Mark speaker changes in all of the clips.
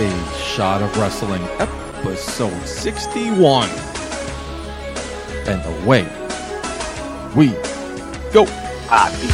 Speaker 1: a shot of wrestling episode 61 and the way we go
Speaker 2: I be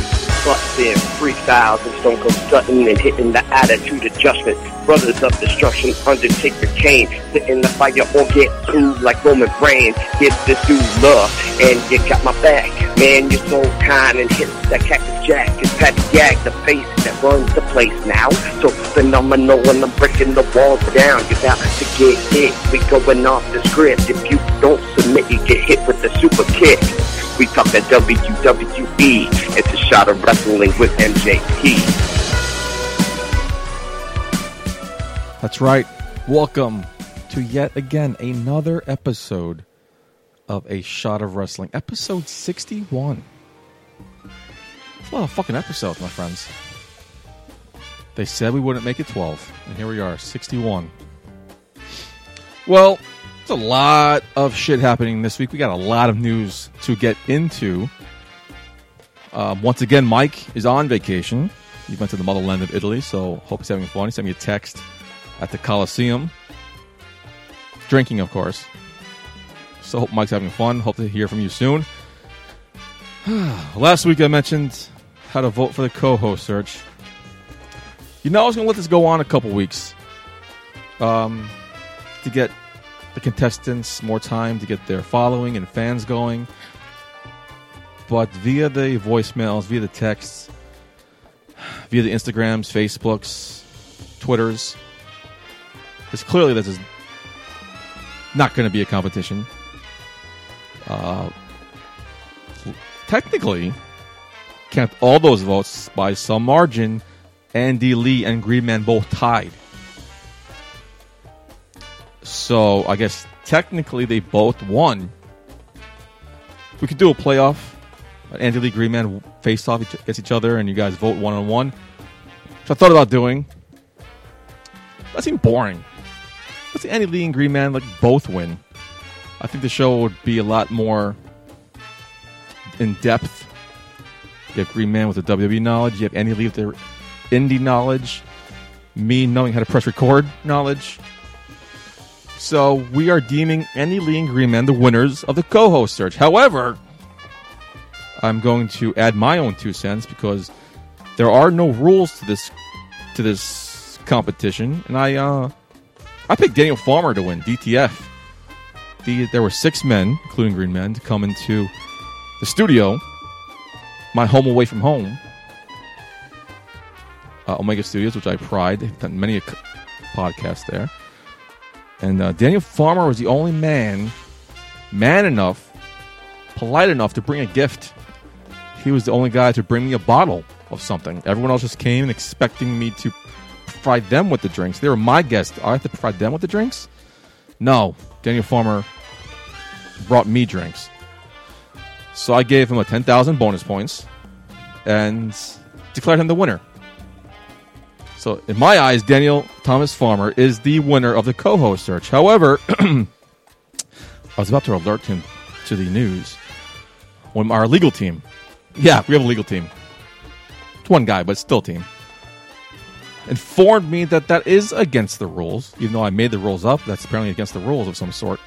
Speaker 2: busting freestyles and Stone Cold Sutton and hitting the attitude adjustment. Brothers of destruction, Undertaker Kane, sitting the fire or get cool like Roman Reigns. Give this dude love and you got my back. Man, you're so kind and hit that Cactus Jack. It's Patty Gag, the face that runs the place now. So phenomenal when I'm breaking the walls down. You're about to get hit. We going off the script. If you don't submit, you get hit with the super kick. We talk that WWE. E, It's a shot of wrestling with MJP.
Speaker 1: that's right welcome to yet again another episode of a shot of wrestling episode 61 it's a lot of fucking episodes my friends they said we wouldn't make it 12 and here we are 61 Well, it's a lot of shit happening this week. We got a lot of news to get into. Um, once again, Mike is on vacation. He went to the motherland of Italy, so hope he's having fun. He sent me a text at the Coliseum, drinking, of course. So hope Mike's having fun. Hope to hear from you soon. Last week I mentioned how to vote for the co-host search. You know I was going to let this go on a couple weeks um, to get the contestants more time to get their following and fans going. But via the voicemails, via the texts, via the Instagrams, Facebooks, Twitters, it's clearly this is not going to be a competition. Uh, technically, count all those votes by some margin. Andy Lee and Green Man both tied. So I guess technically they both won. We could do a playoff. Andy Lee Greenman face off each- against each other, and you guys vote one on one. Which I thought about doing. That seemed boring. Let's see Andy Lee and Greenman like both win. I think the show would be a lot more in depth. You have Greenman with the WWE knowledge. You have Andy Lee with their indie knowledge. Me knowing how to press record knowledge. So we are deeming Andy Lee and Green Man the winners of the co-host search. However, I'm going to add my own two cents because there are no rules to this to this competition, and I uh, I picked Daniel Farmer to win DTF. The, there were six men, including Green Man, to come into the studio, my home away from home, uh, Omega Studios, which I pride. I've done many a c- podcast there. And uh, Daniel Farmer was the only man, man enough, polite enough to bring a gift. He was the only guy to bring me a bottle of something. Everyone else just came expecting me to provide them with the drinks. They were my guests. I have to provide them with the drinks? No. Daniel Farmer brought me drinks. So I gave him a 10,000 bonus points and declared him the winner. So, in my eyes, Daniel Thomas Farmer is the winner of the co host search. However, I was about to alert him to the news when our legal team, yeah, we have a legal team. It's one guy, but still team, informed me that that is against the rules. Even though I made the rules up, that's apparently against the rules of some sort.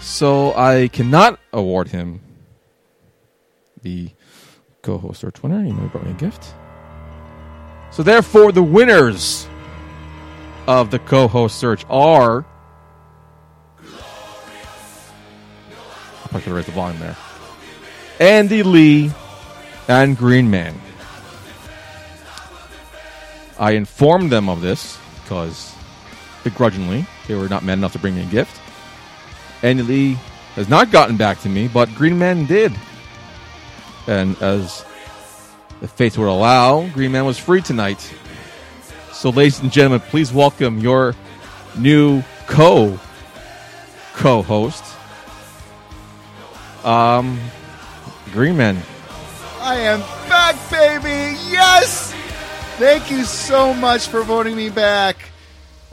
Speaker 1: So, I cannot award him the co host search winner. He may have brought me a gift. So therefore, the winners of the co-host search are. I probably should have raised the volume there. Andy Lee and Green Man. I informed them of this because, begrudgingly, they were not man enough to bring me a gift. Andy Lee has not gotten back to me, but Green Man did. And as the fates would allow, Green Man was free tonight. So, ladies and gentlemen, please welcome your new co co host, um, Green Man.
Speaker 3: I am back, baby! Yes! Thank you so much for voting me back.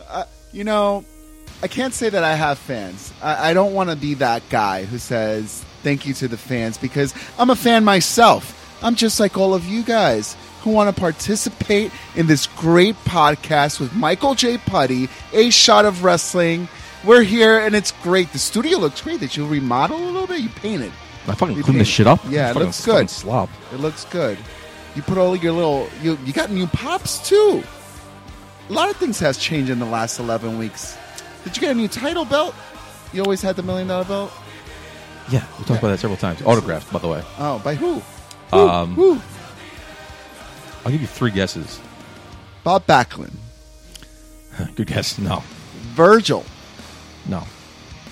Speaker 3: Uh, you know, I can't say that I have fans. I, I don't want to be that guy who says thank you to the fans because I'm a fan myself. I'm just like all of you guys who want to participate in this great podcast with Michael J. Putty, A Shot of Wrestling. We're here and it's great. The studio looks great. That you remodel a little bit, you painted.
Speaker 1: I fucking
Speaker 3: You
Speaker 1: cleaned this
Speaker 3: paint-
Speaker 1: shit up.
Speaker 3: Yeah, it
Speaker 1: fucking,
Speaker 3: looks good.
Speaker 1: fucking Slop.
Speaker 3: It looks good. You put all your little you you got new pops too. A lot of things has changed in the last eleven weeks. Did you get a new title belt? You always had the million dollar belt.
Speaker 1: Yeah, we talked about that several times. Autographed, by the way.
Speaker 3: Oh, by who? Who?
Speaker 1: Um,
Speaker 3: Who?
Speaker 1: I'll give you three guesses.
Speaker 3: Bob Backlund,
Speaker 1: Good guess. No,
Speaker 3: Virgil,
Speaker 1: no,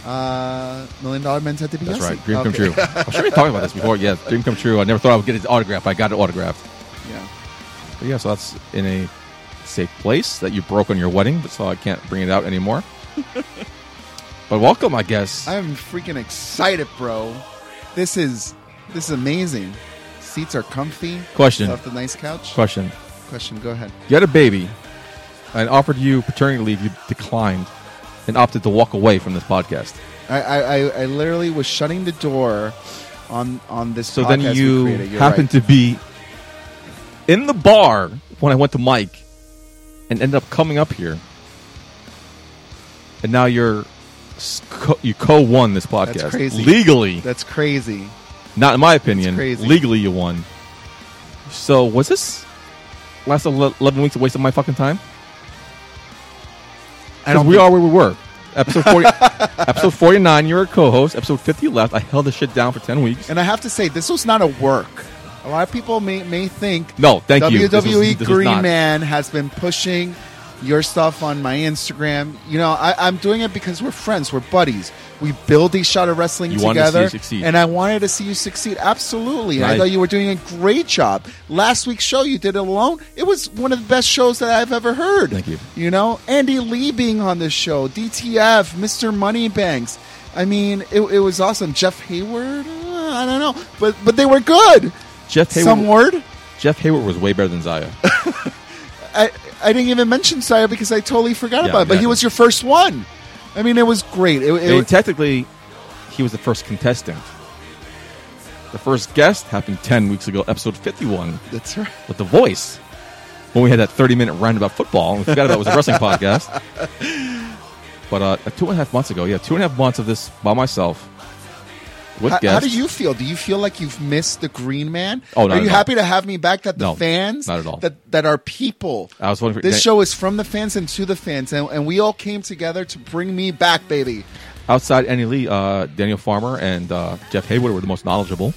Speaker 3: uh, Million Dollar Men's had to be
Speaker 1: that's
Speaker 3: Yossi.
Speaker 1: right. Dream come
Speaker 3: Okay.
Speaker 1: true. I should be talking about this before. Yeah, dream come true. I never thought I would get his autograph. I got it autographed.
Speaker 3: yeah.
Speaker 1: But yeah, so that's in a safe place that you broke on your wedding, but so I can't bring it out anymore. but welcome, I guess.
Speaker 3: I'm freaking excited, bro. This is this is amazing. Seats are comfy.
Speaker 1: Question.
Speaker 3: Off the nice couch.
Speaker 1: Question:
Speaker 3: Question. Go ahead.
Speaker 1: You had a baby, and offered you paternity leave. You declined, and opted to walk away from this podcast.
Speaker 3: I, I, I, I literally was shutting the door on on this.
Speaker 1: So
Speaker 3: podcast
Speaker 1: then
Speaker 3: we
Speaker 1: you
Speaker 3: created. You're
Speaker 1: happened
Speaker 3: right.
Speaker 1: to be in the bar when I went to Mike and ended up coming up here. And now you're s- co- you co won this podcast
Speaker 3: crazy.
Speaker 1: legally.
Speaker 3: That's crazy.
Speaker 1: not in my opinion.
Speaker 3: crazy.
Speaker 1: Legally, you won. So was this last ele- eleven weeks a waste of my fucking time? Because
Speaker 3: I don't.
Speaker 1: we
Speaker 3: think-
Speaker 1: are where we were. Episode forty, episode forty nine. You're a co-host. Episode fifty left. I held this shit down for ten weeks.
Speaker 3: and I have to say, this was not a work. A lot of people may may think
Speaker 1: No, thank
Speaker 3: WWE
Speaker 1: you. This was-
Speaker 3: WWE
Speaker 1: this was
Speaker 3: Green
Speaker 1: not.
Speaker 3: Man has been pushing your stuff on my Instagram. You know, I, I'm doing it because we're friends, we're buddies. We build these shot of wrestling
Speaker 1: You wanted to see
Speaker 3: together,
Speaker 1: you succeed.
Speaker 3: and I wanted to see you succeed. Absolutely, and I
Speaker 1: Nice.
Speaker 3: thought you were doing a great job. Last week's show, you did it alone. It was one of the best shows that I've ever heard.
Speaker 1: Thank you.
Speaker 3: You know, Andy Lee being on this show, DTF, Mr. Moneybanks. I mean, it, it was awesome. Jeff Hayward, uh, I don't know, but but they were good.
Speaker 1: Jeff Hayward.
Speaker 3: Some word.
Speaker 1: Jeff Hayward was way better than Zaya.
Speaker 3: I, I didn't even mention Saya because I totally forgot
Speaker 1: Yeah,
Speaker 3: about it. But he
Speaker 1: exactly.
Speaker 3: was your first one. I mean, it was great. It,
Speaker 1: I
Speaker 3: it,
Speaker 1: mean, technically, he was the first contestant. The first guest happened 10 weeks ago, episode 51,
Speaker 3: that's right.
Speaker 1: with The Voice, when we had that 30 minute round about football. And we forgot about it was a wrestling podcast. But uh, two and a half months ago, yeah, two and a half months of this by myself with
Speaker 3: How,
Speaker 1: guests.
Speaker 3: how do you feel? Do you feel like you've missed the Green Man?
Speaker 1: Oh, not
Speaker 3: Are you
Speaker 1: at all.
Speaker 3: happy to have me back? That the
Speaker 1: No,
Speaker 3: fans,
Speaker 1: not at all.
Speaker 3: That that are people.
Speaker 1: I was wondering.
Speaker 3: This show is from the fans and to the fans, and, and we all came together to bring me back, baby.
Speaker 1: outside Annie Lee, uh, Daniel Farmer and uh, Jeff Hayward were the most knowledgeable,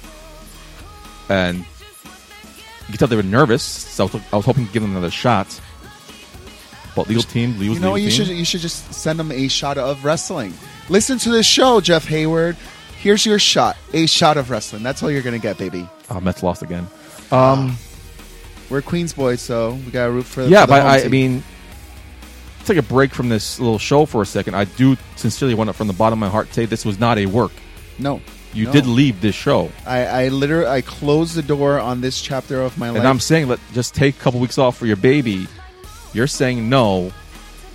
Speaker 1: and you could tell they were nervous. So I was, I was hoping to give them another shot. But legal team, legal
Speaker 3: You know what? You
Speaker 1: legal
Speaker 3: should
Speaker 1: team.
Speaker 3: you should just send them a shot of wrestling. Listen to this show, Jeff Hayward. Here's your shot, a shot of wrestling. That's all you're gonna get, baby.
Speaker 1: Oh, Mets lost again.
Speaker 3: We're Queens boys, so we gotta root for.
Speaker 1: yeah,
Speaker 3: for the
Speaker 1: but
Speaker 3: home
Speaker 1: I, I
Speaker 3: team.
Speaker 1: mean, take a break from this little show for a second. I do sincerely want to, from the bottom of my heart, say this was not a work.
Speaker 3: no,
Speaker 1: You
Speaker 3: No.
Speaker 1: did leave this show,
Speaker 3: I, I literally I closed the door on this chapter of my life.
Speaker 1: and I'm saying let just take a couple weeks off for your baby. You're saying no.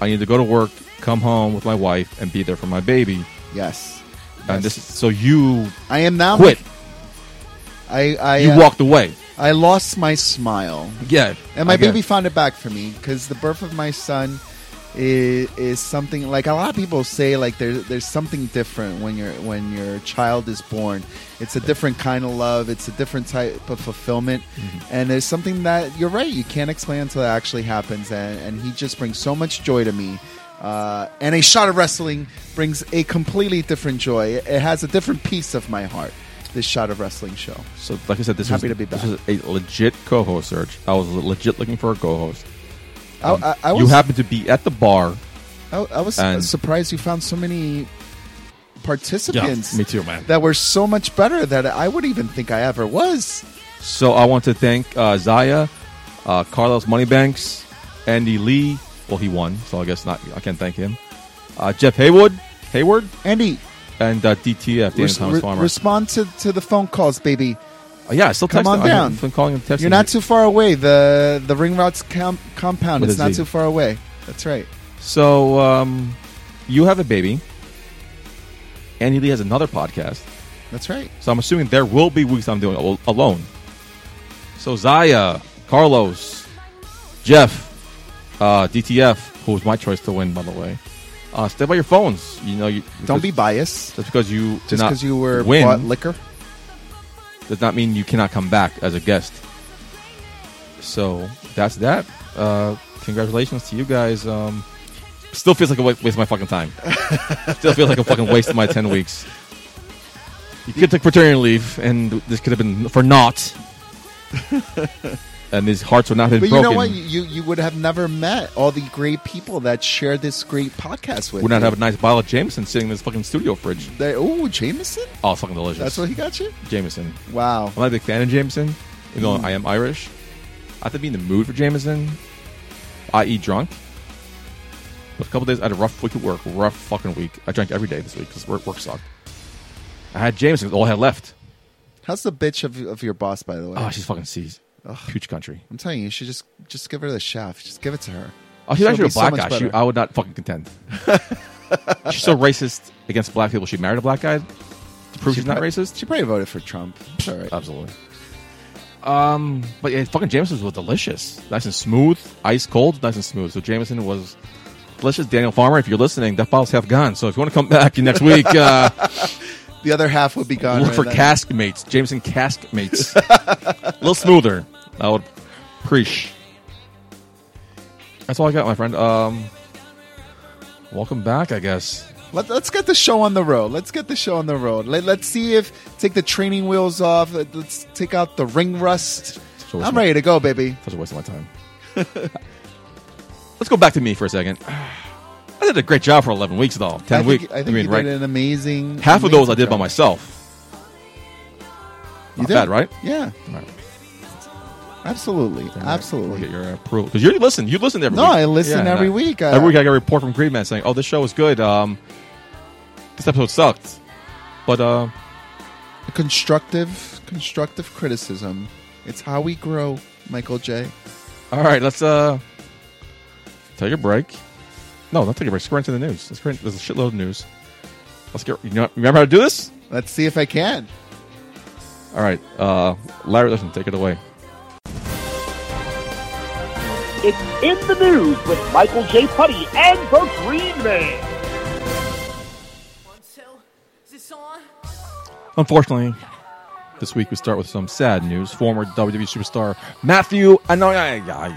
Speaker 1: I need to go to work, come home with my wife, and be there for my baby.
Speaker 3: yes,
Speaker 1: And
Speaker 3: Yes.
Speaker 1: this, so you
Speaker 3: I am now
Speaker 1: quit.
Speaker 3: I I
Speaker 1: You
Speaker 3: uh,
Speaker 1: walked away.
Speaker 3: I lost my smile,
Speaker 1: Yeah,
Speaker 3: and my
Speaker 1: I get
Speaker 3: baby
Speaker 1: it.
Speaker 3: found it back for me because the birth of my son is, is something like a lot of people say like there's there's something different when your when your child is born. It's a different kind of love. It's a different type of fulfillment,
Speaker 1: Mm-hmm.
Speaker 3: and there's something that you're right. You can't explain until it actually happens, and, and he just brings so much joy to me. Uh, and a shot of wrestling brings a completely different joy. It has a different piece of my heart. This shot of wrestling show.
Speaker 1: So, like I said, this
Speaker 3: Happy
Speaker 1: was
Speaker 3: to be
Speaker 1: this was a legit co-host search. I was legit looking for a co-host.
Speaker 3: I, I, I
Speaker 1: Um,
Speaker 3: was,
Speaker 1: you happened to be at the bar.
Speaker 3: I, I was
Speaker 1: And-
Speaker 3: surprised you found so many participants
Speaker 1: too, man.
Speaker 3: that were so much better that I would even think I ever was.
Speaker 1: So I want to thank uh, Zaya, uh, Carlos Moneybanks, Andy Lee. Well, he won, so I guess not. I can't thank him. Uh, Jeff Haywood, Hayward,
Speaker 3: Andy,
Speaker 1: and uh, DTF, Daniel
Speaker 3: res- oh,
Speaker 1: Thomas
Speaker 3: re-
Speaker 1: Farmer.
Speaker 3: respond to, to the phone calls, baby.
Speaker 1: Uh, yeah, I still
Speaker 3: Come
Speaker 1: text
Speaker 3: on
Speaker 1: him. I-
Speaker 3: down.
Speaker 1: I've been calling him, texting.
Speaker 3: You're not
Speaker 1: him.
Speaker 3: too far away. The the ring routes com- compound.
Speaker 1: With
Speaker 3: it's
Speaker 1: a
Speaker 3: not
Speaker 1: Z.
Speaker 3: too far away. That's right.
Speaker 1: So, um, you have a baby. Andy Lee has another podcast.
Speaker 3: That's right.
Speaker 1: So I'm assuming there will be weeks I'm doing it al- alone. So Zaya, Carlos, Jeff, uh, DTF, who was my choice to win, by the way. Uh, stay by your phones. You know, you,
Speaker 3: Don't be
Speaker 1: because-
Speaker 3: biased.
Speaker 1: just because you did
Speaker 3: Just
Speaker 1: not
Speaker 3: because you were
Speaker 1: win
Speaker 3: bought liquor.
Speaker 1: does not mean you cannot come back as a guest. So that's that. Uh, congratulations to you guys. Um, still feels like a wa- waste of my fucking time. still feels like a fucking waste of my ten weeks. You could take paternity leave, and this could have been for naught. and these hearts would not have
Speaker 3: But
Speaker 1: been
Speaker 3: you
Speaker 1: broken.
Speaker 3: know what? You you would have never met all the great people that share this great podcast with.
Speaker 1: Would not
Speaker 3: you.
Speaker 1: have a nice bottle of Jameson sitting in this fucking studio fridge.
Speaker 3: They, oh, Jameson.
Speaker 1: Oh, it's fucking delicious.
Speaker 3: That's what he got you.
Speaker 1: Jameson.
Speaker 3: Wow.
Speaker 1: I'm not a big fan of Jameson, even though
Speaker 3: Mm.
Speaker 1: I am Irish. I have to be in the mood for Jameson, i.e., drunk. But a couple days, I had a rough week at work, rough fucking week. I drank every day this week because work, work sucked. I had Jameson, that's all I had left.
Speaker 3: How's the bitch of, of your boss, by the way?
Speaker 1: Oh, she's fucking seized. Huge country.
Speaker 3: I'm telling you, you should just just give her the shaft. Just give it to her.
Speaker 1: Oh, she's
Speaker 3: She'll
Speaker 1: actually
Speaker 3: be
Speaker 1: a
Speaker 3: so
Speaker 1: black
Speaker 3: much
Speaker 1: guy. She,
Speaker 3: better.
Speaker 1: I would not fucking contend. she's so racist against black people. She married a black guy to prove she's not
Speaker 3: prob-
Speaker 1: racist. Uh,
Speaker 3: She probably voted for Trump. It's all right.
Speaker 1: Absolutely. Um, but yeah, fucking Jameson's was delicious, nice and smooth, ice cold, nice and smooth. So Jameson was delicious. Daniel Farmer, if you're listening, that bottle's half gone. So if you want to come back next week, uh,
Speaker 3: the other half would be gone.
Speaker 1: look
Speaker 3: right
Speaker 1: for
Speaker 3: then.
Speaker 1: cask mates, Jameson cask mates, a little smoother. I would preach. That's all I got, my friend. Um, welcome back, I guess.
Speaker 3: Let, us get the show on the road. Let's get the show on the road. Let, let's see if take the training wheels off. Let, us take out the ring rust.
Speaker 1: So it's
Speaker 3: I'm
Speaker 1: my-
Speaker 3: ready to go, baby.
Speaker 1: Such a waste of my time. Let's go back to me for a second. I did a great job for 11 weeks, though. 10
Speaker 3: I think,
Speaker 1: weeks.
Speaker 3: I think
Speaker 1: mean,
Speaker 3: you
Speaker 1: right?
Speaker 3: did an amazing.
Speaker 1: Half of those I did by
Speaker 3: myself.
Speaker 1: myself.
Speaker 3: You
Speaker 1: Not
Speaker 3: did.
Speaker 1: bad, right?
Speaker 3: Yeah,
Speaker 1: All right.
Speaker 3: absolutely,
Speaker 1: We'll
Speaker 3: absolutely.
Speaker 1: get your approval. Because you listen. You listen every
Speaker 3: No,
Speaker 1: week.
Speaker 3: I listen
Speaker 1: and
Speaker 3: every
Speaker 1: I-
Speaker 3: week. I-
Speaker 1: every week I get a report from Green Man saying, oh, this show was good. Um, this episode sucked. But uh,
Speaker 3: Constructive, constructive criticism. It's how we grow, Michael J.
Speaker 1: all right, let's uh, take a break. No, not take a break. Scroll into the news. Let's scroll- There's a shitload of news. Let's get. You know, remember how to do this?
Speaker 3: Let's see if I can.
Speaker 1: All right, uh, Larry, listen, take it away.
Speaker 2: It's in the news with Michael J. Putty and the Green Man.
Speaker 4: One, two. Is this on?
Speaker 1: Unfortunately, this week we start with some sad news. Former WWE superstar Matthew Anoa'i.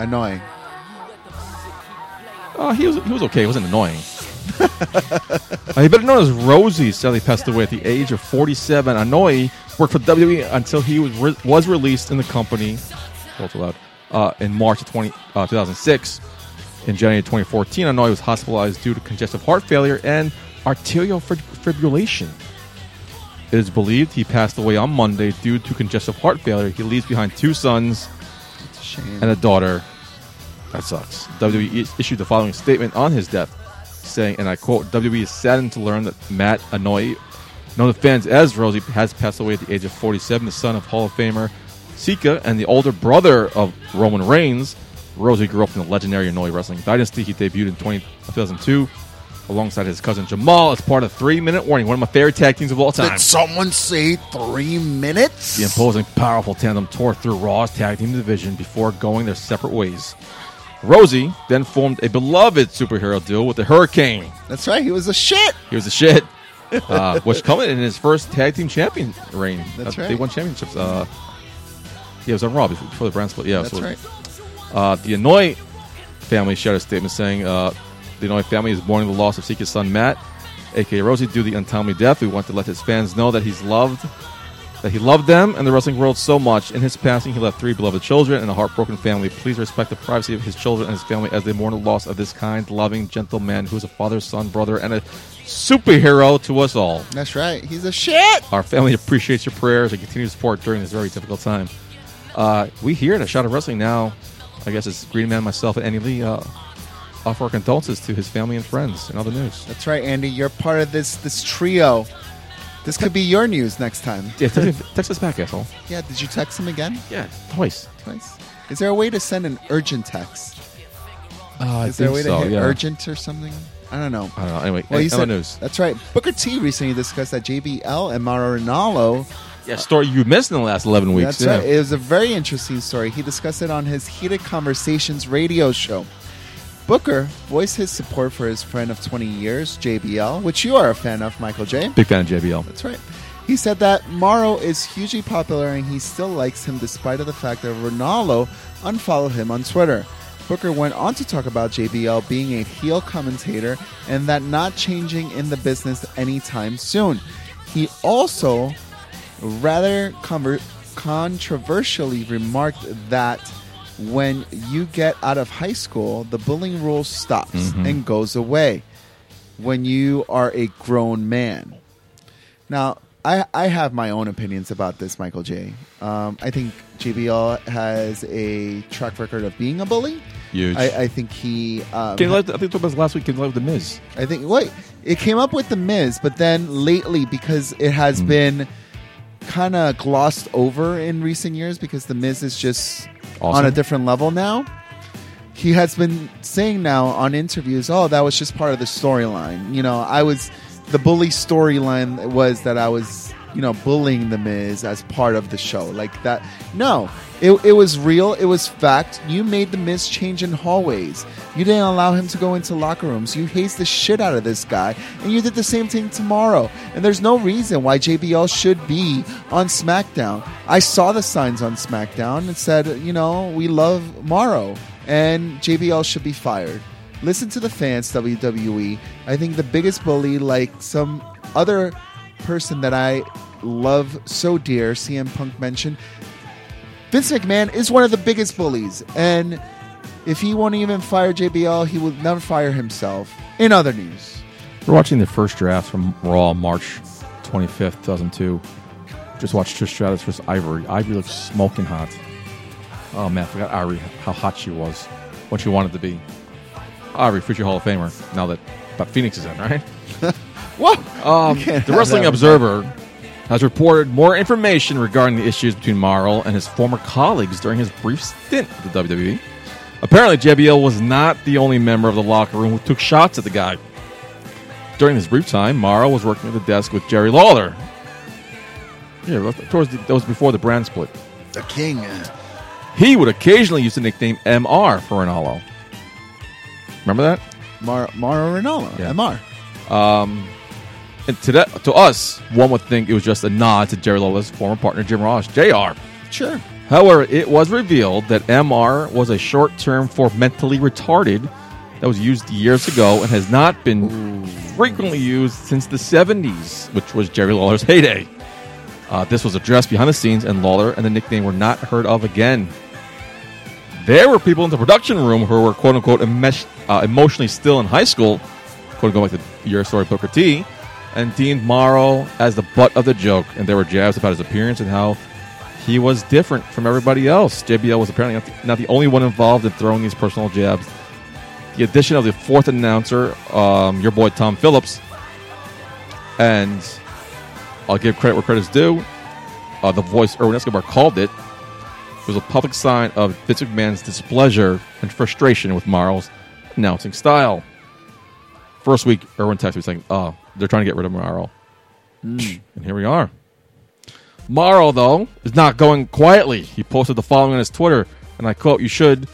Speaker 3: Annoying.
Speaker 1: Uh, he was he was okay. He wasn't annoying. uh, he better known as Rosie. Sadly, passed away at the age of 47. Anoa'i worked for WWE until he was re- was released in the company. Well, too loud. Uh, in March of 20, uh, 2006. In January 2014, Anoa'i was hospitalized due to congestive heart failure and arterial fib- fibrillation. It is believed he passed away on Monday due to congestive heart failure. He leaves behind two sons
Speaker 3: It's a shame.
Speaker 1: and a daughter. Mm. That sucks. WWE issued the following statement on his death, saying, and I quote, WWE is saddened to learn that Matt Anoy, known to fans as Rosie, has passed away at the age of 47, the son of Hall of Famer Sika and the older brother of Roman Reigns. Rosie grew up in the legendary Anoy Wrestling Dynasty. He debuted in 20, 2002 alongside his cousin Jamal as part of Three Minute Warning, one of my favorite tag teams of all time.
Speaker 3: Did someone say three minutes?
Speaker 1: The imposing, powerful tandem tore through Raw's tag team division before going their separate ways. Rosie then formed a beloved superhero duo with the Hurricane.
Speaker 3: That's right. He was a shit.
Speaker 1: He was the shit, uh, which coming in his first tag team champion reign.
Speaker 3: That's
Speaker 1: Uh, They
Speaker 3: right.
Speaker 1: won championships. Uh, yeah, it was on Raw before, before the brand split. Yeah,
Speaker 3: That's
Speaker 1: so-
Speaker 3: right.
Speaker 1: uh, the Anoy family shared a statement saying uh, the Anoy family is mourning the loss of Sika's son Matt, aka Rosie, due to the untimely death. We want to let his fans know that he's loved, that he loved them and the wrestling world so much. In his passing, he left three beloved children and a heartbroken family. Please respect the privacy of his children and his family as they mourn the loss of this kind, loving, gentle man who is a father, son, brother, and a superhero to us all.
Speaker 3: That's right. He's a shit.
Speaker 1: Our family appreciates your prayers and continued support during this very difficult time. Uh, we here at A Shot of Wrestling now, I guess it's Green Man, myself, and Andy Lee, uh, offer our condolences to his family and friends and other news.
Speaker 3: That's right, Andy. You're part of this this trio. This could be your news next time.
Speaker 1: Yeah, text, text us back, asshole.
Speaker 3: Yeah. Did you text him again?
Speaker 1: Yeah, twice.
Speaker 3: Twice. Is there a way to send an urgent text?
Speaker 1: Uh,
Speaker 3: Is there a way to hit
Speaker 1: yeah.
Speaker 3: urgent or something? I don't know.
Speaker 1: I don't know. Anyway,
Speaker 3: Well,
Speaker 1: any
Speaker 3: you
Speaker 1: other
Speaker 3: said
Speaker 1: news.
Speaker 3: That's right. Booker T recently discussed that JBL and Mauro Ronaldo
Speaker 1: Yeah, story you missed in the last eleven weeks.
Speaker 3: That's
Speaker 1: yeah.
Speaker 3: right. It was a very interesting story. He discussed it on his Heated Conversations radio show. Booker voiced his support for his friend of 20 years, JBL, which you are a fan of, Michael J.
Speaker 1: Big fan of JBL.
Speaker 3: That's right. He said that Morrow is hugely popular and he still likes him despite of the fact that Ronaldo unfollowed him on Twitter. Booker went on to talk about JBL being a heel commentator and that not changing in the business anytime soon. He also rather conver- controversially remarked that when you get out of high school, the bullying rule stops and goes away when you are a grown man. Now, I, I have my own opinions about this, Michael J. Um, I think JBL has a track record of being a bully.
Speaker 1: Huge.
Speaker 3: I, I think he. Um,
Speaker 1: Can you live, I think we talked about this last week. Can you live with the Miz?
Speaker 3: I think wait, it came up with the Miz, but then lately because it has
Speaker 1: Hmm.
Speaker 3: been kind of glossed over in recent years because the Miz is just on
Speaker 1: Awesome.
Speaker 3: a different level now. He has been saying now on interviews, "Oh, that was just part of the storyline." You know, I was the bully storyline was that I was you know bullying the Miz as part of the show like that. No, it it was real. It was fact. You made the Miz change in hallways. You didn't allow him to go into locker rooms. You hazed the shit out of this guy, and you did the same thing tomorrow. And there's no reason why JBL should be on SmackDown. I saw the signs on SmackDown and said, you know, we love Morrow, and JBL should be fired. Listen to the fans, WWE. I think the biggest bully, like some other person that I love so dear, CM Punk mentioned, Vince McMahon is one of the biggest bullies, and if he won't even fire JBL, he will never fire himself. In other news,
Speaker 1: We're watching the first draft from Raw, March 25th, 2002. Just watched Trish Stratus versus Ivory. Ivory looks smoking hot. Oh man, I forgot Ivory how hot she was, what she wanted to be. Ivory, future Hall of Famer. Now that but Phoenix is in, right?
Speaker 3: what?
Speaker 1: Um,
Speaker 3: You can't
Speaker 1: the
Speaker 3: have
Speaker 1: Wrestling
Speaker 3: that.
Speaker 1: Observer has reported more information regarding the issues between Marl and his former colleagues during his brief stint at the WWE. Apparently, JBL was not the only member of the locker room who took shots at the guy. During this brief time, Marl was working at the desk with Jerry Lawler. Yeah, that- towards the, that was before the brand split.
Speaker 3: the king. uh,
Speaker 1: He would occasionally use the nickname MR for Ronaldo. Remember that?
Speaker 3: Mar- Mara Rinaldo,
Speaker 1: Yeah.
Speaker 3: MR.
Speaker 1: And to that, to us, one would think it was just a nod to Jerry Lawler's former partner Jim Ross, JR.
Speaker 3: Sure.
Speaker 1: However, it was revealed that MR was a short term for mentally retarded that was used years ago and has not been frequently used since the 70s, which was Jerry Lawler's heyday. Uh, this was addressed behind the scenes, and Lawler and the nickname were not heard of again. There were people in the production room who were quote unquote emesh- uh, emotionally still in high school, quote unquote, like the your story Booker T, and deemed Morrow as the butt of the joke. And there were jabs about his appearance and how he was different from everybody else. JBL was apparently not the, not the only one involved in throwing these personal jabs. The addition of the fourth announcer, um, your boy Tom Phillips, and I'll give credit where credit's due. Uh, the voice Erwin Escobar called it was a public sign of Vince McMahon's displeasure and frustration with Marl's announcing style. First week, Erwin texted me saying, "Oh, they're trying to get rid of Marl," and here we are. Morrow, though, is not going quietly. He posted the following on his Twitter, and I quote, You should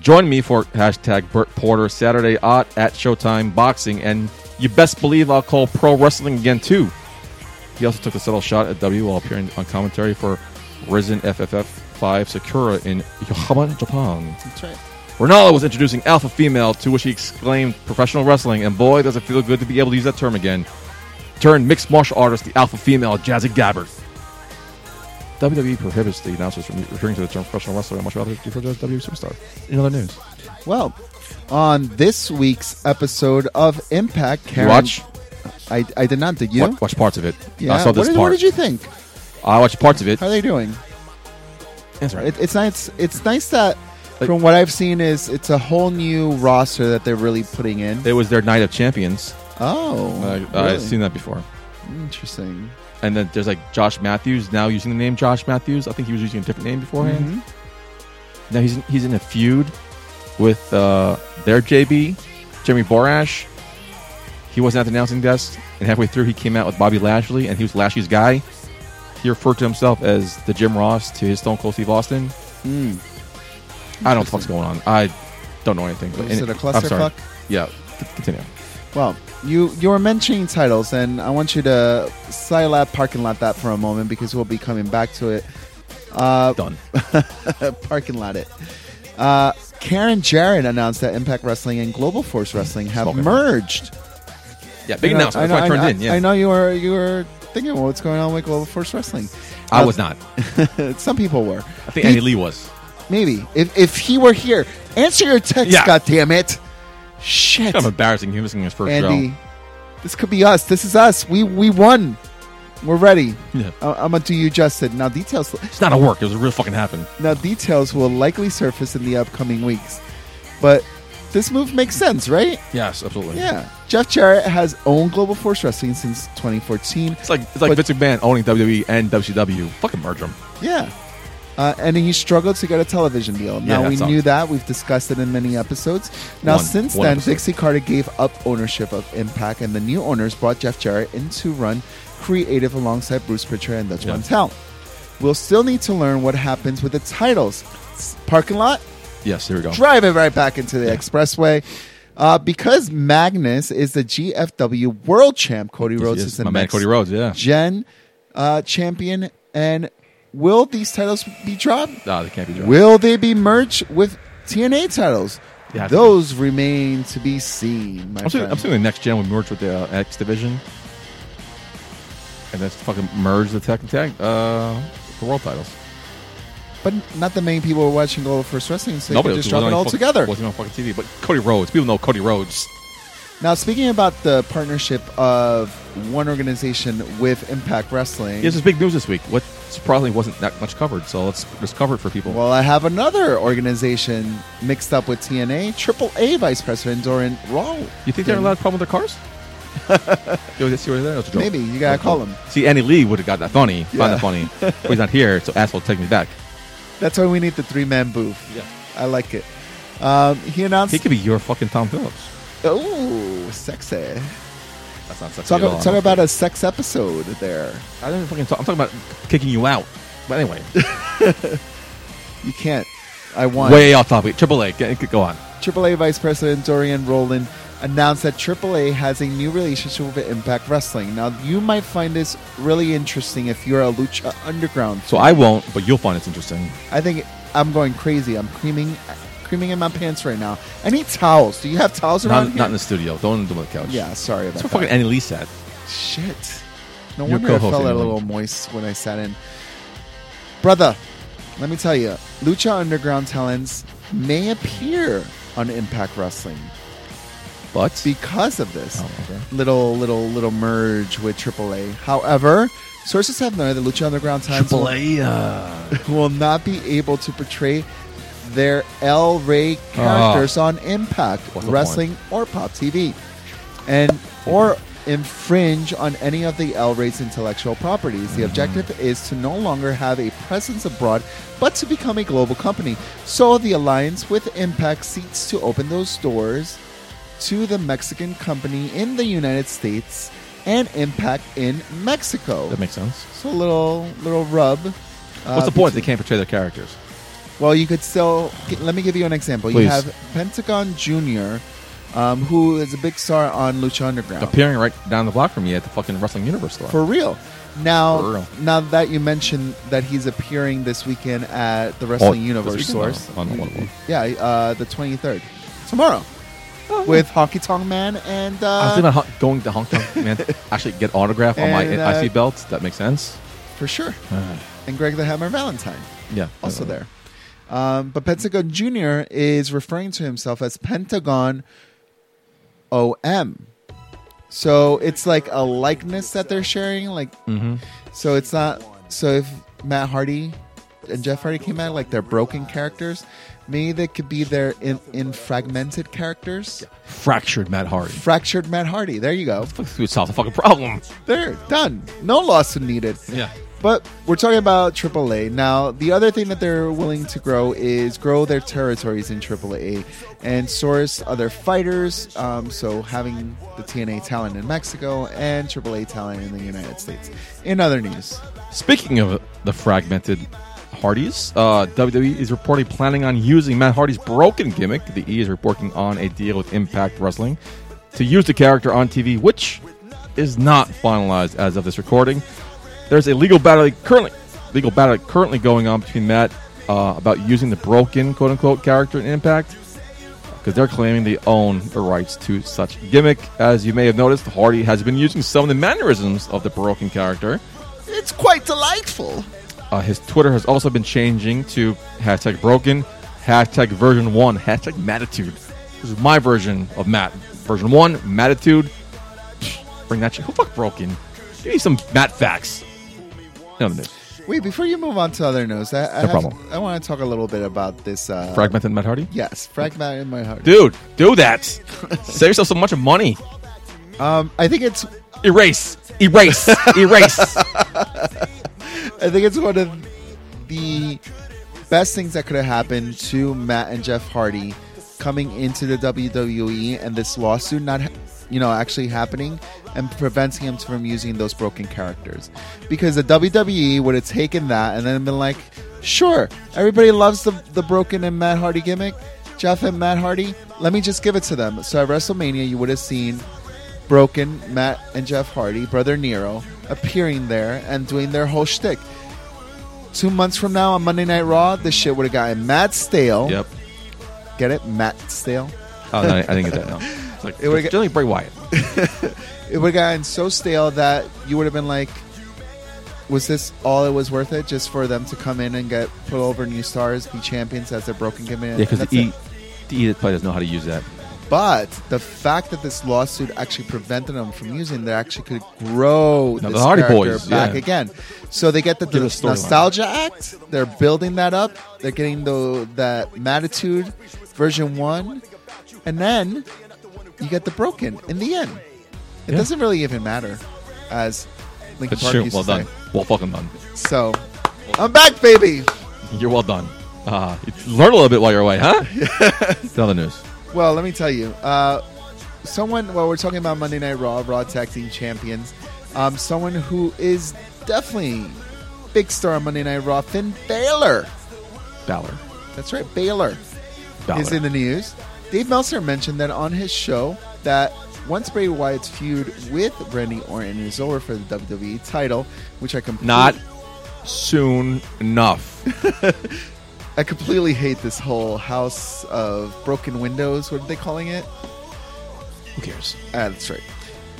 Speaker 1: join me for hashtag Burt Porter Saturday odd at Showtime Boxing, and you best believe I'll call pro wrestling again, too. He also took a subtle shot at W while appearing on commentary for Risen FFF 5 Sakura in Yokohama, Japan.
Speaker 3: That's right.
Speaker 1: Ronaldo was introducing Alpha Female, to which he exclaimed, professional wrestling, and boy, does it feel good to be able to use that term again. Turn mixed martial artist the Alpha Female, Jazzy Gabbert. WWE prohibits the announcers from referring to the term professional wrestler and much rather defer to WWE superstar. In other news,
Speaker 3: Well, on this week's episode of Impact, Karen,
Speaker 1: watch,
Speaker 3: I, I did not. Did you?
Speaker 1: wa- watch parts of it.
Speaker 3: Yeah.
Speaker 1: I saw this
Speaker 3: what, did,
Speaker 1: part.
Speaker 3: what did you think?
Speaker 1: I watched parts of it.
Speaker 3: How are they doing?
Speaker 1: That's right.
Speaker 3: It, it's nice. It's nice that.
Speaker 1: Like-
Speaker 3: from what I've seen, is it's a whole new roster that they're really putting in.
Speaker 1: It was their night of champions.
Speaker 3: oh,
Speaker 1: I-
Speaker 3: really?
Speaker 1: I've seen that before.
Speaker 3: Interesting.
Speaker 1: And then there's like Josh Matthews now using the name Josh Matthews. I think he was using a different name beforehand.
Speaker 3: Mhm. Mm-hmm.
Speaker 1: Now he's in, he's in a feud with uh, their JB, Jeremy Borash. He wasn't at the announcing desk, and halfway through, he came out with Bobby Lashley, and he was Lashley's guy. he referred to himself as the Jim Ross to his Stone Cold Steve Austin.
Speaker 3: Hmm.
Speaker 1: I don't know what's going on. I don't know anything. But
Speaker 3: Was
Speaker 1: any-
Speaker 3: it a
Speaker 1: I'm sorry.
Speaker 3: clusterfuck?
Speaker 1: Yeah. c- Continue.
Speaker 3: Well, you you were mentioning titles, and I want you to Scilab parking lot that for a moment because we'll be coming back to it. Uh,
Speaker 1: Done.
Speaker 3: parking lot it. Uh, Karen Jarrett announced that Impact Wrestling and Global Force Wrestling have
Speaker 1: Smoking.
Speaker 3: merged.
Speaker 1: Yeah. Big
Speaker 3: I know-
Speaker 1: announcement. That's
Speaker 3: I
Speaker 1: why I
Speaker 3: know-
Speaker 1: turned in.
Speaker 3: I- I
Speaker 1: Yeah.
Speaker 3: know you were you were thinking well, what's going on with Global Force Wrestling.
Speaker 1: I
Speaker 3: Uh,
Speaker 1: was not.
Speaker 3: Some people were.
Speaker 1: I think Andy Lee was.
Speaker 3: Maybe if if he were here, answer your text.
Speaker 1: Yeah.
Speaker 3: God damn it! Shit,
Speaker 1: Kind of embarrassing. He was in his first
Speaker 3: Andy, this could be us. This is us. We we won. We're ready.
Speaker 1: show. Yeah.
Speaker 3: I- I'm gonna do you justice. Now details.
Speaker 1: It's not a work. It was a real fucking happen.
Speaker 3: Now details will likely surface in the upcoming weeks, but this move makes sense, right?
Speaker 1: Yes, absolutely.
Speaker 3: Yeah. Jeff Jarrett has owned Global Force Wrestling since 2014.
Speaker 1: It's like it's like
Speaker 3: But-
Speaker 1: Vince McMahon owning WWE and WCW. Fucking merge them.
Speaker 3: Yeah. Uh, and he struggled to get a television deal.
Speaker 1: Yeah,
Speaker 3: Now
Speaker 1: that
Speaker 3: we
Speaker 1: sucks.
Speaker 3: knew that. We've discussed it in many episodes. Now,
Speaker 1: One-
Speaker 3: since
Speaker 1: one
Speaker 3: then,
Speaker 1: episode.
Speaker 3: Dixie Carter gave up ownership of Impact, and the new owners brought Jeff Jarrett in to run creative alongside Bruce Pritchard and Dutch
Speaker 1: Yeah.
Speaker 3: Mantel. We'll still need to learn what happens with the titles. S- Parking lot,
Speaker 1: Yes, here we go.
Speaker 3: drive it right back into the expressway. Uh, because Magnus is the GFW world champ, Cody
Speaker 1: Yes,
Speaker 3: Rhodes
Speaker 1: yes.
Speaker 3: is the
Speaker 1: My man
Speaker 3: next
Speaker 1: Cody Rhodes, yeah.
Speaker 3: Gen uh, champion. And will these titles be dropped?
Speaker 1: Ah, they can't be dropped.
Speaker 3: Will they be merged with TNA titles?
Speaker 1: They have to
Speaker 3: Those remain to be seen, my
Speaker 1: I'm assuming,
Speaker 3: friend.
Speaker 1: I'm assuming the next gen would merge with the uh, X division, and that's fucking merge the tech and tag uh, the world titles.
Speaker 3: But not that many people are watching Global First Wrestling, so
Speaker 1: Nobody
Speaker 3: you can
Speaker 1: was-
Speaker 3: just drop it
Speaker 1: wasn't
Speaker 3: all
Speaker 1: on fuck-
Speaker 3: together.
Speaker 1: Wasn't on fucking TV, but Cody Rhodes. People know Cody Rhodes.
Speaker 3: Now, speaking about the partnership of one organization with Impact Wrestling,
Speaker 1: This is big news this week. What surprisingly wasn't that much covered, so let's just cover it for people.
Speaker 3: Well, I have another organization mixed up with TNA, Triple A Vice President Doran Raw.
Speaker 1: you think they're allowed to problem with their cars? Yo, let's see what that is. That's a joke.
Speaker 3: Maybe. You gotta
Speaker 1: That's a
Speaker 3: call
Speaker 1: joke.
Speaker 3: them.
Speaker 1: See, Andy Lee would have got that funny. Found
Speaker 3: Yeah.
Speaker 1: that funny. but he's not here, so asshole, take me back.
Speaker 3: That's why we need the three man booth.
Speaker 1: Yeah.
Speaker 3: I like it. Um, he announced.
Speaker 1: He could be your fucking Tom Phillips.
Speaker 3: oh, sexy.
Speaker 1: That's not sexy
Speaker 3: Talk,
Speaker 1: at all.
Speaker 3: talk about a sex episode there.
Speaker 1: I don't fucking talk. I'm talking about kicking you out. But anyway,
Speaker 3: You can't. I want.
Speaker 1: way off topic. Triple A, g- g- go on.
Speaker 3: AAA Vice President Dorian Rowland announced that AAA has a new relationship with Impact Wrestling. Now, you might find this really interesting if you're a Lucha Underground.
Speaker 1: So I won't, but you'll find it's interesting.
Speaker 3: I think I'm going crazy. I'm creaming, creaming in my pants right now. I need towels. Do you have towels around
Speaker 1: Not,
Speaker 3: here?
Speaker 1: not in the studio. Don't do it on the couch.
Speaker 3: yeah, sorry about
Speaker 1: That's
Speaker 3: that.
Speaker 1: what fucking Annie Lee said.
Speaker 3: Shit. No
Speaker 1: Your
Speaker 3: wonder I
Speaker 1: co-host,
Speaker 3: felt a
Speaker 1: Emily.
Speaker 3: little moist when I sat in. Brother, let me tell you, Lucha Underground talents may appear on Impact Wrestling
Speaker 1: But
Speaker 3: because of this
Speaker 1: Oh, okay.
Speaker 3: little, little, little merge with AAA. However, sources have noted that Lucha Underground talents will,
Speaker 1: AAA, uh,
Speaker 3: will not be able to portray their El Rey characters on Impact
Speaker 1: Ah. What's the
Speaker 3: Wrestling or Pop TV, and or infringe on any of the El Rey's intellectual properties.
Speaker 1: Mm-hmm.
Speaker 3: The objective is to no longer have a presence abroad, but to become a global company. So the alliance with Impact seeks to open those doors to the Mexican company in the United States and Impact in Mexico.
Speaker 1: that makes sense.
Speaker 3: So a little little rub. Uh,
Speaker 1: What's the point? They can't portray their characters.
Speaker 3: Well, you could still. g- Let me give you an example.
Speaker 1: Please.
Speaker 3: You have Pentagon Jr., um, who is a big star on Lucha Underground.
Speaker 1: Appearing right down the block from you at the fucking Wrestling Universe store.
Speaker 3: For real. Now,
Speaker 1: For real.
Speaker 3: now that you mentioned that he's appearing this weekend at the Wrestling
Speaker 1: Oh, this
Speaker 3: Universe
Speaker 1: weekend?
Speaker 3: Source.
Speaker 1: No, on- on- on-
Speaker 3: Yeah, uh, the 23rd. Tomorrow.
Speaker 1: Oh.
Speaker 3: With Honky Tonk Man and.
Speaker 1: I was
Speaker 3: Uh,
Speaker 1: thinking about hon- going to Hong Kong, man. Actually, get autograph on my
Speaker 3: And, uh,
Speaker 1: IC belts. That makes sense.
Speaker 3: for sure.
Speaker 1: Uh.
Speaker 3: And Greg the Hammer Valentine.
Speaker 1: Yeah.
Speaker 3: also there. Um, but Pentagon Jr. is referring to himself as Pentagon OM. So it's like a likeness that they're sharing. Like, so it's not. So if Matt Hardy and Jeff Hardy came out like they're broken characters, maybe they could be their in, in fragmented characters.
Speaker 1: Fractured Matt Hardy.
Speaker 3: Fractured Matt Hardy. There you go.
Speaker 1: Fuck, Solve the fucking problem.
Speaker 3: There, done. No lawsuit needed.
Speaker 1: Yeah.
Speaker 3: But we're talking about AAA. Now, the other thing that they're willing to grow is grow their territories in AAA and source other fighters. Um, so, having the TNA talent in Mexico and AAA talent in the United States. In other news,
Speaker 1: Speaking of the fragmented Hardys, uh, WWE is reportedly planning on using Matt Hardy's broken gimmick. The E is working on a deal with Impact Wrestling to use the character on TV, which is not finalized as of this recording. There's a legal battle currently legal battle currently going on between Matt uh, about using the broken quote unquote character in Impact because they're claiming they own the rights to such gimmick. As you may have noticed, Hardy has been using some of the mannerisms of the broken character.
Speaker 3: it's quite delightful.
Speaker 1: Uh, his Twitter has also been changing to hashtag broken, hashtag version one, hashtag Mattitude. This is my version of Matt. Version one, Mattitude. Psh, Bring that shit. Who fuck broken? Give me some Matt facts. No, no, no.
Speaker 3: Wait, before you move on to other news, I, I,
Speaker 1: No
Speaker 3: have-
Speaker 1: problem.
Speaker 3: I want to talk a little bit about this. Uh,
Speaker 1: Fragmented Matt Hardy?
Speaker 3: yes, fragmented my heart.
Speaker 1: Dude, do that. Save yourself so much money.
Speaker 3: Um, I think it's
Speaker 1: Erase, erase, erase.
Speaker 3: I think it's one of the best things that could have happened to Matt and Jeff Hardy coming into the WWE and this lawsuit not, ha- you know, actually happening and preventing him from using those broken characters. Because the WWE would have taken that and then been like, sure, everybody loves the, the broken and Matt Hardy gimmick. Jeff and Matt Hardy, let me just give it to them. So at WrestleMania, you would have seen Broken, Matt and Jeff Hardy, Brother Nero, appearing there and doing their whole shtick. Two months from now on Monday Night Raw, this shit would have gotten Matt Stale.
Speaker 1: yep.
Speaker 3: Get it? Matt Stale.
Speaker 1: Oh, no, I didn't get that. No. It's like,
Speaker 3: It would
Speaker 1: just like Bray Wyatt.
Speaker 3: It would have gotten so stale that you would have been like, was this all it was worth it just for them to come in and get put over new stars, be champions as their broken gimmick?
Speaker 1: Yeah, because
Speaker 3: That's
Speaker 1: the
Speaker 3: it.
Speaker 1: E, the E probably doesn't know how to use that.
Speaker 3: But the fact that this lawsuit actually prevented them from using that actually could grow
Speaker 1: Now,
Speaker 3: this
Speaker 1: the Hardy
Speaker 3: character
Speaker 1: Boys,
Speaker 3: back
Speaker 1: yeah.
Speaker 3: again. So they get the,
Speaker 1: Give
Speaker 3: the
Speaker 1: a storyline.
Speaker 3: nostalgia act. They're building that up. They're getting the that Matitude version one, and then you get the broken in the end. It
Speaker 1: Yeah.
Speaker 3: doesn't really even matter, as Linkin
Speaker 1: That's
Speaker 3: Park
Speaker 1: true.
Speaker 3: used
Speaker 1: Well
Speaker 3: to
Speaker 1: done. Well fucking done.
Speaker 3: say. So I'm back, baby.
Speaker 1: You're well done. Uh, you learn a little bit while you're away, huh? It's Another news.
Speaker 3: Well, let me tell you. Uh, someone, while we're talking about Monday Night Raw, Raw Tag Team Champions, um, someone who is definitely big star on Monday Night Raw, Finn Balor.
Speaker 1: Balor.
Speaker 3: That's right, Balor
Speaker 1: Balor.
Speaker 3: is in the news. Dave Meltzer mentioned that on his show that once Bray Wyatt's feud with Randy Orton is over for the WWE title, which I completely,
Speaker 1: Not soon enough.
Speaker 3: I completely hate this whole house of broken windows. What are they calling it?
Speaker 1: Who cares?
Speaker 3: Ah, that's right.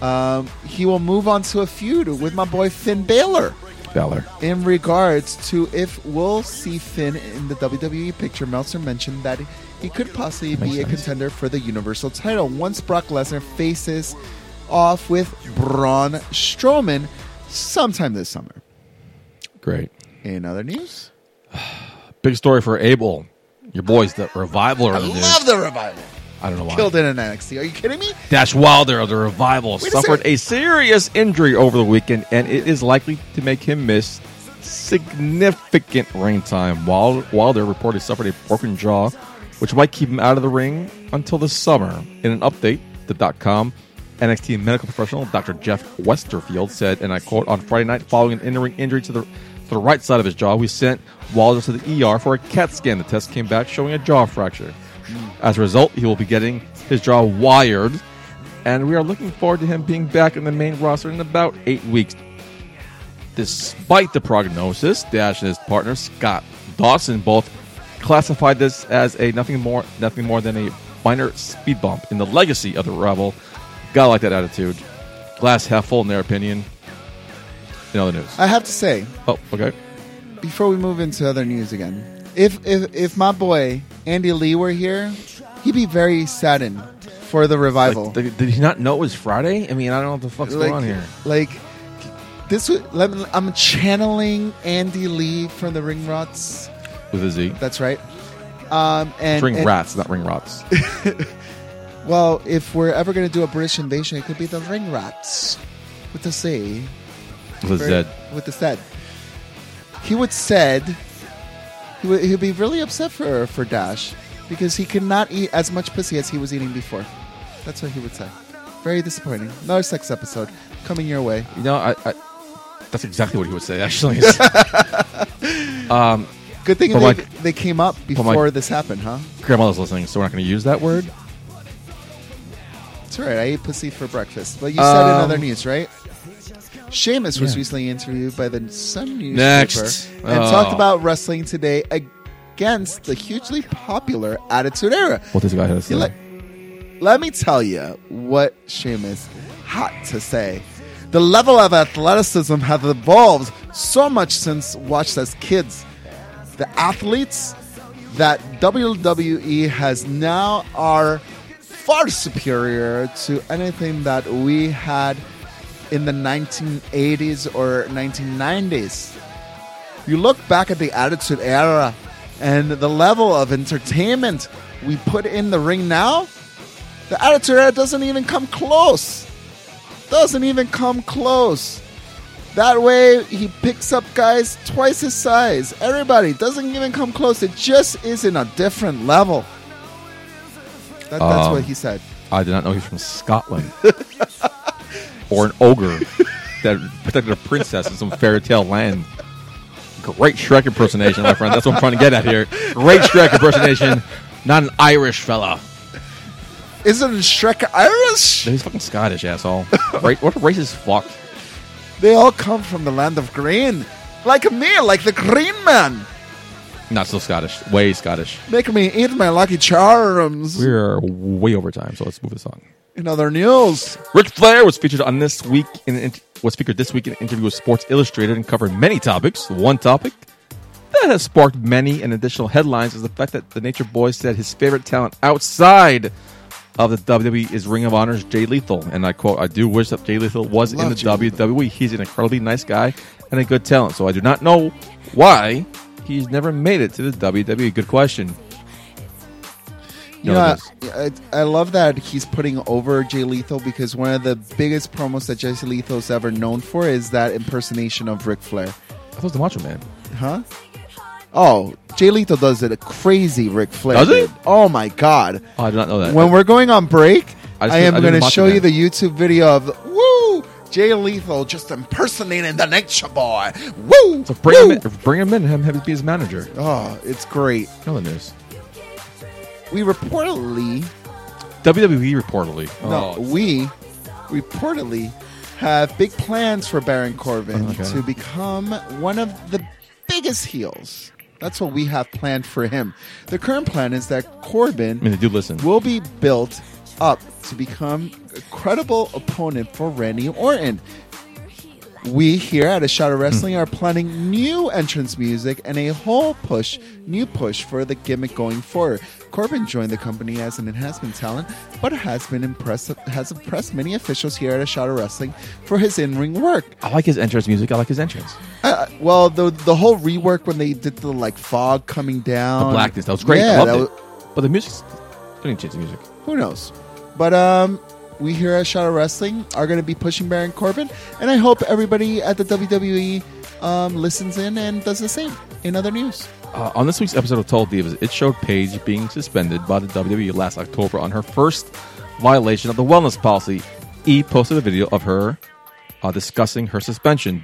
Speaker 3: Um, he will move on to a feud with my boy Finn Balor
Speaker 1: Balor.
Speaker 3: in regards to if we'll see Finn in the WWE picture. Meltzer mentioned that he could possibly be
Speaker 1: Makes
Speaker 3: a
Speaker 1: sense.
Speaker 3: contender for the Universal title once Brock Lesnar faces off with Braun Strowman sometime this summer.
Speaker 1: Great.
Speaker 3: In other news,
Speaker 1: Big story for Abel. Your boys, the revival are
Speaker 3: I
Speaker 1: in the news.
Speaker 3: love the revival.
Speaker 1: I don't know why.
Speaker 3: Killed it in NXT. Are you kidding me?
Speaker 1: Dash Wilder of the Revival
Speaker 3: Wait a
Speaker 1: suffered
Speaker 3: second.
Speaker 1: a serious injury over the weekend, and it is likely to make him miss significant ring time. Wild- Wilder reportedly suffered a broken jaw, which might keep him out of the ring until the summer. In an update to .com, NXT medical professional Dr. Jeff Westerfield said, and I quote, on Friday night, following an in-ring injury to the to the right side of his jaw, we sent Wilder to the ER for a CAT scan. The test came back showing a jaw fracture. As a result, he will be getting his jaw wired and we are looking forward to him being back in the main roster in about eight weeks. Despite the prognosis, Dash and his partner Scott Dawson both classified this as a nothing more, nothing more than a minor speed bump in the legacy of the Rebel. Gotta like that attitude. Glass half full, in their opinion. In other news,
Speaker 3: I have to say,
Speaker 1: oh, okay.
Speaker 3: before we move into other news again, if if if my boy Andy Lee were here, he'd be very saddened for the revival.
Speaker 1: Like, did, did he not know it was Friday? I mean, I don't know what the fuck's
Speaker 3: Like-
Speaker 1: going on here.
Speaker 3: like, this. Would, let me, I'm channeling Andy Lee from the Ring Rots.
Speaker 1: With a Z,
Speaker 3: That's right. Um, and,
Speaker 1: ring
Speaker 3: and-
Speaker 1: rats, not ring rots.
Speaker 3: Well, if we're ever gonna do a British invasion, it could be the Ring Rats with the C.
Speaker 1: With a Z.
Speaker 3: With the Z. he would said he would he'd be really upset for for Dash because he could not eat as much pussy as he was eating before. That's what he would say. Very disappointing. Another sex episode coming your way.
Speaker 1: You know, I, I that's exactly what he would say. Actually, um,
Speaker 3: Good thing
Speaker 1: But
Speaker 3: they,
Speaker 1: like-
Speaker 3: they came up
Speaker 1: like-
Speaker 3: before this happened, huh?
Speaker 1: grandmother's listening, so we're not going to use that word.
Speaker 3: It's all right. I ate pussy for breakfast. But you said in
Speaker 1: Um,
Speaker 3: other news, right? Sheamus was
Speaker 1: Yeah.
Speaker 3: recently interviewed by the Sun newspaper
Speaker 1: Next.
Speaker 3: and
Speaker 1: Oh.
Speaker 3: talked about wrestling today against the hugely popular Attitude Era.
Speaker 1: What this guy has.
Speaker 3: You let, let me tell you what Sheamus had to say. The level of athleticism has evolved so much since watched as kids. The athletes that WWE has now are far superior to anything that we had in the 1980s or 1990s. You look back at the Attitude Era and the level of entertainment we put in the ring now, the Attitude Era doesn't even come close. Doesn't even come close. That way, he picks up guys twice his size. Everybody doesn't even come close. It just is in a different level. That, that's
Speaker 1: Um,
Speaker 3: what he said.
Speaker 1: I did not know he was from Scotland or an ogre that protected a princess in some fairy tale land. Great Shrek impersonation, my friend. That's what I'm trying to get at here. Great Shrek impersonation, not an Irish fella.
Speaker 3: Isn't Shrek Irish?
Speaker 1: He's fucking Scottish, asshole. Right? What a racist fuck.
Speaker 3: They all come from the land of green. Like me, like the green man.
Speaker 1: Not so Scottish. Way Scottish.
Speaker 3: Make me eat my Lucky Charms.
Speaker 1: We're way over time, so let's move this on.
Speaker 3: In other news,
Speaker 1: Ric Flair was featured on this week in an int- was featured this week in an interview with Sports Illustrated and covered many topics. One topic that has sparked many and additional headlines is the fact that the Nature Boy said his favorite talent outside of the WWE is Ring of Honor's Jay Lethal, and I quote: "I do wish that Jay Lethal was in
Speaker 3: Love
Speaker 1: the
Speaker 3: Jay Lethal.
Speaker 1: WWE. He's an incredibly nice guy and a good talent. So I do not know why he's never made it to the WWE. Good question. No,
Speaker 3: you know,
Speaker 1: it
Speaker 3: I, I love that he's putting over Jay Lethal because one of the biggest promos that Jay Lethal's ever known for is that impersonation of Ric Flair.
Speaker 1: I thought it was the Macho Man.
Speaker 3: Huh? Oh, Jay Lethal does it a crazy Ric Flair.
Speaker 1: Does he?
Speaker 3: dude. Oh my god.
Speaker 1: Oh, I did not know that.
Speaker 3: When we're going on break,
Speaker 1: I
Speaker 3: I,
Speaker 1: just- I
Speaker 3: am
Speaker 1: didn't
Speaker 3: going to
Speaker 1: watch
Speaker 3: show
Speaker 1: it
Speaker 3: you the
Speaker 1: then.
Speaker 3: YouTube video of woo Jay Lethal just impersonating the Nature Boy. Woo!
Speaker 1: so bring him,
Speaker 3: Woo!
Speaker 1: in, bring him in and have him be his manager.
Speaker 3: Oh, it's great.
Speaker 1: Another news.
Speaker 3: We reportedly
Speaker 1: WWE reportedly.
Speaker 3: No,
Speaker 1: E Oh,
Speaker 3: we reportedly have big plans for Baron Corbin
Speaker 1: Okay.
Speaker 3: to become one of the biggest heels. That's what we have planned for him. The current plan is that
Speaker 1: I mean,
Speaker 3: Corbin
Speaker 1: they do listen.
Speaker 3: will be built up to become a credible opponent for Randy Orton. We here at A Shot of Wrestling
Speaker 1: Hmm.
Speaker 3: are planning new entrance music and a whole push, new push for the gimmick going forward. Corbin joined the company as an enhancement talent, but has been impressed has impressed many officials here at A Shot of Wrestling for his in-ring work.
Speaker 1: I like his entrance music. I like his entrance.
Speaker 3: Uh, well, the the whole rework when they did the like fog coming
Speaker 1: The
Speaker 3: down,
Speaker 1: blackness. That was great.
Speaker 3: Um, Yeah,
Speaker 1: I
Speaker 3: that
Speaker 1: loved
Speaker 3: wa-
Speaker 1: it. But the music's. I didn't change the music.
Speaker 3: who knows? But um, we here at Shadow Wrestling are going to be pushing Baron Corbin, and I hope everybody at the WWE um, listens in and does the same. In other news,
Speaker 1: Uh, on this week's episode of Total Divas, it showed Paige being suspended by the WWE last October on her first violation of the wellness policy. E posted a video of her uh, discussing her suspension.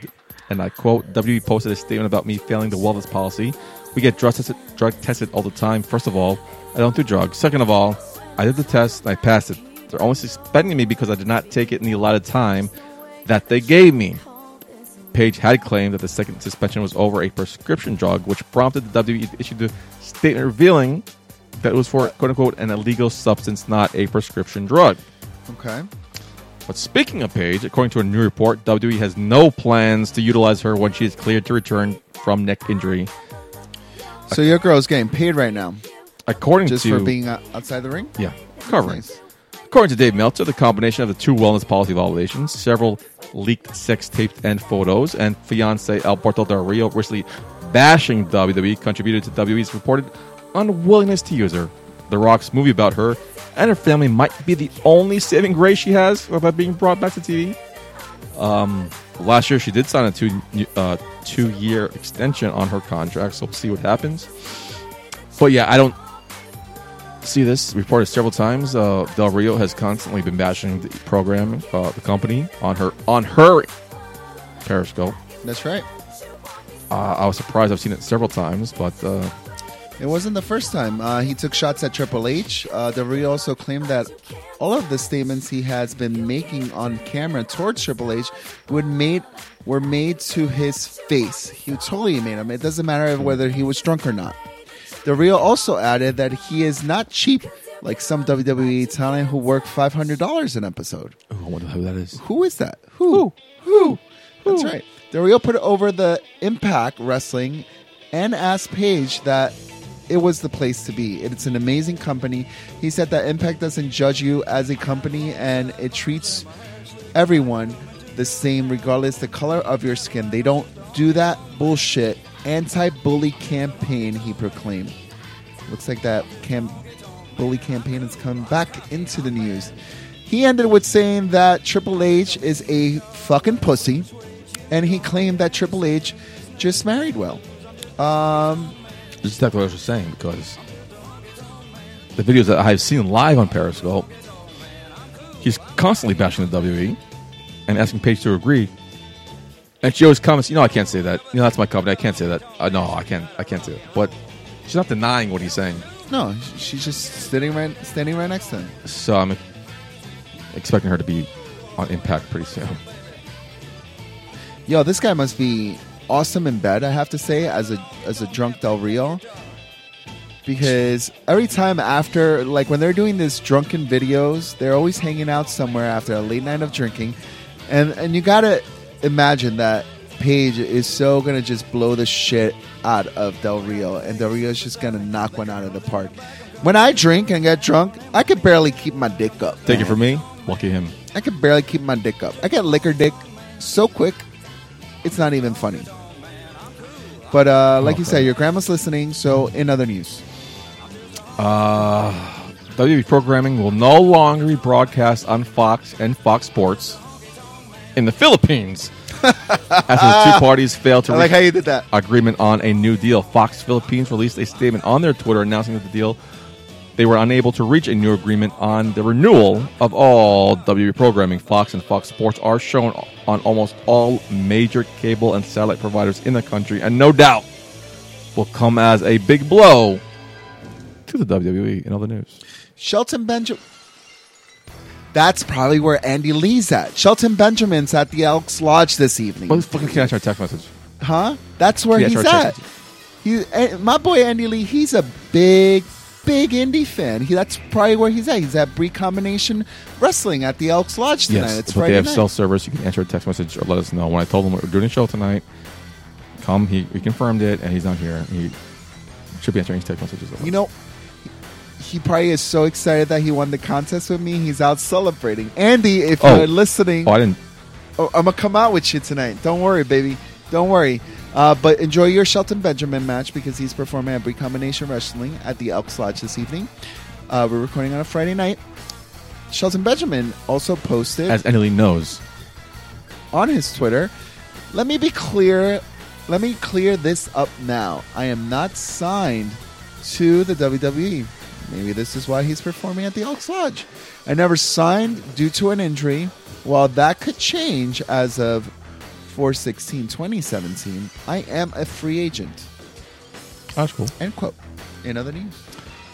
Speaker 1: And I quote, WWE posted a statement about me failing the wellness policy. We get drug tested, drug tested all the time. First of all, I don't do drugs. Second of all, I did the test and I passed it. They're only suspending me because I did not take it in the allotted time that they gave me. Page had claimed that the second suspension was over a prescription drug, which prompted the WWE to issue the statement revealing that it was for "quote unquote" an illegal substance, not a prescription drug.
Speaker 3: okay,
Speaker 1: But speaking of Paige, according to a new report, WWE has no plans to utilize her when she is cleared to return from neck injury.
Speaker 3: so your girl's getting paid right now
Speaker 1: According
Speaker 3: just
Speaker 1: to
Speaker 3: for being uh, outside the ring.
Speaker 1: yeah covering.
Speaker 3: Nice.
Speaker 1: According to Dave Meltzer, the combination of the two wellness policy violations, several leaked sex tapes and photos, and fiance Alberto Del Rio recently bashing WWE contributed to WWE's reported unwillingness to use her. The Rock's movie about her and her family might be the only saving grace she has about being brought back to TV. Um, Last year, she did sign a two uh, two year extension on her contract, so we'll see what happens. But yeah, I don't see this reported several times. Uh, Del Rio has constantly been bashing the program, uh, the company on her on her Periscope.
Speaker 3: That's right.
Speaker 1: Uh, I was surprised. I've seen it several times, but uh,
Speaker 3: It wasn't the first time. Uh, he took shots at Triple H. Uh, Del Rio also claimed that all of the statements he has been making on camera towards Triple H would made, were made to his face. He totally made them. It doesn't matter whether he was drunk or not. Del Rio also added that he is not cheap like some WWE talent who work $500 an episode.
Speaker 1: Ooh, I wonder who that is.
Speaker 3: Who is that? Who? Who? Who? That's right. Del Rio put over the Impact Wrestling and asked Paige that it was the place to be. It's an amazing company. He said that Impact doesn't judge you as a company and it treats everyone the same regardless the color of your skin. They don't do that bullshit anti-bully campaign he proclaimed. Looks like that cam- bully campaign has come back into the news. He ended with saying that Triple H is a fucking pussy, and he claimed that Triple H just married well.
Speaker 1: This is exactly what I was just saying because the videos that I've seen live on Periscope, he's constantly bashing the WWE and asking Paige to agree. And she always comments, you know, I can't say that. You know, that's my company. I can't say that. Uh, no, I can't. I can't say that. But she's not denying what he's saying.
Speaker 3: No, sh- she's just sitting right, standing right next to him.
Speaker 1: So I'm expecting her to be on Impact pretty soon.
Speaker 3: Yo, this guy must be awesome in bed. I have to say, as a as a drunk Del Rio, because every time after, like when they're doing these drunken videos, they're always hanging out somewhere after a late night of drinking, and and you gotta imagine that Paige is so gonna just blow the shit out of Del Rio, and Del Rio's just gonna knock one out of the park. When I drink and get drunk, I could barely keep my dick up.
Speaker 1: Take it
Speaker 3: man.
Speaker 1: from me. Lucky him.
Speaker 3: I can barely keep my dick up. I get liquor dick so quick, it's not even funny. But uh, like you
Speaker 1: Okay.
Speaker 3: said, your grandma's listening. So in other news,
Speaker 1: WWE programming will no longer be broadcast on Fox and Fox Sports in the Philippines after the two parties failed to
Speaker 3: I like
Speaker 1: reach
Speaker 3: how you did that.
Speaker 1: agreement on a new deal. Fox Philippines released a statement on their Twitter announcing that the deal they were unable to reach a new agreement on the renewal of all WWE programming. Fox and Fox Sports are shown on almost all major cable and satellite providers in the country, and no doubt will come as a big blow to the WWE in all the news.
Speaker 3: Shelton Benjamin. That's probably where Andy Lee's at. Shelton Benjamin's at the Elks Lodge this evening.
Speaker 1: What the fuck can I try text message?
Speaker 3: Huh? That's where
Speaker 1: Yeah,
Speaker 3: he's
Speaker 1: sure,
Speaker 3: at.
Speaker 1: sure,
Speaker 3: He, eh, my boy Andy Lee, he's a big, big indie fan. He, that's probably where he's at. He's at Bree Combination Wrestling at the Elks Lodge tonight.
Speaker 1: Yes,
Speaker 3: it's
Speaker 1: but
Speaker 3: Friday
Speaker 1: they have
Speaker 3: night.
Speaker 1: self service. You can answer a text message or let us know. When I told him we were doing a show tonight, come. He, he confirmed it, and he's not here. He should be answering his text messages.
Speaker 3: You know, he probably is so excited that he won the contest with me. He's out celebrating. Andy, if
Speaker 1: Oh.
Speaker 3: you're listening,
Speaker 1: oh, I didn't.
Speaker 3: oh, I'm gonna come out with you tonight. Don't worry, baby. Don't worry. Uh, but enjoy your Shelton Benjamin match because he's performing at Recombination Wrestling at the Elks Lodge this evening. Uh, we're recording on a Friday night. Shelton Benjamin also posted
Speaker 1: As Annalie knows,
Speaker 3: on his Twitter. Let me be clear. Let me clear this up now. I am not signed to the WWE. Maybe this is why he's performing at the Elks Lodge. I never signed due to an injury. While that could change as of 416 2017, I am a free agent.
Speaker 1: Oh, that's cool.
Speaker 3: End quote. In other news,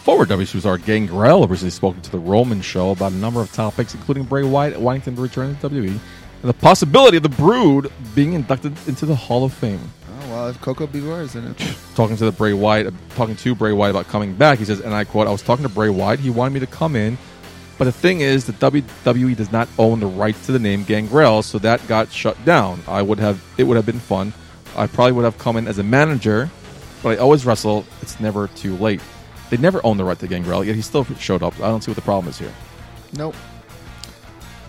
Speaker 1: Forward WCR Gangrel originally spoken to the Roman show about a number of topics, including Bray Wyatt wanting to return to WWE and the possibility of the Brood being inducted into the Hall of Fame.
Speaker 3: oh well, if Coco Beware is in it,
Speaker 1: talking to the Bray Wyatt, talking to Bray Wyatt about coming back. He says, and I quote, "I was talking to Bray Wyatt. He wanted me to come in, but the thing is, the WWE E does not own the rights to the name Gangrel, so that got shut down. I would have, it would have been fun. I probably would have come in as a manager, but I always wrestle. It's never too late. They never own the right to Gangrel, yet he still showed up. I don't see what the problem is here.
Speaker 3: nope.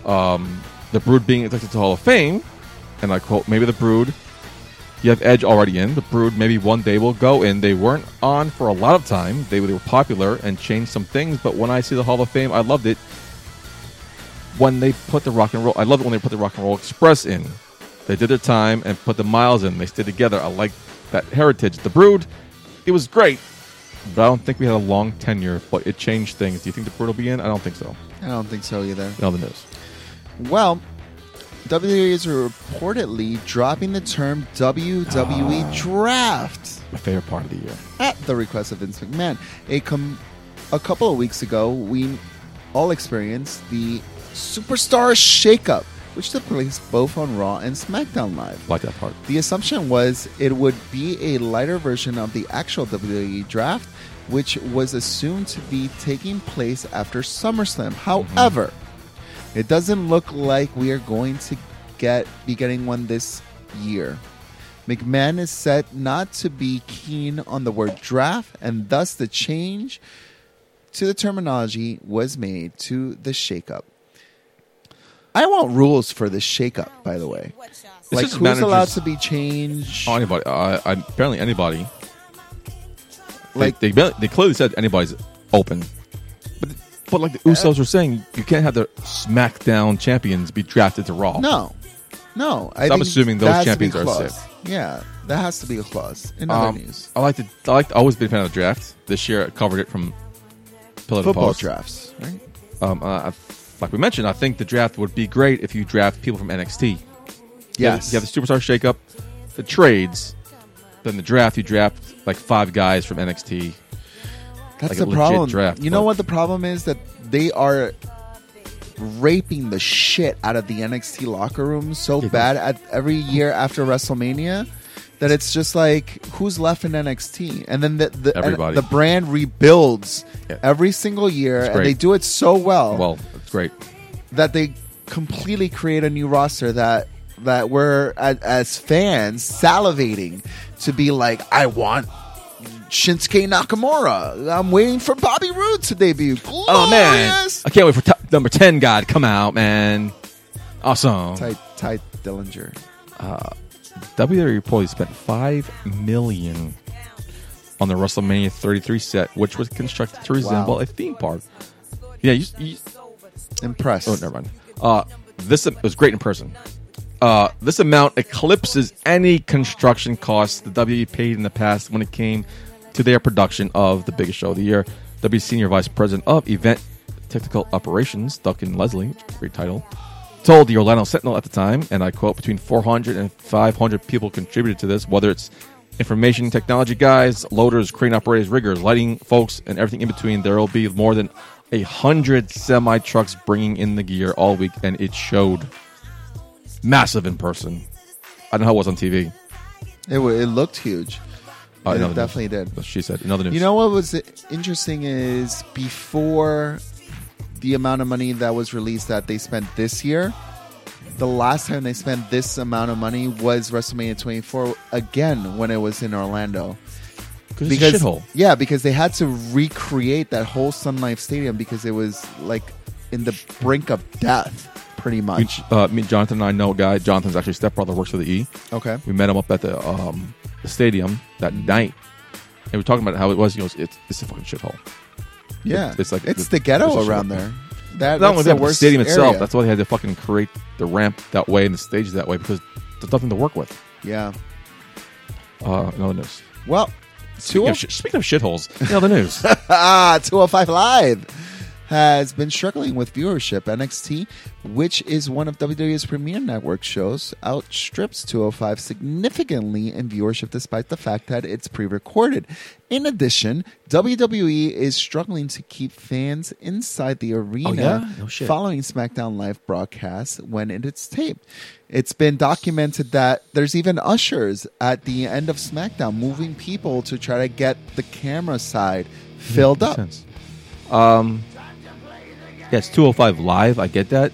Speaker 1: The Brood being inducted to Hall of Fame, and I quote, maybe the Brood You have Edge already in. The Brood maybe one day will go in. They weren't on for a lot of time. They, they were popular and changed some things, but when I see the Hall of Fame, I loved it. when they put the rock and roll, I love it when they put the rock and roll express in. They did their time and put the miles in. They stayed together. I like that heritage. The Brood, it was great, but I don't think we had a long tenure. But it changed things. Do you think the Brood will be in? I don't think so.
Speaker 3: I don't think so either.
Speaker 1: In all the news,
Speaker 3: Well, WWE is reportedly dropping the term WWE draft
Speaker 1: my favorite part of the year.
Speaker 3: at the request of Vince McMahon. A com- a couple of weeks ago, we all experienced the superstar shakeup, which took place both on Raw and SmackDown Live.
Speaker 1: like that part.
Speaker 3: The assumption was it would be a lighter version of the actual WWE draft, which was assumed to be taking place after SummerSlam. However, it doesn't look like we are going to get be getting one this year. McMahon is said not to be keen on the word draft, and thus the change to the terminology was made to the shakeup. I want rules for the shakeup, by the way.
Speaker 1: It's
Speaker 3: Like
Speaker 1: just
Speaker 3: who's
Speaker 1: managers-
Speaker 3: allowed to be changed?
Speaker 1: Oh, anybody? Uh, I, apparently, anybody.
Speaker 3: Like-
Speaker 1: Like they, they, they clearly said anybody's open, but but like the
Speaker 3: Uh,
Speaker 1: Usos were saying, you can't have the SmackDown champions be drafted to Raw.
Speaker 3: No, no. I
Speaker 1: I'm
Speaker 3: think
Speaker 1: assuming
Speaker 3: that
Speaker 1: those
Speaker 3: has to be
Speaker 1: champions are
Speaker 3: clause.
Speaker 1: sick.
Speaker 3: Yeah, that has to be a clause. In other
Speaker 1: Um,
Speaker 3: news,
Speaker 1: I like to. I like. Always been a fan of the draft. This year, I covered it from pillar to
Speaker 3: football
Speaker 1: post.
Speaker 3: drafts, right?
Speaker 1: Um, uh, I- like we mentioned, I think the draft would be great if you draft people from NXT. You have-
Speaker 3: Yes.
Speaker 1: You have the superstar shakeup, the trades, then the draft. You draft like five guys from NXT.
Speaker 3: That's
Speaker 1: like a
Speaker 3: the
Speaker 1: legit
Speaker 3: problem.
Speaker 1: draft,
Speaker 3: you know
Speaker 1: but-
Speaker 3: what the problem is that they are raping the shit out of the NXT locker room so
Speaker 1: Yeah.
Speaker 3: bad at every year after WrestleMania that it's just like who's left in NXT, and then the the, and
Speaker 1: Everybody.
Speaker 3: the brand rebuilds
Speaker 1: Yeah.
Speaker 3: every single year, and
Speaker 1: great.
Speaker 3: they do it so well.
Speaker 1: Well, it's great.
Speaker 3: that they completely create a new roster that that we're as, as fans salivating to be like, I want Shinsuke Nakamura. I'm waiting for Bobby Roode to debut. Glorious!
Speaker 1: Oh man, I can't wait for top, number ten guy to come out, man. Awesome.
Speaker 3: Ty, Ty Dillinger.
Speaker 1: WWE E reportedly spent five million on the WrestleMania 33 set, which was constructed to resemble
Speaker 3: Wow.
Speaker 1: a theme park. Yeah, you, you,
Speaker 3: Impressed.
Speaker 1: Oh, never mind. Uh, this it was great in person. Uh, this amount eclipses any construction costs the WWE paid in the past when it came to their production of the biggest show of the year. WWE Senior Vice President of Event Technical Operations, Duncan Leslie, great title, told the Orlando Sentinel at the time, and I quote, between 400 and 500 people contributed to this, whether it's information technology guys, loaders, crane operators, riggers, lighting folks, and everything in between. There will be more than a hundred semi trucks bringing in the gear all week, and it showed massive in person. I don't know how it was on TV.
Speaker 3: It, wa- it looked huge.
Speaker 1: Uh,
Speaker 3: it
Speaker 1: another news.
Speaker 3: definitely did.
Speaker 1: That's what She said, another news.
Speaker 3: You know what was interesting is before the amount of money that was released that they spent this year, the last time they spent this amount of money was WrestleMania 24 again when it was in Orlando.
Speaker 1: because it's a shithole.
Speaker 3: yeah, because they had to recreate that whole Sun Life Stadium because it was like in the brink of death, pretty
Speaker 1: We,
Speaker 3: much.
Speaker 1: uh, me, Jonathan, and I know a guy. Jonathan's actually stepbrother works for the E.
Speaker 3: Okay,
Speaker 1: We met him up at the, um, the stadium that night, and we were talking about how it was. You know, it's, it's a fucking shithole.
Speaker 3: yeah,
Speaker 1: it's like-
Speaker 3: it's the
Speaker 1: it's a
Speaker 3: ghetto
Speaker 1: shit.
Speaker 3: around there. That,
Speaker 1: Not only
Speaker 3: that's
Speaker 1: that,
Speaker 3: the
Speaker 1: but the
Speaker 3: worst
Speaker 1: stadium itself.
Speaker 3: area.
Speaker 1: That's why they had to fucking create the ramp that way and the stage that way because there's nothing to work with.
Speaker 3: yeah.
Speaker 1: Uh, another news.
Speaker 3: Well,
Speaker 1: Speaking of,
Speaker 3: two-
Speaker 1: shi- speaking of shitholes, in other news.
Speaker 3: Ah, 205 Live has been struggling with viewership. NXT, which is one of WWE's premier network shows, outstrips 205 significantly in viewership despite the fact that it's pre recorded. In addition, WWE is struggling to keep fans inside the arena
Speaker 1: Oh, yeah? No shit.
Speaker 3: following SmackDown Live broadcasts when it is taped. It's been documented that there's even ushers at the end of SmackDown moving people to try to get the camera side filled up.
Speaker 1: sense. Um, yeah, it's 205 live. I get that.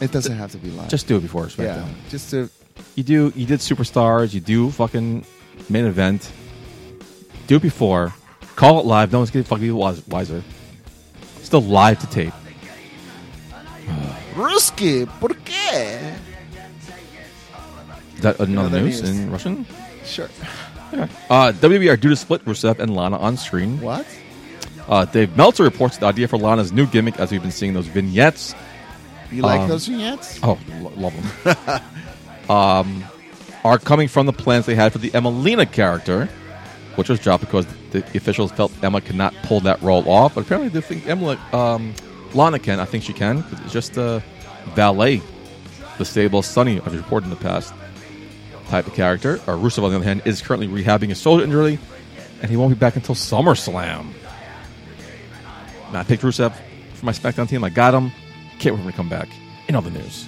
Speaker 3: It doesn't have to be live.
Speaker 1: Just do it before SmackDown.
Speaker 3: yeah, just to
Speaker 1: You do. You did superstars. You do fucking main event. Do it before. Call it live. No one's getting fucking wis- wiser. Still live to tape.
Speaker 3: Ruski, por qué?
Speaker 1: Is that another
Speaker 3: Another
Speaker 1: news,
Speaker 3: news.
Speaker 1: in Russian?
Speaker 3: Sure.
Speaker 1: Uh, WWE are due to split Rusev and Lana on screen.
Speaker 3: What?
Speaker 1: Uh, Dave Meltzer reports the idea for Lana's new gimmick, as we've been seeing those vignettes,
Speaker 3: You like
Speaker 1: Um,
Speaker 3: those vignettes?
Speaker 1: Oh, lo- love them. um, are coming from the plans they had for the Emelina character, which was dropped because the, the officials felt Emma could not pull that role off. But apparently, they think Emma, um, Lana can. I think she can. 'cause it's just a valet, the stable Sunny I've reported in the past type of character. Or Rusev, on the other hand, is currently rehabbing his shoulder injury, and he won't be back until SummerSlam. And I picked Rusev for my SmackDown team. I got him. Can't wait for him to come back. In other news.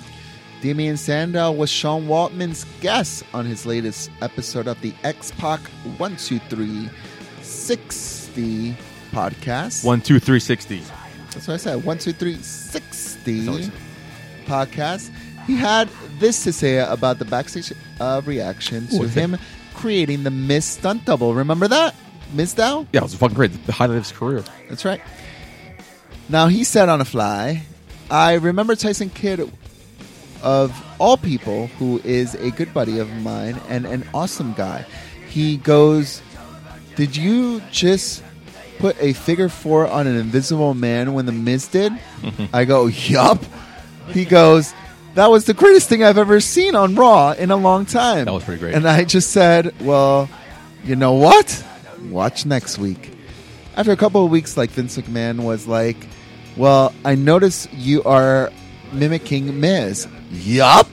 Speaker 3: Damian Sandow was Sean Waltman's guest on his latest episode of the X Pac 12360 podcast.
Speaker 1: One, two, three, sixty.
Speaker 3: That's what I said. 12360
Speaker 1: That's all he said.
Speaker 3: podcast. He had this to say about the backstage uh, reaction
Speaker 1: Ooh,
Speaker 3: to
Speaker 1: it's
Speaker 3: him creating the Miss Stunt Double. Remember that? Miss Dow?
Speaker 1: Yeah, it was fucking great. The highlight of his career.
Speaker 3: That's right. Now he said on a fly, I remember Tyson Kidd of all people who is a good buddy of mine and an awesome guy. He goes, "Did you just put a figure 4 on an invisible man when the Miz did?" I go, "Yup." He goes, "That was the greatest thing I've ever seen on Raw in a long time."
Speaker 1: That was pretty great.
Speaker 3: And I just said, "Well, you know what? Watch next week." after a couple of weeks, like Vince McMahon was like, "Well, I notice you are mimicking Miz. Yup.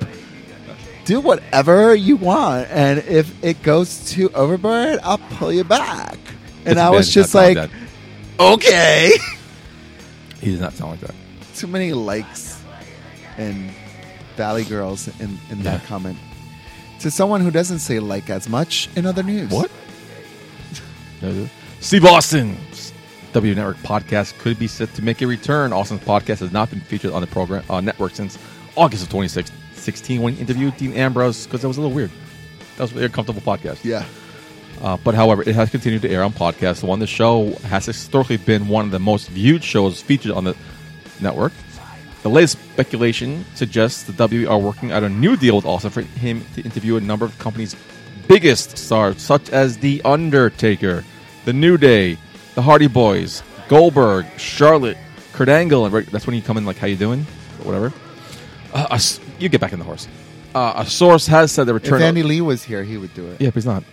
Speaker 3: Do whatever you want, and if it goes too overboard, I'll pull you back." And
Speaker 1: Vince
Speaker 3: I
Speaker 1: McMahon
Speaker 3: was
Speaker 1: does
Speaker 3: just
Speaker 1: not
Speaker 3: like,
Speaker 1: sound like
Speaker 3: "Okay."
Speaker 1: that. he does not sound like that.
Speaker 3: too many likes and valley girls in, in that
Speaker 1: Yeah.
Speaker 3: comment. To someone who doesn't say like as much in other news.
Speaker 1: What? No. Steve Austin. W Network podcast could be set to make a return. Austin's podcast has not been featured on the program uh, network since August of 2016 when he interviewed Dean Ambrose because that was a little weird. That was a very comfortable podcast.
Speaker 3: Yeah.
Speaker 1: Uh, but however, it has continued to air on podcasts. One, the show has historically been one of the most viewed shows featured on the network. The latest speculation suggests the WWE are working out a new deal with Austin for him to interview a number of companies' biggest stars, such as The Undertaker, The New Day, The Hardy Boys, Goldberg, Charlotte, Kurt Angle, and right- that's when you come in like, "How you doing?" or whatever. Uh, a s- you get back on the horse. Uh, a source has said the
Speaker 3: If
Speaker 1: return.
Speaker 3: Andy Lee was here, he would do it.
Speaker 1: Yeah, but he's not.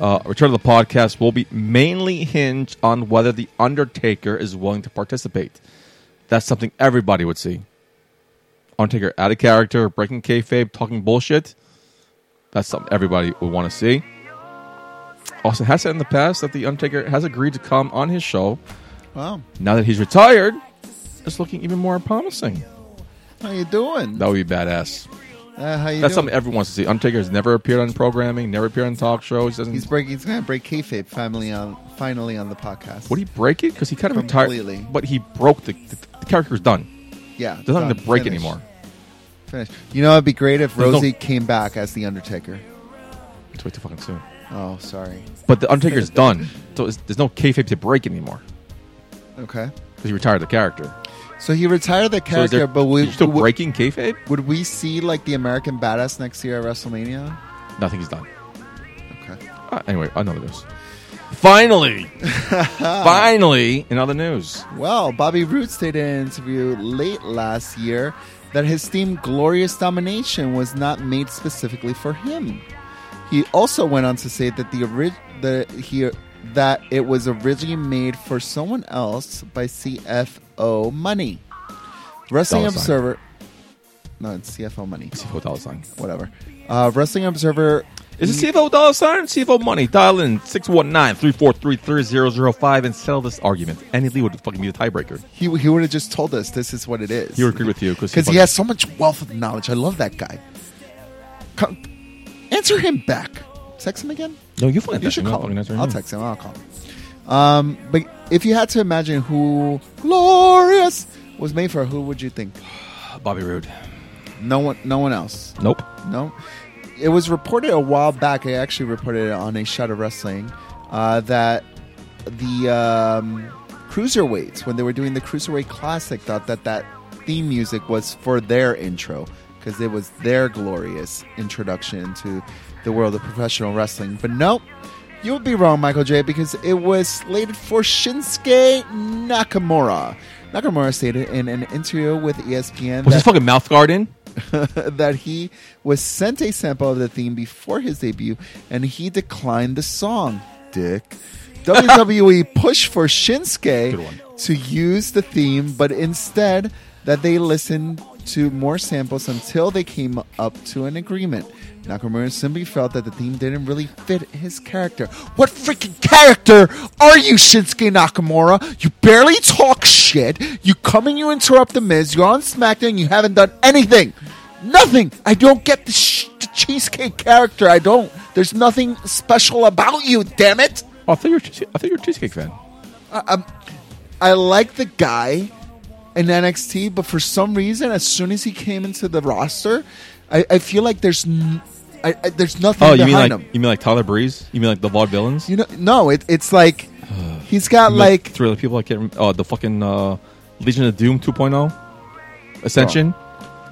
Speaker 1: Uh, return of the podcast will be mainly hinged on whether the Undertaker is willing to participate. That's something everybody would see. Undertaker out of character, breaking kayfabe, talking bullshit. That's something everybody would want to see. Austin has said in the past that the Undertaker has agreed to come on his show.
Speaker 3: Wow.
Speaker 1: Now that he's retired, it's looking even more promising.
Speaker 3: How you doing?
Speaker 1: That would be badass.
Speaker 3: Uh, how you
Speaker 1: That's
Speaker 3: doing?
Speaker 1: something everyone wants to see. Undertaker has never appeared on programming, never appeared on talk shows. Doesn't
Speaker 3: He's breaking. He's going to break kayfabe finally on finally on the podcast.
Speaker 1: Would he break it? Because he kind of retired.
Speaker 3: Completely.
Speaker 1: But he broke the, the, the character's done.
Speaker 3: Yeah,
Speaker 1: There's nothing to
Speaker 3: done.
Speaker 1: break
Speaker 3: Finish.
Speaker 1: anymore.
Speaker 3: Finish. You know, it'd be great if
Speaker 1: There's no-
Speaker 3: Rosie came back as the Undertaker.
Speaker 1: It's way too fucking soon.
Speaker 3: Oh, sorry.
Speaker 1: But the Undertaker's done. So it's, there's no kayfabe to break anymore
Speaker 3: Okay.
Speaker 1: because he retired the character.
Speaker 3: So he retired the
Speaker 1: So is
Speaker 3: character,
Speaker 1: there,
Speaker 3: but we,
Speaker 1: is he still
Speaker 3: would,
Speaker 1: breaking kayfabe?
Speaker 3: would we see like the American Badass next year at WrestleMania?
Speaker 1: Nothing he's done.
Speaker 3: Okay.
Speaker 1: Uh, anyway, another news. Finally, finally, in other news,
Speaker 3: Well, Bobby Roode stated in an interview late last year that his theme Glorious Domination was not made specifically for him. He also went on to say that the ori- the he that it was originally made for someone else by CFO Money. Wrestling
Speaker 1: Dollar sign.
Speaker 3: Observer No, it's CFO Money.
Speaker 1: CFO dollar sign.
Speaker 3: Whatever. Uh, Wrestling Observer
Speaker 1: Is it CFO dollar sign or CFO money? Dial in 619-343-3005 and settle this argument. Andy Lee would fucking be the tiebreaker.
Speaker 3: he he would have just told us this is what it is.
Speaker 1: He would agree with you because
Speaker 3: because he has so much wealth of knowledge. I love that guy. Come, answer him back. Text him again.
Speaker 1: No, you find
Speaker 3: You should call him. I'll text him. I'll call him. Um, but if you had to imagine who glorious was made for, who would you think?
Speaker 1: Bobby Roode.
Speaker 3: No one. No one else.
Speaker 1: Nope.
Speaker 3: No. It was reported a while back. I actually reported it on a shot of wrestling uh, that the um, cruiserweights, when they were doing the cruiserweight classic, thought that that theme music was for their intro because it was their glorious introduction into the world of professional wrestling. But nope, you would be wrong, Michael J, because it was slated for Shinsuke Nakamura. Nakamura stated in an interview with E ESPN
Speaker 1: Was his
Speaker 3: that,
Speaker 1: fucking mouth guard in?
Speaker 3: that he was sent a sample of the theme before his debut and he declined the song. Dick. WWE pushed for
Speaker 5: Good
Speaker 3: Shinsuke
Speaker 5: one.
Speaker 3: to use the theme, but instead that they listened to more samples until they came up to an agreement. Nakamura simply felt that the theme didn't really fit his character. What freaking character are you, Shinsuke Nakamura? You barely talk shit. You come and you interrupt the Miz. You're on SmackDown. You haven't done anything. Nothing. I don't get the, sh- the cheesecake character. I don't. There's nothing special about you. Damn it.
Speaker 1: Oh, I thought you were, cheese- I thought you were a cheesecake fan.
Speaker 3: I like the guy in NXT, but for some reason, as soon as he came into the roster, I, I feel like there's n- I, I- there's nothing
Speaker 1: Oh, you mean like
Speaker 3: behind him.
Speaker 1: you mean like Tyler Breeze? You mean like the vaudevillains?
Speaker 3: You know, no, it, it's like he's got
Speaker 1: You mean
Speaker 3: like
Speaker 1: three other people I can't. Remember. Oh, the fucking uh, Legion of Doom 2.0 Ascension.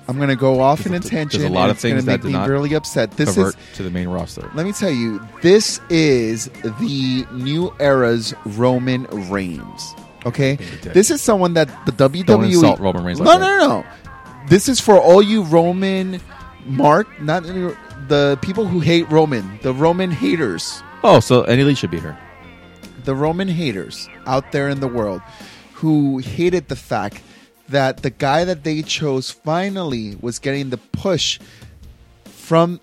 Speaker 3: I'm gonna go off in a
Speaker 1: There's a- there's a
Speaker 3: tangent.
Speaker 1: lot
Speaker 3: and
Speaker 1: of
Speaker 3: it's
Speaker 1: things
Speaker 3: gonna
Speaker 1: that
Speaker 3: make
Speaker 1: did
Speaker 3: me
Speaker 1: not
Speaker 3: really upset. This
Speaker 1: Convert
Speaker 3: is
Speaker 1: to the main roster.
Speaker 3: let me tell you, this is the new era's Roman Reigns. Okay,
Speaker 1: dick.
Speaker 3: this is someone that the WWE.
Speaker 1: insult Roman Reigns
Speaker 3: No,
Speaker 1: like
Speaker 3: no,
Speaker 1: that.
Speaker 3: no, no. This is for all you Roman Mark, not the people who hate Roman, the Roman haters,
Speaker 1: Oh, so any lead should be here.
Speaker 3: the Roman haters out there in the world who hated the fact that the guy that they chose finally was getting the push from